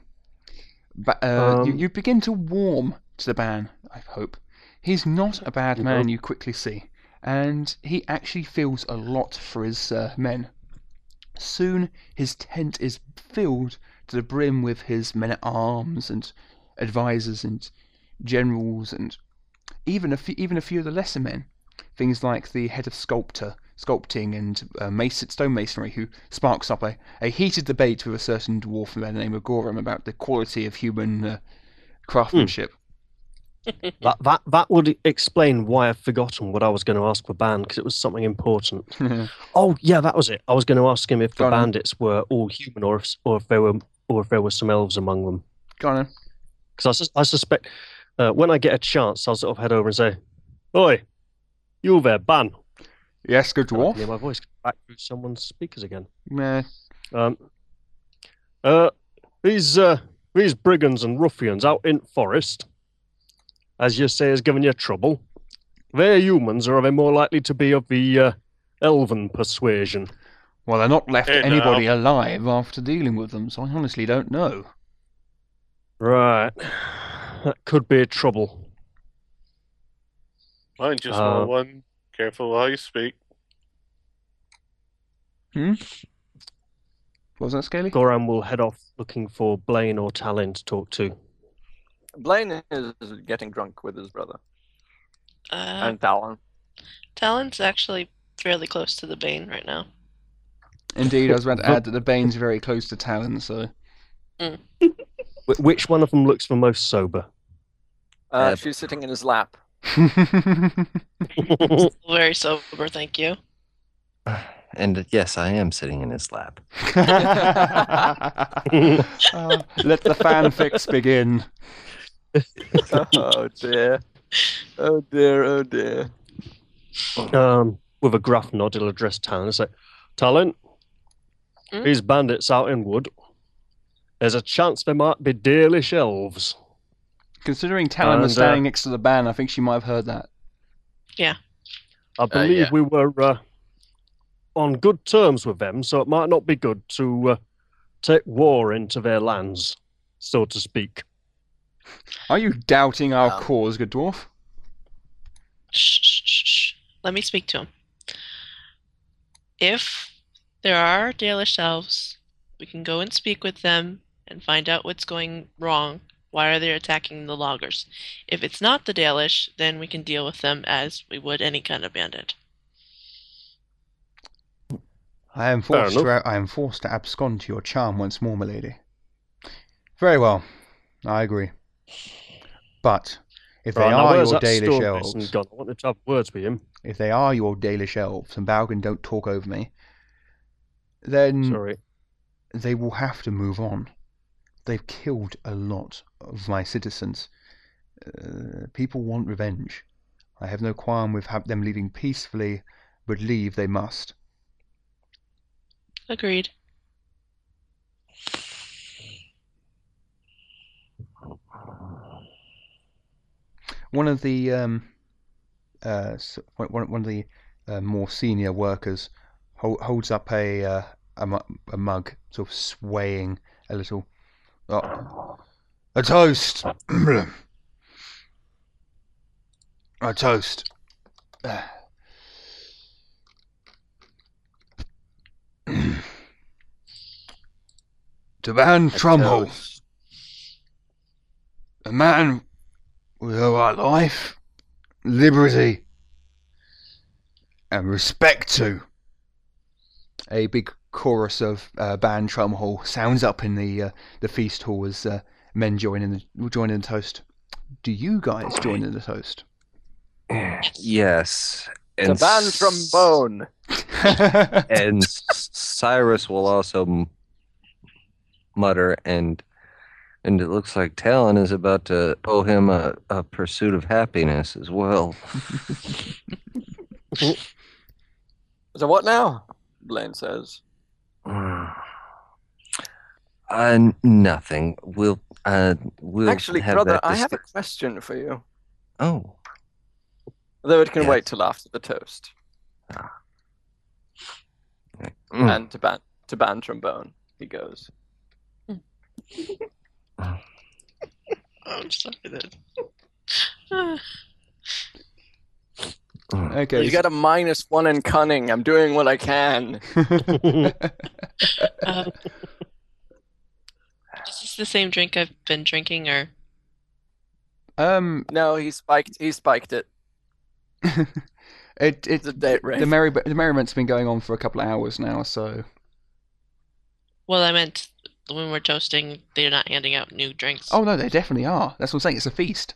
S2: but uh, you,
S3: Um,
S2: you begin to warm to the man. I hope he's not a bad man. You quickly see, and he actually feels a lot for his uh, men. Soon his tent is filled to the brim with his men at arms and advisors and generals and even a few, even a few of the lesser men. Things like the head of sculptor, sculpting, and uh, mason, stonemasonry, who sparks up a, a heated debate with a certain dwarf by the name of Gorham about the quality of human uh, craftsmanship.
S3: That, that, that would explain why I've forgotten what I was going to ask the band because it was something important. Oh yeah, that was it. I was going to ask him if
S2: Go
S3: the
S2: on then.
S3: bandits were all human, or if or if there were or if there were some elves among them.
S2: Go on.
S3: Because I, sus- I suspect uh, when I get a chance, I'll sort of head over and say,
S1: Oi, you there, Ban.
S10: Yes, go
S1: Oh, Yeah,
S10: dwarf.
S1: my voice got back through someone's speakers again.
S10: Meh.
S1: Um, uh, these uh, these brigands and ruffians out in forest, as you say, is giving you trouble. They're humans, or are they more likely to be of the uh, elven persuasion?
S10: Well, they're not left
S7: Hey,
S10: anybody alive after dealing with them, so I honestly don't know.
S1: Right, that could be trouble.
S7: Mine just
S1: Uh,
S7: roll one. Careful how you speak.
S2: Hmm?
S10: Was that scaly?
S1: Goran will head off looking for Blaine or Talon to talk to.
S4: Blaine is getting drunk with his brother
S5: Uh,
S4: and Talon.
S5: Talon's actually fairly close to the Bane right now.
S10: Indeed, I was about to add that the Bane's very close to Talon, so
S1: Wh- which one of them looks the most sober?
S4: Uh,
S6: Uh,
S4: she's sitting in his lap.
S5: Very sober, thank you.
S6: And yes, I am sitting in his lap.
S10: Uh, let the fanfics begin.
S4: oh dear. Oh dear. Oh dear.
S1: um, with a gruff nod, he'll address Talon. It's like, Talon,
S5: Hmm?
S1: these bandits out in wood, there's a chance they might be Dalish elves.
S10: Considering Talon was
S1: And, uh,
S10: standing next to the ban, I think she might have heard that.
S1: I believe
S4: yeah.
S1: we were uh, on good terms with them, so it might not be good to uh, take war into their lands, so to speak.
S10: Are you doubting our
S4: Um,
S10: cause, good dwarf?
S5: Shh, shh, shh, shh. Let me speak to him. If there are Dalish elves, we can go and speak with them and find out what's going wrong. Why are they attacking the loggers? If it's not the Dalish, then we can deal with them as we would any kind of bandit.
S10: I am
S1: Fair
S10: forced to I am forced to abscond to your charm once more, milady. Very well, I agree. But if they
S1: Right, now,
S10: are
S1: where's
S10: your
S1: that
S10: Dalish
S1: stone mason
S10: elves,
S1: gone? I wanted to have words with him.
S10: if they are your Dalish elves, and Balgan don't talk over me, then
S1: Sorry.
S10: they will have to move on. They've killed a lot of my citizens. Uh, people want revenge. I have no qualm with ha- them leaving peacefully, but leave they must.
S5: Agreed.
S10: one of the um, uh, s- one- one one of the uh, more senior workers hol- holds up a uh, a, mu- a mug, sort of swaying a little. Oh, a toast. a toast. to Van Trumhole a man with a right life, liberty, and respect to. A big chorus of uh, band drum hall sounds up in the uh, the feast hall as uh, men join in the join in the toast. Do you guys join in the toast?
S6: Yes.
S4: It's a band
S6: s-
S4: trombone.
S6: And s- Cyrus will also m- mutter, and and it looks like Talon is about to owe him a, a pursuit of happiness as well.
S4: So what now? Blaine says.
S6: Mm. Uh, nothing. We'll uh, we'll
S4: Actually,
S6: have
S4: brother,
S6: that
S4: I have a
S6: discuss-
S4: question for you.
S6: Oh,
S4: Though it can
S6: Yes. Ah.
S4: wait till after the toast
S6: Mm.
S4: and to ban to ban trombone. He goes.
S5: I'm sorry then.
S6: Mm.
S10: okay.
S4: You got a minus one in cunning. I'm doing what I can.
S5: um, is this the same drink I've been drinking, or
S10: um,
S4: No, he spiked. He spiked it.
S10: it it
S4: It's a date rape.
S10: the merry the merriment's been going on for a couple of hours now, so
S5: well, I meant when we're toasting, they're not handing out new drinks.
S10: oh no, they definitely are. That's what I'm saying. It's a feast.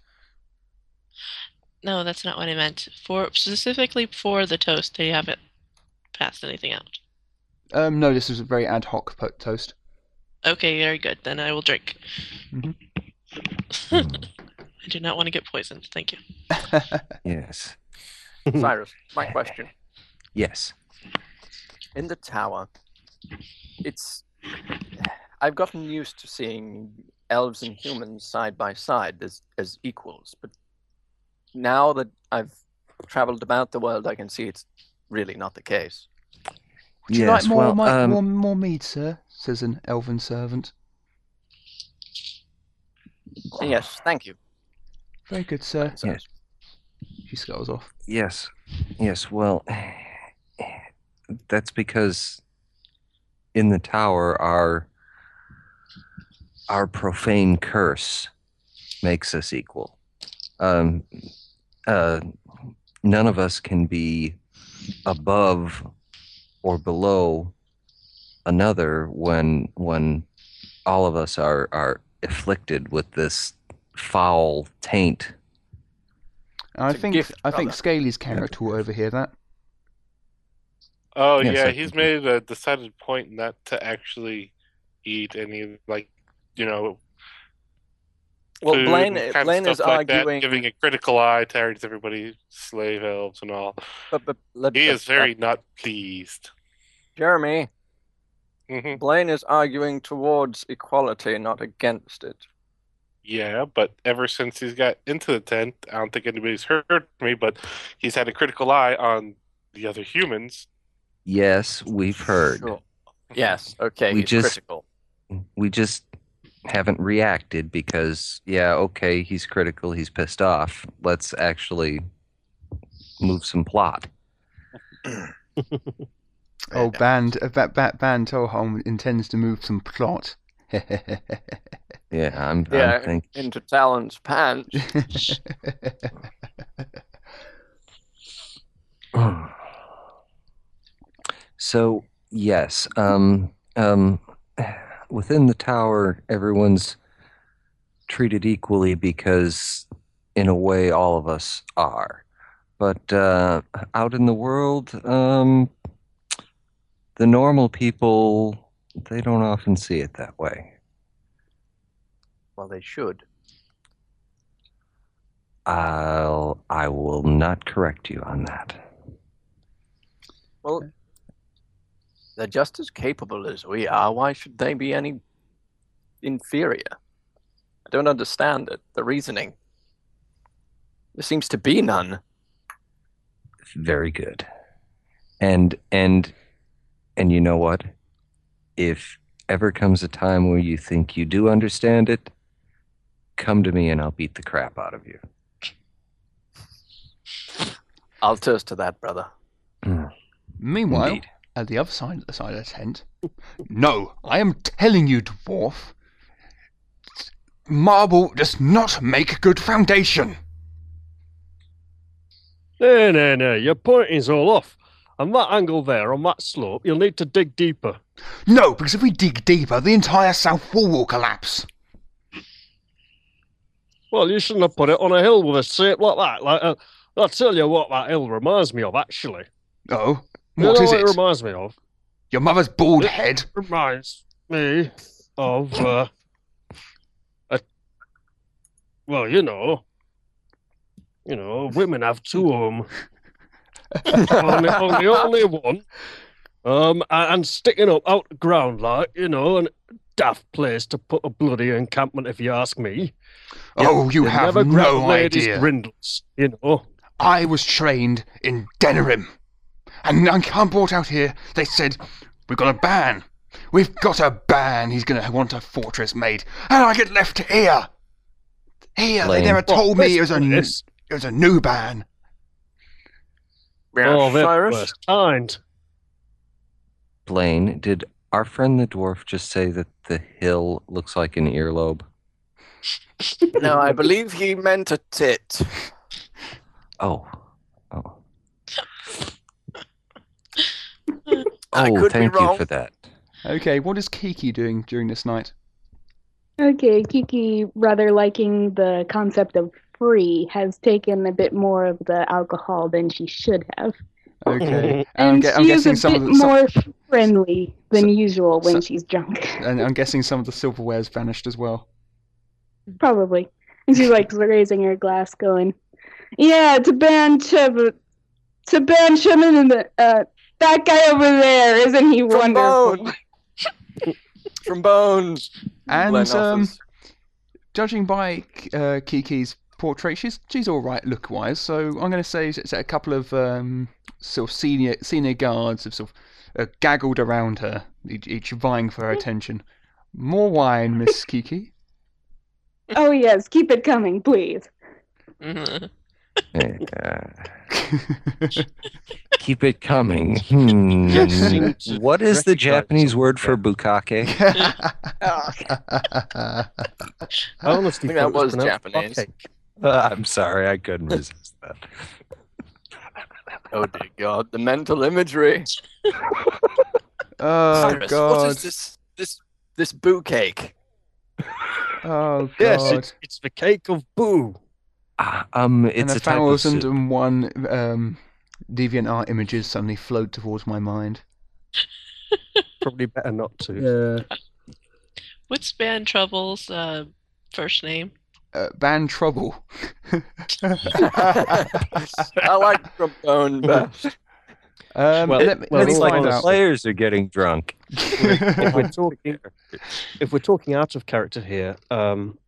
S5: No, that's not what I meant. For specifically for the toast, they haven't passed anything out.
S10: Um, no, this is a very ad hoc po- toast.
S5: Okay, very good. Then I will drink.
S10: Mhm.
S2: Mm-hmm.
S5: I do not want to get poisoned. Thank you.
S6: yes.
S4: Cyrus, my question.
S6: Yes.
S4: In the tower, it's. I've gotten used to seeing elves and humans side by side as, as equals, but now that I've traveled about the world, I can see it's really not the case.
S2: Would you like more, mi- more, more mead, sir? Says an elven servant.
S4: And yes, thank you.
S2: Very good, sir.
S4: So,
S6: Yes.
S2: She scuttles off.
S6: Yes. Yes. Well, that's because in the tower, our our profane curse makes us equal. Um, uh, none of us can be above or below another when when all of us are are afflicted with this foul taint.
S2: And I
S4: It's a
S2: think
S4: gift,
S2: I think
S4: brother.
S2: Scaly's character will overhear that.
S7: Oh
S6: Yes,
S7: yeah,
S6: I
S7: he's
S6: think it-
S7: made a decided point not to actually eat any like you know
S4: well,
S7: food
S4: Blaine, uh,
S7: and kind
S4: Blaine
S7: of
S4: is
S7: stuff like that,
S4: arguing.
S7: giving a critical eye towards everybody, slave elves and all.
S4: but- but let-
S7: He
S4: let-
S7: is very not pleased.
S4: Jeremy,
S7: hmm
S4: Blaine is arguing towards
S7: Oh,
S4: equality, not against it.
S7: Yeah, but ever since he's got into the tent, I don't think anybody's heard me. But he's had a critical eye on the other humans.
S6: Yes, we've heard.
S4: Sure. Yes. Okay.
S6: We
S4: he's
S6: just-
S4: critical.
S6: we just haven't reacted because yeah okay he's critical he's pissed off let's actually move some plot
S2: Oh, band, uh, ba- ba- band Toholm intends to move some plot.
S6: yeah i'm,
S4: Yeah.
S6: I'm thinking
S4: Into Talon's pants.
S6: so yes um um within the tower everyone's treated equally because in a way all of us are but uh out in the world um the normal people they don't often see it that way
S4: Well, they should.
S6: I'll I will not correct you on that.
S4: Well, they're just as capable as we are. Why should they be any inferior? I don't understand it. The reasoning. There seems to be none.
S6: Very good. And and and you know what? If ever comes a time where you think you do understand it, come to me and I'll beat the crap out of you.
S4: I'll toast to that, brother.
S2: Meanwhile,
S6: Indeed.
S2: at the other side of the side of the tent, no, I am telling you, dwarf, marble does not make a good foundation.
S3: No, no, no. Your pointing's all off. On that angle there, on that slope, you'll need to dig deeper.
S2: No, because if we dig deeper, the entire south wall will collapse.
S3: Well, you shouldn't have put it on a hill with a shape like that. Like, uh, I'll tell you what that hill reminds me of, actually.
S2: Oh,
S3: You
S2: what
S3: know
S2: is
S3: what it
S2: it?
S3: reminds me of?
S2: Your mother's bald head.
S3: reminds me of uh, a well, you know, you know, women have two of them. only, only, only one. Um, a- and sticking up out the ground like you know, an daft place to put a bloody encampment, if you ask me.
S2: oh, you
S3: They
S2: have
S3: never grab
S2: no
S3: the ladies'
S2: idea.
S3: Grindles, you know.
S2: I was trained in Denerim. And I come brought out here, they said, We've got a ban. We've got a ban. He's going to want a fortress made. And I get left here. Here.
S6: Lame.
S2: uh, They never told me it was, a, n-
S3: this.
S2: it was a new ban.
S3: Oh, they're
S4: Cyrus?
S3: first kind.
S6: Blaine, did our friend the dwarf just say that the hill looks like an earlobe?
S4: No, I believe he meant a tit.
S6: Oh. Oh.
S4: I
S6: Oh,
S4: could be
S6: thank you
S4: wrong.
S6: for that.
S2: Okay, what is Kiki doing during this night?
S8: Okay, Kiki, rather liking the concept of free, has taken a bit more of the alcohol than she should have.
S2: Okay.
S8: And
S2: gue-
S8: she is a bit
S2: the, some-
S8: more friendly than usual when
S2: so-
S8: she's drunk,
S2: and I'm guessing some of the silverware's vanished as well.
S8: probably. And she's like raising her glass, going, "Yeah, it's a band, to ban Sherman and the uh, that guy over there, isn't he wonderful?
S2: Oh.
S4: Trombone. Trombone.
S2: And,
S4: Len
S2: um,
S4: offers.
S2: Judging by uh, Kiki's portrait, she's she's all right look wise. So I'm going to say it's a couple of um, sort of senior senior guards have sort of uh, gaggled around her, each, each vying for her attention. More wine, Miss Kiki.
S8: oh yes, keep it coming, please.
S5: Mhm.
S6: Uh, keep it coming. Hmm.
S3: Yes, seems to
S6: What is the
S3: recognize
S6: Japanese
S3: something
S6: word for
S3: there.
S6: bukake?
S1: I honestly
S4: I think that
S1: thought it
S4: was
S1: pronounced
S4: Japanese.
S1: Bake.
S6: Uh, I'm sorry, I couldn't resist that.
S4: Oh dear God, the mental imagery.
S2: oh
S4: Cyrus, What
S2: god!
S4: is this? This this boo cake.
S2: Oh god!
S3: Yes, it's, it's the cake of boo.
S6: Ah, um,
S2: and
S6: it's
S2: a
S6: a type of
S2: thousand
S6: soup.
S2: and one um, deviant art images suddenly float towards my mind.
S1: Probably better not to.
S2: Yeah.
S5: What's Ban Trouble's uh, first name?
S2: Uh, ban trouble. Um,
S4: I like trombone best.
S2: Um,
S1: Well,
S2: let me,
S1: well,
S2: let me
S1: it's
S6: It's
S1: like
S2: find
S1: the
S2: out.
S6: players are getting drunk.
S1: if we're talking, if we're talking out of character here, um,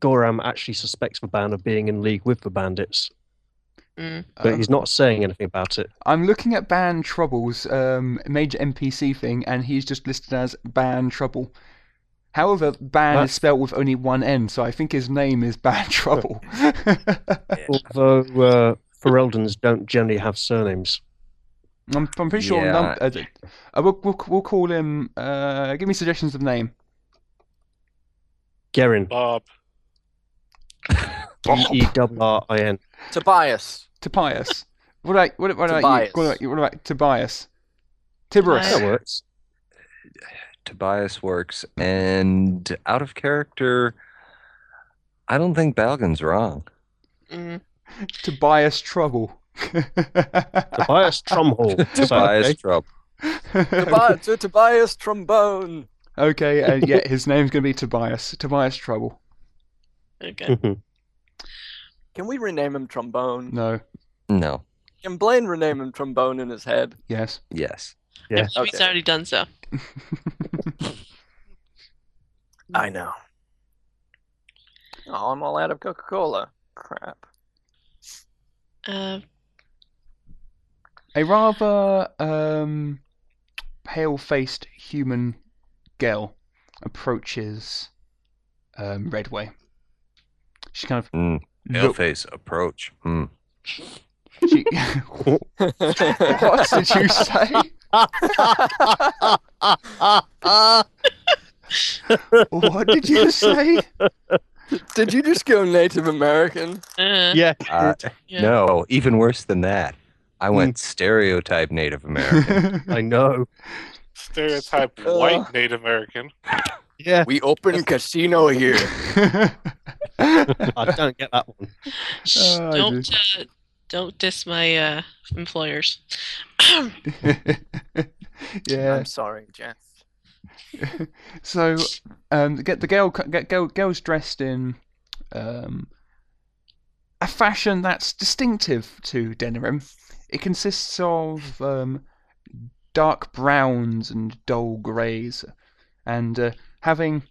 S1: Goram actually suspects Vaban of being in league with the bandits,
S5: Mm.
S1: but
S9: Oh.
S2: Uh,
S1: he's not saying anything about it.
S2: I'm looking at Ban Trouble's um, major NPC thing, and he's just listed as Ban Trouble. However, Ban
S1: That's-
S2: is spelled with only one N, so I think his name is Ban Trouble.
S1: Although uh, Ferelden's don't generally have surnames.
S2: I'm, I'm pretty sure.
S6: Yeah.
S2: Num- uh, d- uh, we'll, we'll, we'll call him. Uh, give me suggestions of name.
S1: Gerin,
S7: Bob.
S1: E E W R I N.
S4: Tobias.
S2: Tobias. What about, what, what about you? What about,
S4: Tobias.
S2: you? what about Tobias? Tiberius.
S1: That
S5: Tobias.
S1: works.
S6: Tobias works, and out of character, I don't think Balgan's wrong.
S5: Mm.
S2: Tobias Trouble.
S1: Tobias Trumhall. Is that
S6: Tobias
S1: okay?
S6: Trouble.
S4: Tobi- to Tobias trombone.
S2: okay, uh, yeah, his name's going to be Tobias. Tobias Trouble.
S5: Okay.
S4: Can we rename him trombone?
S2: No.
S6: No.
S4: Can Blaine rename him trombone in his head?
S2: Yes.
S6: Yes.
S1: Yeah.
S5: He's
S4: Okay.
S5: already done so.
S4: I know. Oh, I'm all out of Coca Cola. Crap.
S5: Uh,
S2: A rather um, pale-faced human girl approaches um, Redway. She kind of
S6: Mm.
S2: look-
S6: face approach. Mm.
S2: she, what did you say? What did you say?
S4: Did you just go Native American?
S5: uh,
S1: Yeah.
S6: Uh,
S5: yeah.
S6: No, even worse than that. I
S2: Mm.
S6: went stereotype Native American.
S1: I know.
S7: Stereotype
S4: Uh.
S7: white Native American.
S1: Yeah.
S4: We open casino here.
S1: I don't get that one.
S5: Shh,
S2: Oh, I
S5: don't uh, don't diss my uh, employers.
S2: yeah.
S4: I'm sorry, Jeff.
S2: So, um, get the girl, get girl, girls dressed in um, a fashion that's distinctive to Denerim. It consists of um, dark browns and dull greys, and uh, having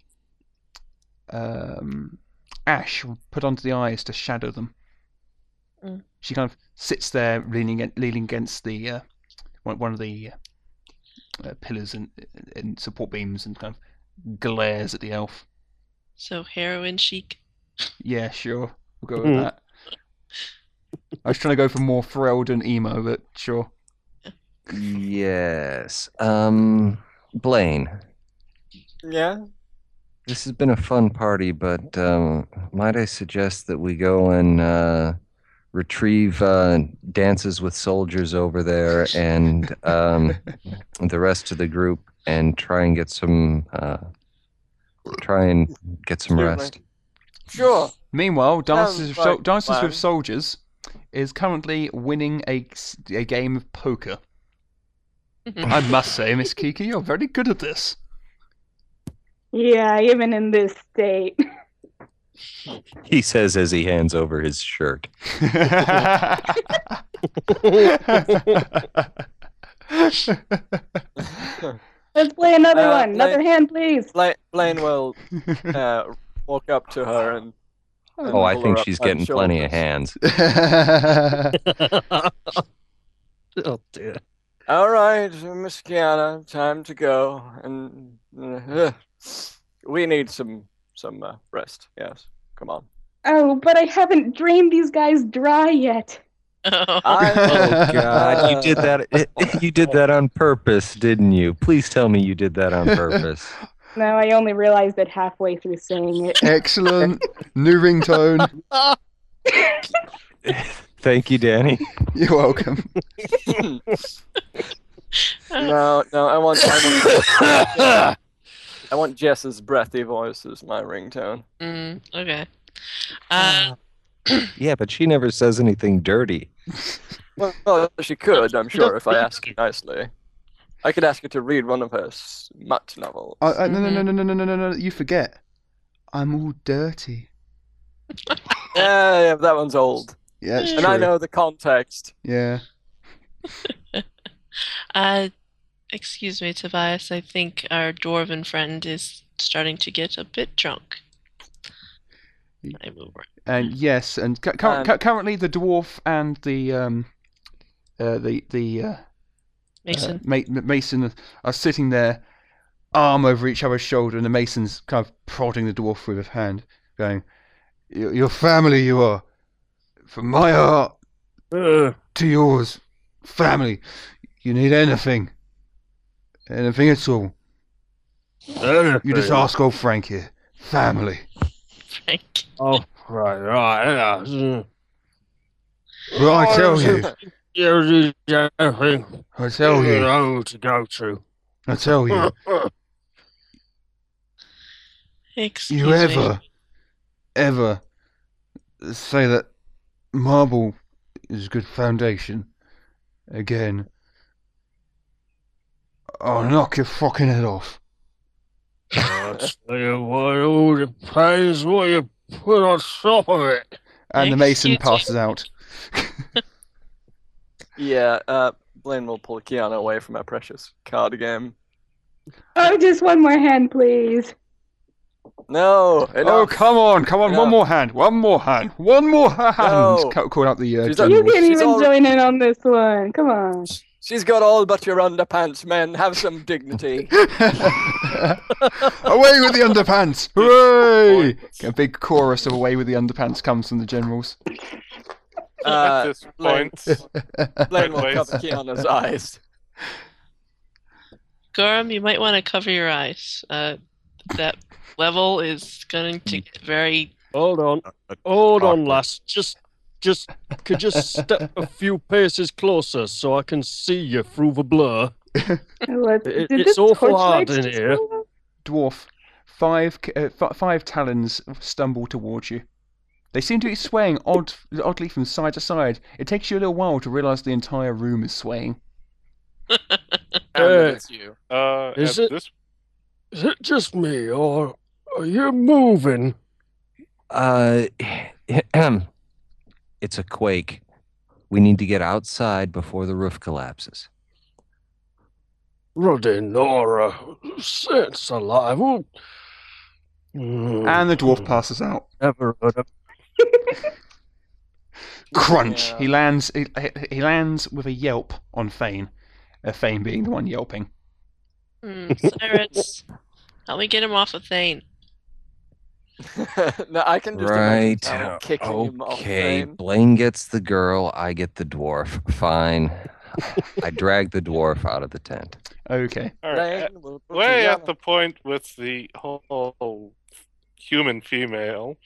S2: um, ash put onto the eyes to shadow them.
S5: Mm.
S2: She kind of sits there, leaning ag- leaning against the uh, one, one of the uh, pillars and, and support beams, and kind of glares at the elf.
S5: so heroin chic.
S2: Yeah, sure, we'll go with
S1: Mhm.
S2: that. I was trying to go for more thrilled and emo, but sure.
S6: yes. Um, Blaine,
S4: Yeah?
S6: this has been a fun party, but um, might I suggest that we go and uh, retrieve uh, dances with soldiers over there and um, the rest of the group and try and get some uh, try and get some
S4: Certainly.
S6: rest.
S4: Sure.
S2: Meanwhile, Dances, with, Sol-
S4: like
S2: Dances
S4: fun.
S2: with Soldiers is currently winning a, s- a game of poker.
S8: Hmm.
S2: I must say, Miss Kiki, you're very good at this.
S8: Yeah, even in this state.
S6: He says as he hands over his shirt. Oh, Oh,
S8: Let's play another
S4: Uh,
S8: one. Another
S4: like-
S8: hand, please.
S4: Bla- Blaine will uh, walk up to her and. and
S6: Oh, I
S4: pull
S6: think
S4: her up
S6: she's
S4: by the
S6: getting plenty of
S4: shoulders.
S6: hands.
S9: oh dear.
S4: All right, Miss Kiana, time to go. And uh, we need some some uh, rest. Yes, come on.
S8: Oh, but I haven't drained these guys dry yet.
S6: Oh God, you did that. eh, you did that on purpose, didn't you? Please tell me you did that on purpose.
S8: No, I only realized it halfway through saying it.
S2: Excellent. New ringtone.
S6: Thank you, Danny.
S2: You're welcome.
S4: No, no, I want I want, I want Jess's breathy voice as my ringtone.
S5: Mm, okay.
S6: Ah.
S5: Uh,
S6: Yeah, but she never says anything dirty.
S4: Well, well, she could, I'm sure, if I ask her nicely. I could ask her to read one of her smut novels.
S2: I, I, no, no, no,
S8: Mm-hmm.
S2: no, no, no, no, no, no. You forget. I'm all dirty.
S4: Mm-hmm. yeah, yeah, that one's old,
S2: Yeah, it's
S5: And
S2: true.
S4: and I know the context.
S2: Yeah.
S5: uh, excuse me, Tobias. I think our dwarven friend is starting to get a bit drunk. I move over.
S2: And yes, and cu- cur-
S4: Hmm. Um,
S2: cu- currently the dwarf and the um, uh, the the uh,
S5: Mason.
S2: Uh, Ma- Ma- Mason are sitting there, arm over each other's shoulder, and the Mason's kind of prodding the dwarf with his hand, going, "Your your family, you are. From my heart to yours, family. You need anything. Anything at all. You just ask old Frank here. Family.
S5: Frank.
S9: Oh, right, right. Yeah. Oh,
S2: But I tell you,
S9: There's everything
S2: I tell
S9: you
S2: you,
S9: know to go to.
S2: I tell you,
S5: Excuse
S2: you
S5: me.
S2: ever, ever say that marble is a good foundation again, I'll knock your fucking head off.
S9: I'll tell you what, it all depends what you put on top of it.
S2: And the
S5: Excuse
S2: mason
S5: me.
S2: passes out.
S4: Yeah, uh, Blaine will pull Kiana away from her precious card game.
S8: Oh, just one more hand, please.
S4: No,
S2: Oh,
S4: enough.
S2: come on, come on,
S4: Enough.
S2: one more hand, one more hand, one more hand!
S4: No.
S2: Ca- Called out the uh,
S4: She's
S8: You
S4: She's
S2: general.
S8: didn't even
S4: all-
S8: join in on this one. Come on.
S4: She's got all but your underpants, men. Have some dignity.
S2: away with the underpants! Hooray! A big chorus of away with the underpants comes from the generals.
S7: At
S4: Uh,
S7: this
S4: Blaine,
S7: point,
S4: Blaine will
S7: Anyways.
S4: cover Kiana's eyes.
S5: Gorham, you might want to cover your eyes. Uh, that level is going to get very.
S9: Hold on,
S2: Uh,
S9: hold on,
S6: Awkward.
S9: lass. Just, just, could just step a few paces closer so I can see you through the blur.
S8: Let's,
S9: It-
S8: did
S9: it's
S8: this
S9: awful
S8: torchlight
S9: hard in
S8: just
S9: here.
S8: go off?
S2: dwarf, five c- uh, f- five talons stumble towards you. They seem to be swaying odd, oddly from side to side. It takes you a little while to realize the entire room is swaying.
S4: And that
S9: Hey.
S4: it's you.
S7: uh,
S9: Is
S7: at
S9: it-
S7: this
S9: Is it just me, or are you moving?
S6: Uh, it's a quake. We need to get outside before the roof collapses.
S9: Ruddy Nora, saints alive. who- Hmm,
S2: And the dwarf passes out.
S9: Never heard of
S2: Crunch!
S4: Yeah.
S2: He lands. He, he- he lands with a yelp on Fane. Uh, Fane being the one yelping.
S5: Hmm, Cyrus, help me get him off of Thane.
S4: no, I can just Oh. imagine
S6: Right.
S4: Tao kicking him off.
S6: Okay.
S4: Blaine.
S6: Blaine gets the girl. I get the dwarf. Fine. I drag the dwarf out of the tent.
S2: Okay.
S7: all right, uh,
S4: Blaine will put
S7: way
S4: Kiana-
S7: at the point with the whole human female,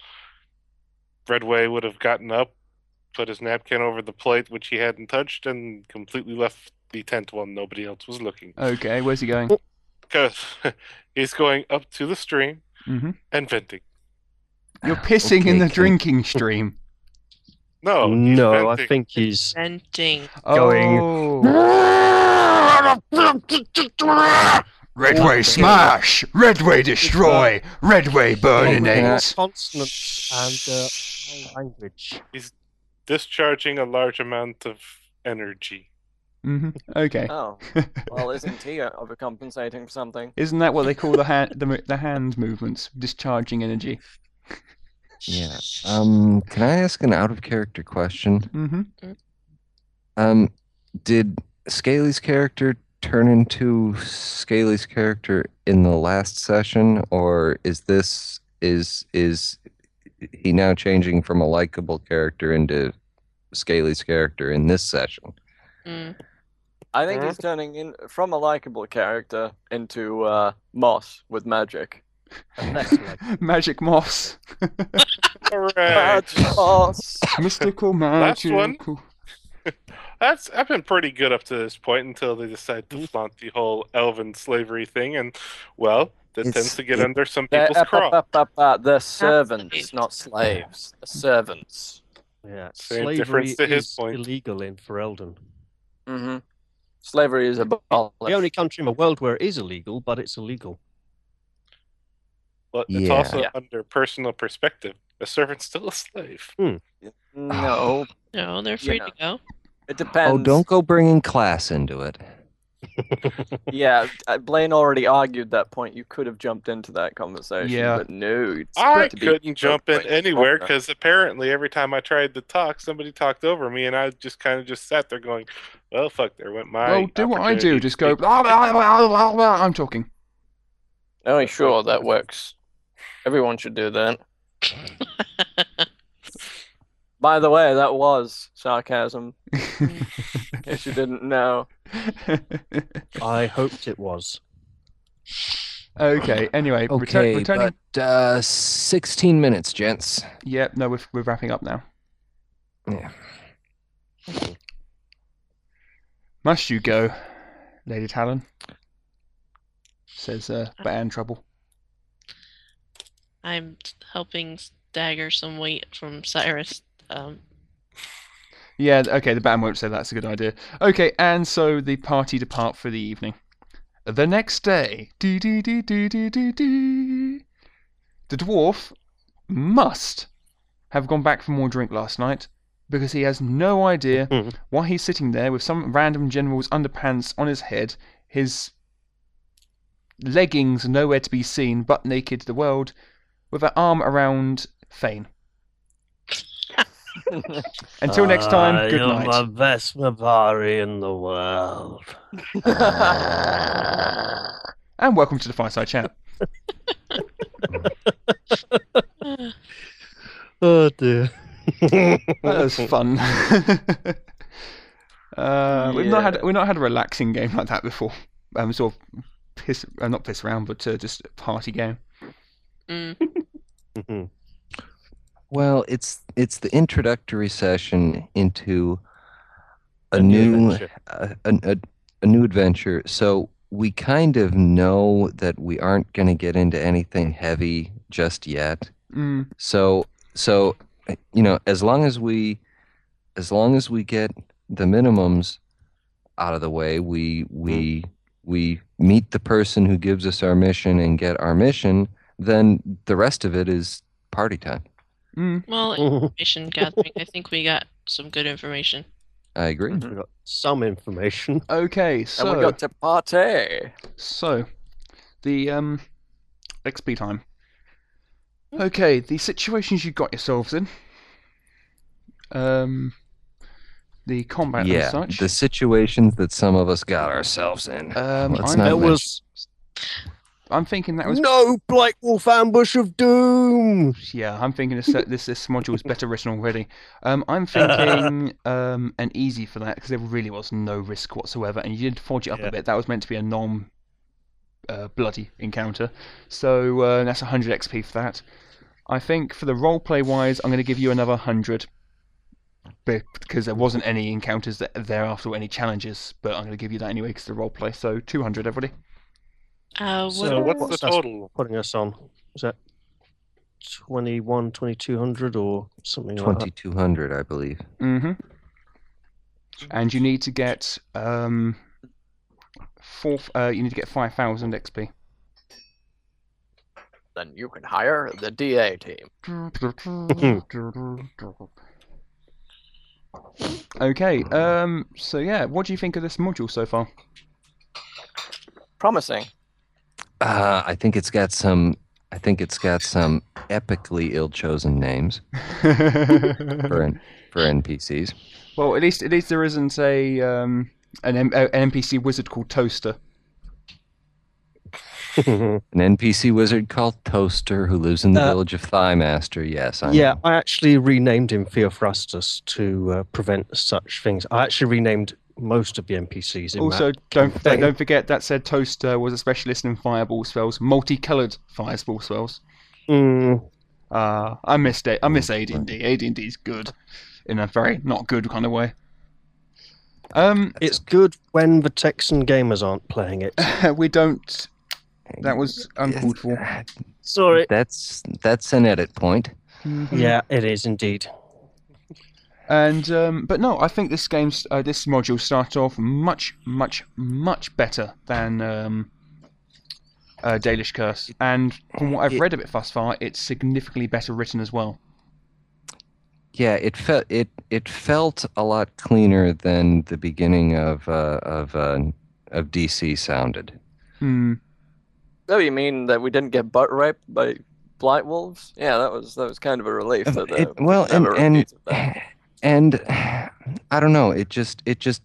S7: Redway would have gotten up, put his napkin over the plate which he hadn't touched, and completely left the tent while nobody else was looking.
S2: Okay. Where's he going?
S7: Because he's going up to the stream
S2: hmm
S7: and venting.
S2: You're
S9: Oh.
S2: pissing in
S6: Okay,
S2: the
S6: can-
S2: drinking stream.
S7: No, he's
S9: no, I
S7: venting.
S9: think he's.
S5: Venting.
S9: Going-
S2: Oh.
S4: Oh.
S2: Redway smash! Redway destroy! Redway burninate!
S9: Consonants and uh, language.
S7: discharging a large amount of energy.
S2: hmm Okay.
S9: Oh, well, isn't he uh, overcompensating for something?
S2: Isn't that what they call the hand the, mo- the hand movements, discharging energy?
S6: Yeah. Um, can I ask an out of character question?
S2: hmm
S6: Um, did Scaly's character turn into Scaly's character in the last session, or is this is is he now changing from a likable character into Scaly's character in this session?
S5: Mm.
S9: I think he's turning in from a likable character into uh, Moss with magic. And that's like
S2: Magic moss.
S7: Hooray!
S9: magic Moss.
S2: Mystical magic.
S7: one. That's I've been pretty good up to this point until they decide to flaunt the whole elven slavery thing, and well, that
S6: It's-
S7: tends to get
S6: it-
S7: under some
S9: They're,
S7: people's craw.
S9: they're servants, not slaves. They're servants.
S3: Yeah,
S7: Same
S3: slavery
S7: difference to his
S3: is
S7: point.
S3: illegal in Ferelden.
S9: hmm Slavery is
S3: The only
S9: abolished.
S3: country in the world where it is illegal, but it's illegal.
S7: But it's
S6: Yeah.
S7: also
S9: Yeah.
S7: under personal perspective. A servant's still a slave.
S6: Ah.
S9: No,
S5: No, they're free to go.
S9: it depends.
S6: Oh, don't go bringing class into it.
S9: Yeah, uh, Blaine already argued that point. You could have jumped into that conversation,
S2: Yeah.
S9: but no. It's
S7: I
S9: got to be
S7: couldn't jump in
S9: Blaine.
S7: anywhere because apparently every time I tried to talk, somebody talked over me, and I just kind of just sat there going, "Well, fuck, there went my."
S2: Well, do what I do.
S7: opportunity."
S2: Just go. Blah, blah, blah, blah, blah. I'm talking.
S9: Oh, sure, that works. Everyone should do that. By the way, that was sarcasm, in case you didn't know.
S3: I hoped it was.
S2: okay. Anyway, retu-
S6: Okay,
S2: returning.
S6: but uh, sixteen minutes, gents.
S2: Yep. No, we're we're wrapping up now.
S6: Yeah.
S2: Must you go, Lady Talon? Says uh, Ban Trouble.
S5: I'm helping stagger some weight from Cyrus. Um,
S2: Yeah, th- okay, the band won't say that's a good idea. Okay, and so the party depart for the evening. The next day, do do do do do do do, the dwarf must have gone back for more drink last night because he has no idea
S3: Mhm.
S2: why he's sitting there with some random general's underpants on his head, his leggings nowhere to be seen, butt naked to the world, with an arm around Fane. Until next
S3: Ah,
S2: time, good night.
S3: I am the best Mavari in the world.
S2: and welcome to the Fireside Chat.
S3: Oh dear.
S2: That was fun. uh, We've not had
S9: Yeah.
S2: we've not had a relaxing game like that before. Um, sort of piss, uh, not piss around, but uh, just a party game.
S5: mm,
S3: Mm-hmm.
S6: Well, it's it's the introductory session into a,
S3: A new
S6: new,
S3: adventure.
S6: a, a, a, a new adventure. So we kind of know that we aren't going to get into anything heavy just yet.
S2: Mm,
S6: So so you know, as long as we as long as we get the minimums out of the way, we
S3: Mm.
S6: we we meet the person who gives us our mission and get our mission, then the rest of it is party time.
S2: mm.
S5: well,
S3: we
S5: information gathering. I think we got some good information.
S6: I agree.
S3: got some information.
S2: Okay,
S9: And
S2: so
S9: we got to party.
S2: so the um XP time. Okay, the situations you got yourselves in. Um, the combat
S6: yeah,
S2: and such.
S6: the situations that some of us got ourselves in.
S2: Um,
S6: Let's
S2: I'm,
S6: not-
S3: There was
S2: I'm thinking that was
S3: no Black Wolf ambush of doom.
S2: Yeah, I'm thinking this this this module is better written already. Um, I'm thinking um an easy for that because there really was no risk whatsoever, and you did forge it up a
S3: Yeah.
S2: bit. That was meant to be a non uh, bloody encounter, so uh, that's 100 XP for that. I think for the roleplay wise, I'm going to give you another 100 be- because there wasn't any encounters that thereafter or any challenges, but I'm going to give you that anyway because the roleplay. So 200 everybody.
S5: Uh, what
S7: So
S3: So
S5: about-
S7: what's the
S3: That's-
S7: total?
S3: Putting us on. Is that 21, 2200 or something like that?
S6: 2200, I believe.
S2: Mm-hmm. And you need to get um four. Uh, you need to get five thousand XP.
S9: Then you can hire the DA team.
S2: Okay. Um. So yeah, what do you think of this module so far?
S9: Promising.
S6: Uh, I think it's got some. I think it's got some epically ill-chosen names for N- for NPCs.
S2: well, at least at least there isn't a um an, M- uh, an NPC wizard called Toaster.
S6: An NPC wizard called Toaster who lives in the
S3: Uh,
S6: village of Thymaster. Yes, I
S3: Yeah,
S6: know.
S3: I actually renamed him Theophrastus to uh, prevent such things. I actually renamed most of the NPCs in
S2: also,
S3: that.
S2: don't
S3: campaign.
S2: don't forget that said Toaster was a specialist in fireball spells, multicolored fireball spells.
S3: Mm,
S2: Uh, I missed it. I miss AD&D. AD&D is good, in a very not good kind of way. Um,
S3: it's good when the Texan gamers aren't playing it.
S2: we don't. That was uncalled for.
S3: Sorry.
S6: That's that's an edit point.
S3: Yeah, it is indeed.
S2: Mm-hmm. And um, but no, I think this game's uh, this module started off much, much, much better than um, uh, Dalish Curse, and from what I've
S6: It-
S2: read of it thus far, it's significantly better written as well.
S6: Yeah, it felt it it felt a lot cleaner than the beginning of uh, of uh, of DC sounded.
S2: Hmm.
S9: Oh, you mean that we didn't get butt raped by blight wolves? Yeah, that was that was kind of a relief. That, uh,
S6: It- well, and
S9: never
S6: and
S9: repeats that.
S6: and I don't know. It just it just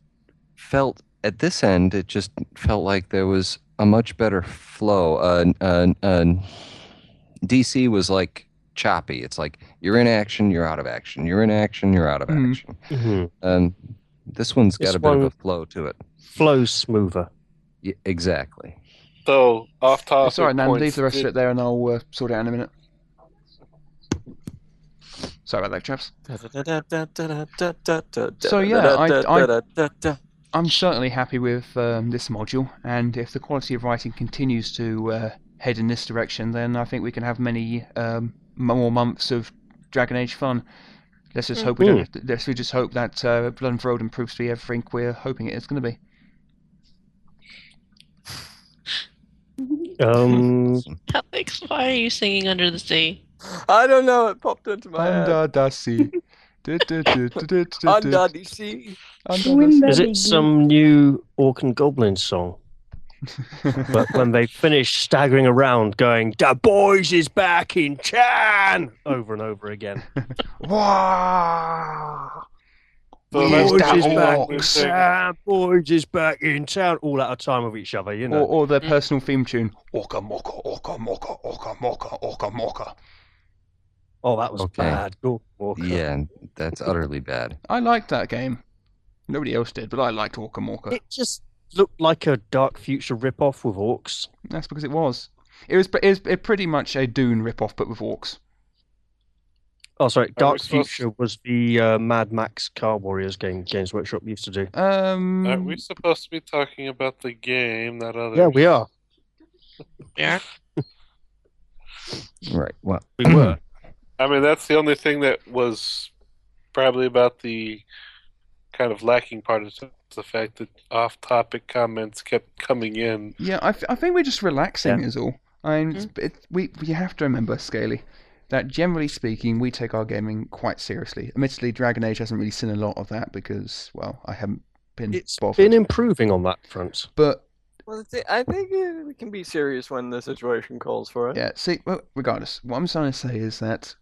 S6: felt at this end. It just felt like there was a much better flow. Uh, uh, uh, DC was like choppy. It's like you're in action, you're out of action. You're in action, you're out of
S2: Mhm.
S6: action. Um, this one's got
S3: Mm-hmm. This
S6: a bit of
S3: one-
S6: a flow to it.
S3: Flows smoother.
S6: Y- exactly.
S7: So off topic.
S2: It's all right, Nan.
S7: points,
S2: Leave the rest
S7: did-
S2: of it there, and I'll uh, sort it out in a minute. Sorry about that, chaps. So, yeah, I-
S9: I
S2: I'm certainly happy with um, this module, and if the quality of writing continues to uh, head in this direction, then I think we can have many um, more months of Dragon Age fun. Let's just hope we don't. Let's we just hope that uh, Blood and Road improves to be everything we're hoping it is going to be.
S3: Um,
S5: Alex, why are you singing Under the Sea?
S9: I don't know. It popped into my head.
S2: the sea. Du- du- du- du- du- du- du-
S9: Under the sea.
S2: Under
S8: When
S2: the
S8: the-
S3: is
S8: Biggie.
S3: it some new Orc and Goblin song? But when they finish staggering around, going "Da boys is back in town" over and over again.
S2: sea. Wow.
S7: So
S2: Yes,
S7: that's
S2: that
S7: the whole
S2: box.
S7: thing.
S3: town. Boys is back in town. All out of time with each other, you
S2: Or,
S3: know.
S2: or their personal theme tune. Orca mocha, orca mocha, orca mocha, orca mocha.
S3: oh, that was
S6: Okay.
S3: bad. Go Walker.
S6: Yeah, that's utterly bad.
S2: I liked that game. Nobody else did, but I liked Orca Morca.
S3: It just looked like a Dark Future ripoff with orcs.
S2: That's because it was. It was, it was it pretty much a Dune ripoff, but with orcs.
S3: Oh, sorry, Dark
S7: we supposed-
S3: Future was the uh, Mad Max Car Warriors game Games Workshop used to do.
S2: Um,
S7: Are we supposed to be talking about the game, not others?
S3: Yeah, we are.
S5: Yeah.
S6: Right. Well,
S3: We were.
S7: I mean, that's the only thing that was probably about the kind of lacking part is the fact that off-topic comments kept coming in.
S2: Yeah, I, th- I think we're just relaxing is all. I mean, it's, it, we you have to remember, Scaly, that generally speaking, we take our gaming quite seriously. Admittedly, Dragon Age hasn't really seen a lot of that because, well, I haven't been
S3: It's
S2: bothered.
S3: been improving on that front.
S2: but
S9: Well, see, I think uh, we can be serious when the situation calls for it.
S2: Yeah, see, well, regardless, what I'm trying to say is that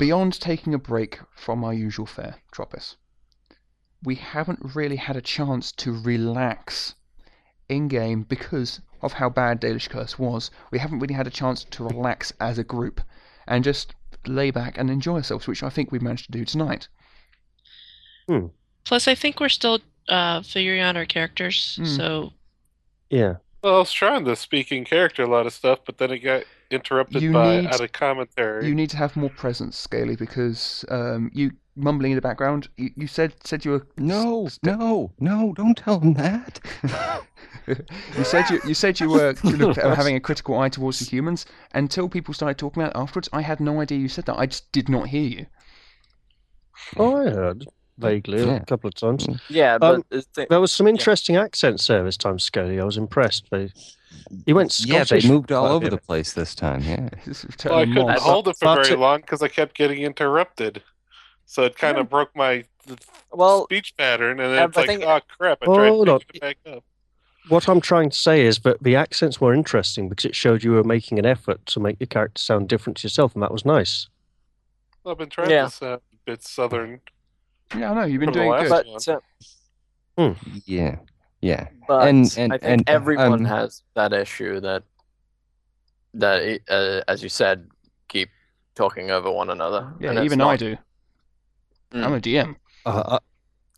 S2: beyond taking a break from our usual fare, Tropis, we haven't really had a chance to relax in game because of how bad Dalish Curse was. We haven't really had a chance to relax as a group and just lay back and enjoy ourselves, which I think we managed to do tonight.
S6: Hmm.
S5: Plus, I think we're still uh, figuring out our characters,
S3: Hmm.
S2: Mm.
S5: so
S3: Yeah.
S7: Well, I was trying to speak in character a lot of stuff, but then it got interrupted
S2: You
S7: by
S2: need-
S7: out of commentary.
S2: You need to have more presence, Scaly, because um, you mumbling in the background. You, you said said you were
S6: no, no, no! Don't tell him that.
S2: you said you, you said you were looked at having a critical eye towards the humans until people started talking about it afterwards. I had no idea you said that. I just did not hear you.
S3: Oh, I heard vaguely
S6: Yeah.
S3: a couple of times.
S9: Yeah, but
S3: Um,
S9: it's the-
S3: There was some interesting accents there this time, Scully. I was impressed. They, he went
S6: yeah,
S3: Scottish.
S6: they moved all
S3: quite a
S6: over
S3: bit.
S6: the place this time. Yeah.
S2: This is
S7: Well, I
S2: return
S7: couldn't
S2: of Moss.
S7: hold it for
S3: Start
S7: very
S3: to-
S7: long because I kept getting interrupted. So it kind of broke my th-
S9: Well,
S7: speech pattern, and
S9: I-
S7: then it's
S9: I
S7: like,
S9: think-
S7: oh crap! I tried
S3: Hold
S7: picking
S3: on.
S7: it back up.
S3: What I'm trying to say is that the accents were interesting because it showed you were making an effort to make your character sound different to yourself, and that was nice.
S7: I've been trying
S9: Yeah.
S7: to sound a bit southern.
S2: Yeah, I know you've been
S7: From the
S2: doing
S7: last
S2: good.
S7: one.
S9: but uh,
S6: Hmm. Yeah. Yeah.
S9: but
S6: And- and-
S9: I think
S6: and,
S9: everyone
S6: um,
S9: has.
S4: that issue that that uh, as you said keep talking over one another and
S2: yeah,
S4: it's
S2: even
S4: not-
S2: I do.
S4: Mm.
S2: I'm a DM.
S3: Uh,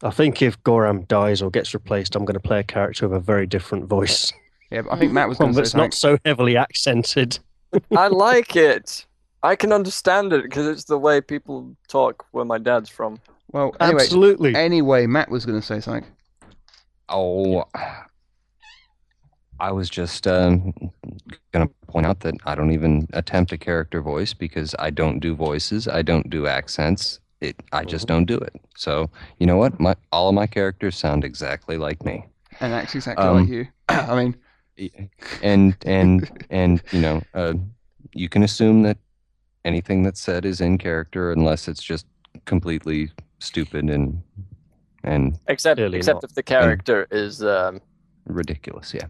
S3: I, I think if Goram dies or gets replaced, I'm going to play a character with a very different voice,
S2: Yeah, but I think Matt was
S3: one
S2: going to say
S3: that's not
S2: something.
S3: so heavily accented.
S9: I like it. I can understand it because it's the way people talk where my dad's from.
S2: Well, anyway,
S3: Absolutely.
S2: anyway, Matt was going to say something.
S6: Oh, I was just um, going to point out that I don't even attempt a character voice because I don't do voices. I don't do accents. It, I just
S9: Mm-hmm.
S6: don't do it. So you know what? My all of my characters sound exactly like me,
S2: And that's exactly
S6: Um,
S2: like you. I mean,
S6: and and and you know, uh, you can assume that anything that's said is in character unless it's just completely stupid and and
S4: except
S3: Clearly
S4: except
S3: not.
S4: if the character is um
S6: ridiculous. Yeah.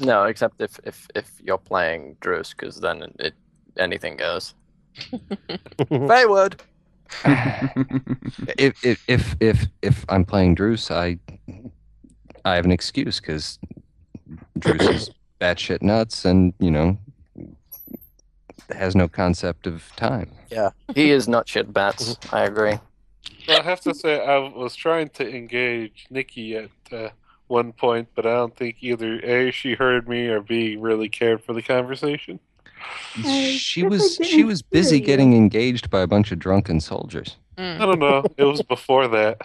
S4: no except if if if you're playing Drus because then it anything goes
S9: Feywood.
S6: if if if if if I'm playing Druce, I I have an excuse because Druce is batshit nuts and you know has no concept of time.
S4: he is not shit bats I agree
S7: Well, I have to say, I was trying to engage Nikki at uh, one point, but I don't think either A, she heard me, or B, really cared for the conversation.
S12: I
S6: she
S12: guess I
S6: was she
S12: didn't
S6: was busy
S12: hear you.
S6: getting engaged by a bunch of drunken soldiers.
S7: I don't know. it was before that.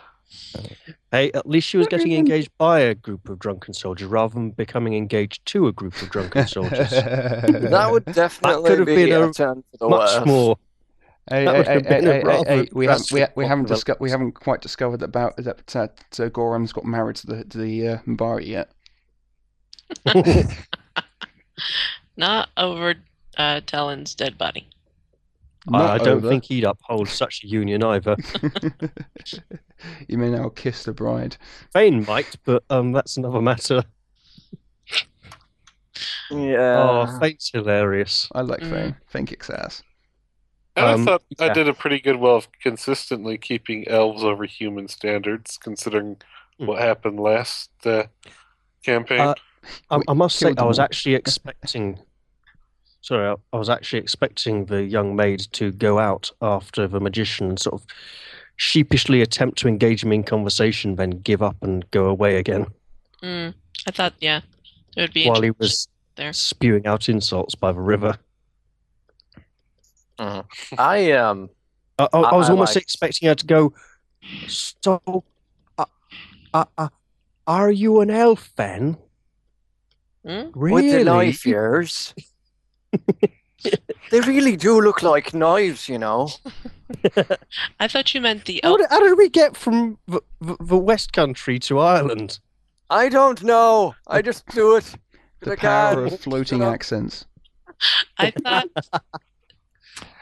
S3: Hey, at least she was
S12: What
S3: getting
S12: happened?
S3: engaged by a group of drunken soldiers rather than becoming engaged to a group of drunken soldiers.
S9: That would definitely
S3: have
S9: be
S3: been a
S9: a turn for the
S3: Much
S9: worse.
S3: more.
S2: Hey,
S3: That
S2: hey,
S3: would
S2: hey,
S3: have been a
S2: hey, hey,
S3: rather
S2: hey, we haven't we, ha- we
S3: drastic
S2: haven't
S3: plot
S2: disco- we haven't quite discovered about that uh, so Gorham's got married to the to the uh, Mbari yet.
S5: Not over uh, Talon's dead body.
S3: I, I
S2: Not
S3: don't
S2: over.
S3: think he'd uphold such a union either.
S2: you may now kiss the bride.
S3: Fane might, but um, that's another matter.
S9: Yeah.
S3: oh, Fane's hilarious.
S2: I like
S5: Mm.
S2: Fane. Fane kicks ass.
S7: And
S3: Um,
S7: I thought I
S3: yeah.
S7: did a pretty good well of consistently keeping elves over human standards, considering
S3: Hmm.
S7: what happened last uh, campaign.
S3: Uh, I,
S2: We
S3: I must say,
S2: killed
S3: I
S2: them
S3: was
S2: all.
S3: actually expecting. Sorry, I- I was actually expecting the young maid to go out after the magician and sort of sheepishly attempt to engage him in conversation, then give up and go away again
S5: Mm, I thought, yeah, it would be
S3: while he
S5: interesting
S3: was
S5: there.
S3: spewing out insults by the river.
S4: I um
S3: I, Uh, oh, I, I was
S4: I
S3: almost
S4: liked-
S3: expecting her to go. So, uh, uh, uh, are you an elf then?
S5: Hmm?
S3: Really?
S4: with the knife ears they really do look like knives you know
S5: I thought you meant the
S3: How
S5: elf.
S3: did, how did we get from the, the, the West Country to Ireland?
S9: I don't know. I just do it. 'cause
S2: The
S9: I
S4: uh,
S2: power
S9: can.
S2: of floating
S9: Shut up.
S2: accents.
S5: I thought.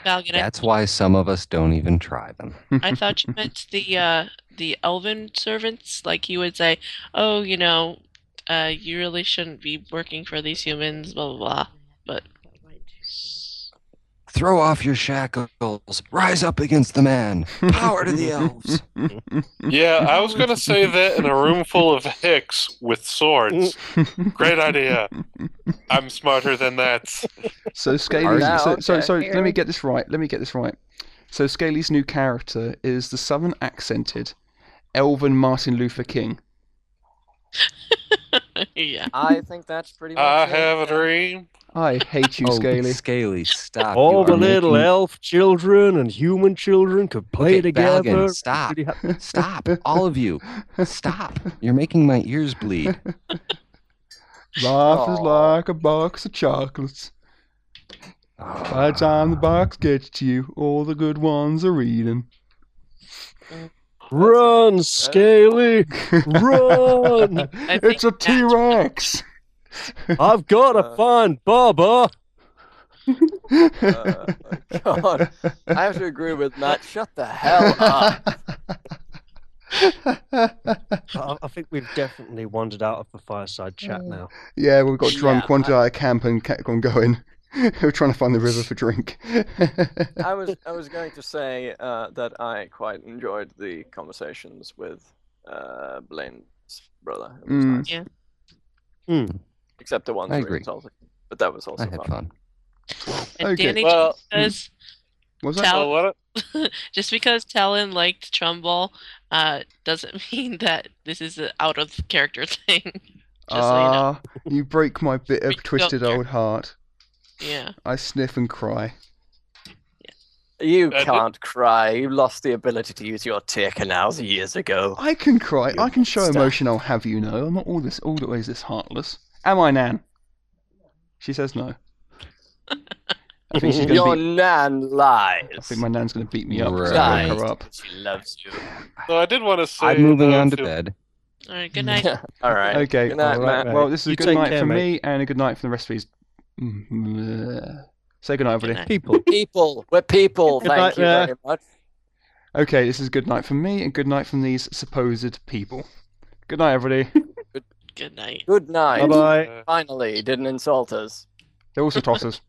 S5: Valgan, I,
S6: That's why some of us don't even try them.
S5: I thought you meant the uh, the elven servants. Like he would say, "Oh, you know, uh, you really shouldn't be working for these humans." Blah blah blah. But
S6: Throw off your shackles. Rise up against the man. Power to the elves.
S7: yeah, I was going to say that in a room full of hicks with swords. Great idea. I'm smarter than that.
S2: So Scaly's
S9: Now,
S5: Oh,
S2: so, so
S9: okay.
S2: so let me get this right. Let me get this right. So Scaly's new character is the southern accented elven Martin Luther King.
S5: yeah,
S9: I think that's pretty much
S7: I
S9: it.
S7: have a dream.
S2: I hate you, Scaly.
S6: Oh, Scaly, stop. You
S3: Oh, All the
S6: are
S3: little
S6: making-
S3: elf children and human children could play
S6: Okay, Valgan,
S3: together. It was
S6: stop.
S3: really hap-
S6: Stop, all of you. Stop. You're making my ears bleed.
S2: Life is
S9: Aw.
S2: like a box of chocolates.
S5: Ah.
S2: By the time the box gets to you, all the good ones are eaten.
S3: Run, Scaly! Run!
S5: think
S2: it's a
S5: that's-
S2: T Rex!
S3: I've got to
S9: Uh,
S3: find Baba!
S4: Uh, God, I have to agree with Matt. Shut the hell up.
S3: I, I think we've definitely wandered out of the fireside chat now.
S2: yeah, we got drunk,
S4: Yeah,
S2: wandered out of camp, and kept on going. we were trying to find the river for drink.
S4: I was I was going to say uh, that I quite enjoyed the conversations with uh, Blaine's brother. It was
S2: Mm.
S4: nice.
S5: Yeah.
S2: Hmm.
S3: Mm.
S4: Except the ones
S9: I
S4: where he
S9: agree.
S4: was insulting. But that was
S9: I
S4: also
S9: had
S4: fun.
S9: fun.
S5: And
S2: Okay.
S5: Danny
S7: Well-
S5: just because
S2: was
S5: Tell-
S2: that?
S7: Well, what,
S5: just because Talon liked Trumbull uh, doesn't mean that this is an out of character thing. Just so you know.
S2: Ah, you break my bit of
S5: Freaked out
S2: twisted
S5: there.
S2: old heart.
S5: Yeah.
S2: I sniff and cry.
S4: You
S7: Uh, d-
S4: can't cry. You lost the ability to use your tear canals years ago.
S2: I can cry.
S4: You
S2: I can show
S4: monster.
S2: emotion. I'll have you know. I'm not all this all always this heartless. Am I, Nan? She says no. I think she's
S4: Your
S2: gonna beat.
S4: nan lies.
S2: I think my Nan's gonna beat me up. 'cause I
S4: Right.
S2: woke her up.
S4: She loves you.
S7: so I did want to say.
S9: I'm moving
S7: though,
S9: on to
S7: to-
S9: bed.
S5: All right. Good night.
S4: All right.
S2: Okay.
S4: Good night,
S2: all
S4: Matt.
S2: right. Well, this is
S3: You
S2: a good
S3: take
S2: night
S3: care,
S2: for
S3: mate.
S2: me and a good night for the rest of his. Mm, Say good night, everybody.
S5: Good night.
S3: People.
S4: People. We're people.
S3: Good
S4: Thank
S3: night
S4: you
S3: there.
S4: very much.
S2: Okay, this is good night from me and good night from these supposed people. Good night, everybody.
S5: Good night.
S4: Good night.
S3: Bye bye.
S7: Uh,
S4: Finally, didn't insult us.
S2: They're also tossers.